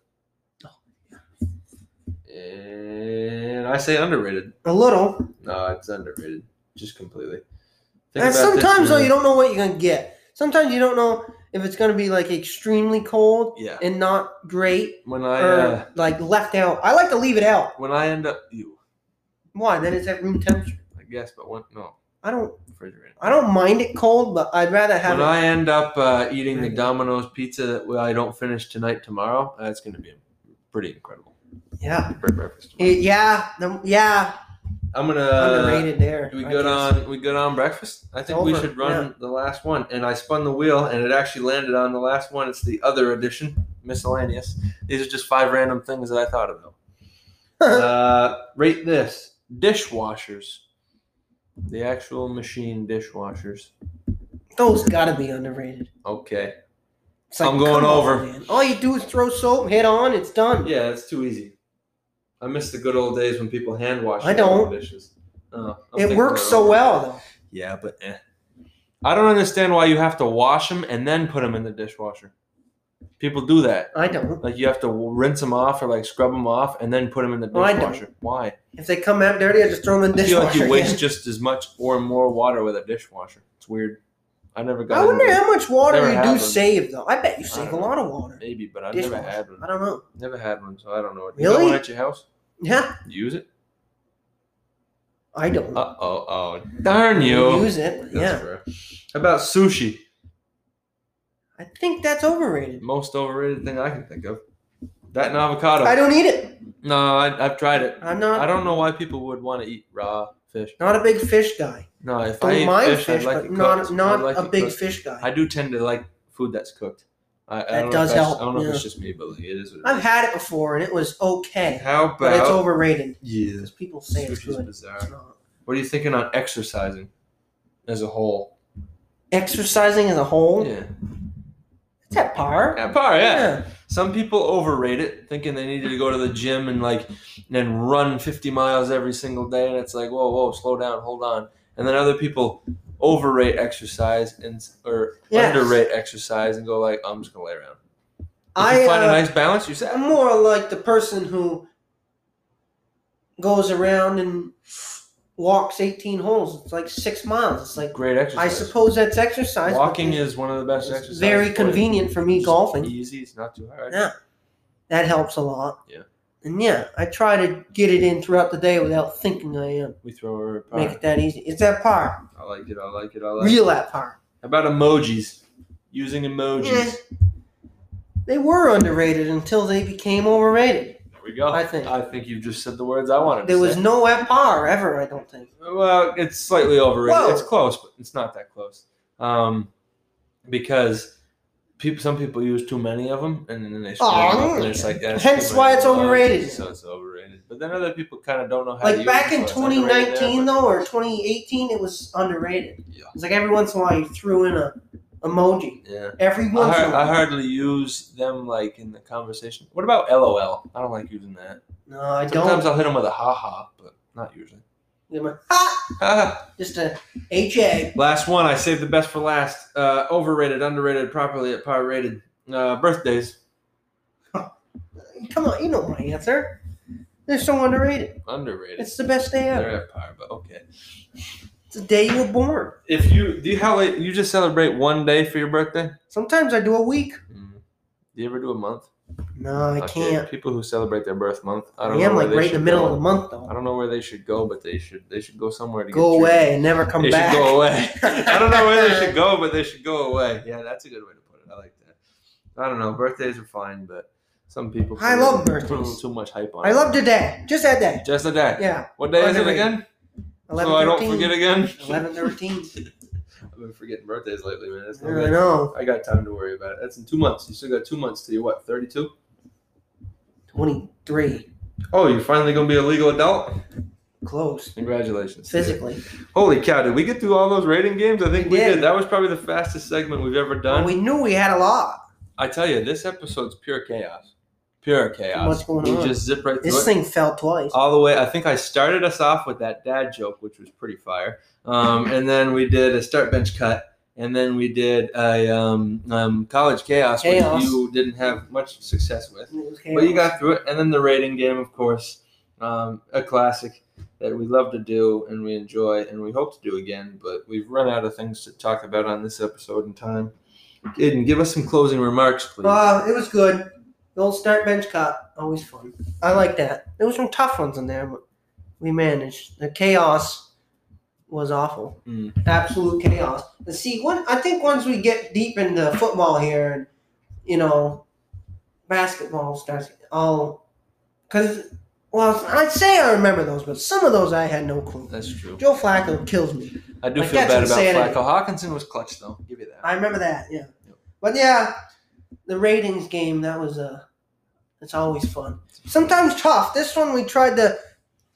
[SPEAKER 2] And I say underrated.
[SPEAKER 4] A little.
[SPEAKER 2] No, it's underrated. Just completely. Think
[SPEAKER 4] And
[SPEAKER 2] about this,
[SPEAKER 4] sometimes though
[SPEAKER 2] man.
[SPEAKER 4] you don't know what you're gonna get. Sometimes you don't know if it's gonna be like extremely cold
[SPEAKER 2] Yeah.
[SPEAKER 4] and not great
[SPEAKER 2] When I
[SPEAKER 4] or
[SPEAKER 2] uh,
[SPEAKER 4] like left out. I like to leave it out.
[SPEAKER 2] when I end up you,
[SPEAKER 4] Why? Then it's at room temperature.
[SPEAKER 2] I guess, but when no
[SPEAKER 4] I don't
[SPEAKER 2] refrigerator.
[SPEAKER 4] I don't mind it cold, but I'd rather have
[SPEAKER 2] When
[SPEAKER 4] it.
[SPEAKER 2] I end up uh, eating the
[SPEAKER 4] Right.
[SPEAKER 2] Domino's pizza that I don't finish tonight tomorrow, that's going to be pretty incredible.
[SPEAKER 4] yeah.
[SPEAKER 2] Great breakfast. tomorrow.
[SPEAKER 4] It- yeah. the- yeah.
[SPEAKER 2] I'm gonna.
[SPEAKER 4] underrated there.
[SPEAKER 2] Uh, We
[SPEAKER 4] I
[SPEAKER 2] good
[SPEAKER 4] guess.
[SPEAKER 2] on we good on breakfast. I think we
[SPEAKER 4] over,
[SPEAKER 2] should run the last one. And I spun the wheel, and it actually landed on the last one. It's the other edition, miscellaneous. These are just five random things that I thought of. Though. uh, rate this dishwashers, the actual machine dishwashers.
[SPEAKER 4] Those gotta be underrated.
[SPEAKER 2] Okay.
[SPEAKER 4] It's like,
[SPEAKER 2] I'm going
[SPEAKER 4] come on,
[SPEAKER 2] over.
[SPEAKER 4] man. All you do is throw soap, hit on, it's done.
[SPEAKER 2] Yeah, it's too easy. I miss the good old days when people hand washed.
[SPEAKER 4] I don't.
[SPEAKER 2] their dishes. Oh, I'm
[SPEAKER 4] it
[SPEAKER 2] thinking
[SPEAKER 4] works
[SPEAKER 2] they're
[SPEAKER 4] so
[SPEAKER 2] over.
[SPEAKER 4] well though.
[SPEAKER 2] Yeah, but eh. I don't understand why you have to wash them and then put them in the dishwasher. People do that.
[SPEAKER 4] I don't.
[SPEAKER 2] Like you have to rinse them off or like scrub them off and then put them in the
[SPEAKER 4] Well, I don't.
[SPEAKER 2] dishwasher. why?
[SPEAKER 4] If they come out dirty, I just throw them in the
[SPEAKER 2] I feel
[SPEAKER 4] dishwasher.
[SPEAKER 2] like you
[SPEAKER 4] again.
[SPEAKER 2] waste just as much or more water with a dishwasher. It's weird. I never got.
[SPEAKER 4] I wonder
[SPEAKER 2] into it.
[SPEAKER 4] how much water
[SPEAKER 2] Never
[SPEAKER 4] you
[SPEAKER 2] had
[SPEAKER 4] do
[SPEAKER 2] one.
[SPEAKER 4] save though. I bet you
[SPEAKER 2] I
[SPEAKER 4] save a
[SPEAKER 2] don't
[SPEAKER 4] lot of water.
[SPEAKER 2] Maybe, but I never
[SPEAKER 4] Dishwasher.
[SPEAKER 2] had one.
[SPEAKER 4] I don't know.
[SPEAKER 2] Never had one, so I don't know. You got
[SPEAKER 4] Really?
[SPEAKER 2] one at your house?
[SPEAKER 4] Yeah,
[SPEAKER 2] You use it?
[SPEAKER 4] I don't.
[SPEAKER 2] Uh oh! Oh darn
[SPEAKER 4] You
[SPEAKER 2] you!
[SPEAKER 4] use it. but
[SPEAKER 2] That's
[SPEAKER 4] yeah,
[SPEAKER 2] fair. How about sushi?
[SPEAKER 4] I think that's overrated.
[SPEAKER 2] Most overrated thing I can think of. That and avocado.
[SPEAKER 4] I don't eat it.
[SPEAKER 2] No, I, I've tried it.
[SPEAKER 4] I'm
[SPEAKER 2] Uh, I
[SPEAKER 4] not
[SPEAKER 2] don't know why people would want to eat raw fish.
[SPEAKER 4] not a big fish guy.
[SPEAKER 2] No, if I
[SPEAKER 4] Don't
[SPEAKER 2] eat
[SPEAKER 4] mind
[SPEAKER 2] fish,
[SPEAKER 4] fish,
[SPEAKER 2] I'd like
[SPEAKER 4] but
[SPEAKER 2] it
[SPEAKER 4] not
[SPEAKER 2] cooked.
[SPEAKER 4] not
[SPEAKER 2] I'd like
[SPEAKER 4] a
[SPEAKER 2] it
[SPEAKER 4] big
[SPEAKER 2] cooked.
[SPEAKER 4] fish guy.
[SPEAKER 2] I do tend to like food that's cooked. I, I
[SPEAKER 4] That
[SPEAKER 2] don't know if
[SPEAKER 4] does
[SPEAKER 2] that's-
[SPEAKER 4] help,
[SPEAKER 2] I don't know if
[SPEAKER 4] yeah.
[SPEAKER 2] it's just me, but like, it is. What it
[SPEAKER 4] I've
[SPEAKER 2] is.
[SPEAKER 4] had it before and it was okay,
[SPEAKER 2] How about?
[SPEAKER 4] but it's overrated
[SPEAKER 2] yeah,
[SPEAKER 4] because people say it's
[SPEAKER 2] which is
[SPEAKER 4] good. It's
[SPEAKER 2] bizarre.
[SPEAKER 4] not.
[SPEAKER 2] What are you thinking on exercising as a whole?
[SPEAKER 4] Exercising as a whole,
[SPEAKER 2] Yeah,
[SPEAKER 4] it's at par.
[SPEAKER 2] yeah, par, yeah. Some people overrate it, thinking they needed to go to the gym and like then run 50 miles every single day, and it's like, whoa, whoa, slow down, hold on. And then other people overrate exercise and or
[SPEAKER 4] Yes.
[SPEAKER 2] underrate exercise and go like, "Oh, I'm just gonna lay around. If
[SPEAKER 4] I
[SPEAKER 2] you find
[SPEAKER 4] uh,
[SPEAKER 2] a nice balance, you said.
[SPEAKER 4] I'm more like the person who goes around and walks 18 holes. It's like six miles. It's like
[SPEAKER 2] Great
[SPEAKER 4] I
[SPEAKER 2] exercise.
[SPEAKER 4] suppose that's exercise. but
[SPEAKER 2] Walking
[SPEAKER 4] it's
[SPEAKER 2] is one of the best exercises.
[SPEAKER 4] very
[SPEAKER 2] for you.
[SPEAKER 4] convenient for me
[SPEAKER 2] Just
[SPEAKER 4] golfing.
[SPEAKER 2] Easy. It's not too hard.
[SPEAKER 4] Yeah, that helps a lot.
[SPEAKER 2] Yeah.
[SPEAKER 4] and yeah, I try to get it in throughout the day without thinking I am.
[SPEAKER 2] We throw her a
[SPEAKER 4] Make
[SPEAKER 2] par.
[SPEAKER 4] it that easy. It's that par,
[SPEAKER 2] I like it. I like it. I like it.
[SPEAKER 4] real that par.
[SPEAKER 2] How about emojis? Using emojis.
[SPEAKER 4] Yeah. They were underrated until they became overrated.
[SPEAKER 2] There we go.
[SPEAKER 4] I think.
[SPEAKER 2] I think you've just said the words I wanted.
[SPEAKER 4] There
[SPEAKER 2] to
[SPEAKER 4] was
[SPEAKER 2] say.
[SPEAKER 4] no at par ever. I don't think.
[SPEAKER 2] Well, it's slightly overrated.
[SPEAKER 4] Whoa.
[SPEAKER 2] It's close, but it's not that close. Um, because people, some people use too many of them, and then they screw them up, and it's like that's too
[SPEAKER 4] Hence
[SPEAKER 2] many
[SPEAKER 4] why it's
[SPEAKER 2] emojis,
[SPEAKER 4] overrated.
[SPEAKER 2] So it's overrated. But then other people kind of don't know how. to
[SPEAKER 4] like
[SPEAKER 2] use
[SPEAKER 4] back
[SPEAKER 2] it,
[SPEAKER 4] in
[SPEAKER 2] so it's underrated there,
[SPEAKER 4] 2019
[SPEAKER 2] but-
[SPEAKER 4] though or 2018 it was underrated
[SPEAKER 2] Yeah.
[SPEAKER 4] it's like every once in a while you threw in a emoji
[SPEAKER 2] Yeah,
[SPEAKER 4] every
[SPEAKER 2] I,
[SPEAKER 4] once
[SPEAKER 2] har-
[SPEAKER 4] in a
[SPEAKER 2] I
[SPEAKER 4] while
[SPEAKER 2] hardly use them like in the conversation. What about LOL? I don't like using that.
[SPEAKER 4] no i
[SPEAKER 2] Sometimes
[SPEAKER 4] don't
[SPEAKER 2] I'll hit them with a ha ha, but not usually.
[SPEAKER 4] Yeah, my- ha!
[SPEAKER 2] Ha ha.
[SPEAKER 4] just a ha
[SPEAKER 2] Last one. I saved the best for last. Uh, overrated, underrated, properly at par rated. Uh, birthdays.
[SPEAKER 4] come on you know my answer they're so underrated
[SPEAKER 2] Underrated.
[SPEAKER 4] it's the best day ever
[SPEAKER 2] They're at par, but okay.
[SPEAKER 4] it's the day you were born
[SPEAKER 2] If you do you how late you just celebrate one day for your birthday?
[SPEAKER 4] sometimes i do a week
[SPEAKER 2] Mm. Do you ever do a month?
[SPEAKER 4] no i
[SPEAKER 2] Okay,
[SPEAKER 4] can't
[SPEAKER 2] People who celebrate their birth month. I
[SPEAKER 4] i,
[SPEAKER 2] don't
[SPEAKER 4] am
[SPEAKER 2] know where
[SPEAKER 4] like
[SPEAKER 2] they
[SPEAKER 4] right in
[SPEAKER 2] should
[SPEAKER 4] the middle
[SPEAKER 2] go.
[SPEAKER 4] of the month
[SPEAKER 2] I
[SPEAKER 4] though
[SPEAKER 2] don't know where they should go, but they should they should go somewhere to get
[SPEAKER 4] go
[SPEAKER 2] treated.
[SPEAKER 4] away and never come
[SPEAKER 2] they
[SPEAKER 4] back
[SPEAKER 2] should go away. I don't know where they should go, but they should go away. Yeah, that's a good way to put it. I like that. I don't know. Birthdays are fine, but some people
[SPEAKER 4] I
[SPEAKER 2] put
[SPEAKER 4] love
[SPEAKER 2] a little- put a
[SPEAKER 4] birthdays.
[SPEAKER 2] little too much hype on.
[SPEAKER 4] i
[SPEAKER 2] it.
[SPEAKER 4] love today just that day
[SPEAKER 2] Just a day.
[SPEAKER 4] yeah
[SPEAKER 2] What day is it
[SPEAKER 4] Underrated.
[SPEAKER 2] again?
[SPEAKER 4] 11
[SPEAKER 2] so I don't
[SPEAKER 4] 13.
[SPEAKER 2] forget again.
[SPEAKER 4] 11 13
[SPEAKER 2] I've been forgetting birthdays lately, man. That's
[SPEAKER 4] i
[SPEAKER 2] no good.
[SPEAKER 4] know
[SPEAKER 2] I got time to worry about it. That's in two months. You still got two months to you what? Thirty-two?
[SPEAKER 4] 20 three.
[SPEAKER 2] Oh, you're finally gonna be a legal adult.
[SPEAKER 4] Close.
[SPEAKER 2] Congratulations.
[SPEAKER 4] Physically.
[SPEAKER 2] Holy cow! Did we get through all those rating games? I think
[SPEAKER 4] We
[SPEAKER 2] we did.
[SPEAKER 4] did.
[SPEAKER 2] That was probably the fastest segment we've ever done.
[SPEAKER 4] Well, we knew we had a lot.
[SPEAKER 2] I tell you, this episode's pure chaos. Pure chaos.
[SPEAKER 4] What's going
[SPEAKER 2] we
[SPEAKER 4] on?
[SPEAKER 2] just zip right through
[SPEAKER 4] This
[SPEAKER 2] it.
[SPEAKER 4] thing fell twice.
[SPEAKER 2] all the way. I think I started us off with that dad joke, which was pretty fire. Um, and then we did a start bench cut, and then we did a um, um, college chaos,
[SPEAKER 4] Chaos.
[SPEAKER 2] which you didn't have much success with,
[SPEAKER 4] It was
[SPEAKER 2] but you
[SPEAKER 4] chaos.
[SPEAKER 2] got through it. And then the rating game, of course, um, a classic that we love to do and we enjoy and we hope to do again, but we've run out of things to talk about on this episode in time. Aiden, give us some closing remarks, please.
[SPEAKER 4] Uh, it was good. The old start bench cop, always fun. I like that. There was some tough ones in there, but we managed. The chaos was awful.
[SPEAKER 2] Mm.
[SPEAKER 4] Absolute chaos. And see, one I think once we get deep into football here, and you know, basketball starts all because well, I'd say I remember those, but some of those I had no clue.
[SPEAKER 2] That's true.
[SPEAKER 4] Joe Flacco kills me.
[SPEAKER 2] I do
[SPEAKER 4] Like,
[SPEAKER 2] feel
[SPEAKER 4] that's
[SPEAKER 2] bad about
[SPEAKER 4] insanity.
[SPEAKER 2] Flacco. Hawkinson was clutch, though. Give you that.
[SPEAKER 4] I remember that, yeah.
[SPEAKER 2] Yep.
[SPEAKER 4] But yeah, the ratings game that was uh it's always fun. Sometimes tough. This one we tried to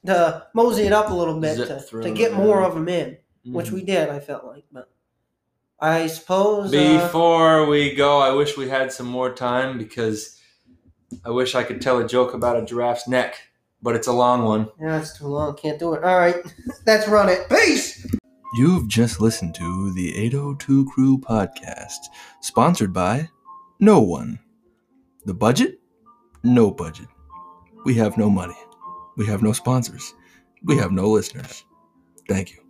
[SPEAKER 4] to mosey it up a little bit
[SPEAKER 2] Zip
[SPEAKER 4] to,
[SPEAKER 2] through
[SPEAKER 4] to
[SPEAKER 2] it,
[SPEAKER 4] get more
[SPEAKER 2] yeah.
[SPEAKER 4] of them in, which
[SPEAKER 2] Mhm.
[SPEAKER 4] we did. I felt like, but I suppose uh,
[SPEAKER 2] Before we go, I wish we had some more time because I wish I could tell a joke about a giraffe's neck, but it's a long one.
[SPEAKER 4] yeah, it's too long. Can't do it. All right, let's run it. Peace.
[SPEAKER 2] You've just listened to the 802 Crew podcast, sponsored by no one. The budget? No budget. We have no money. We have no sponsors. We have no listeners. Thank you.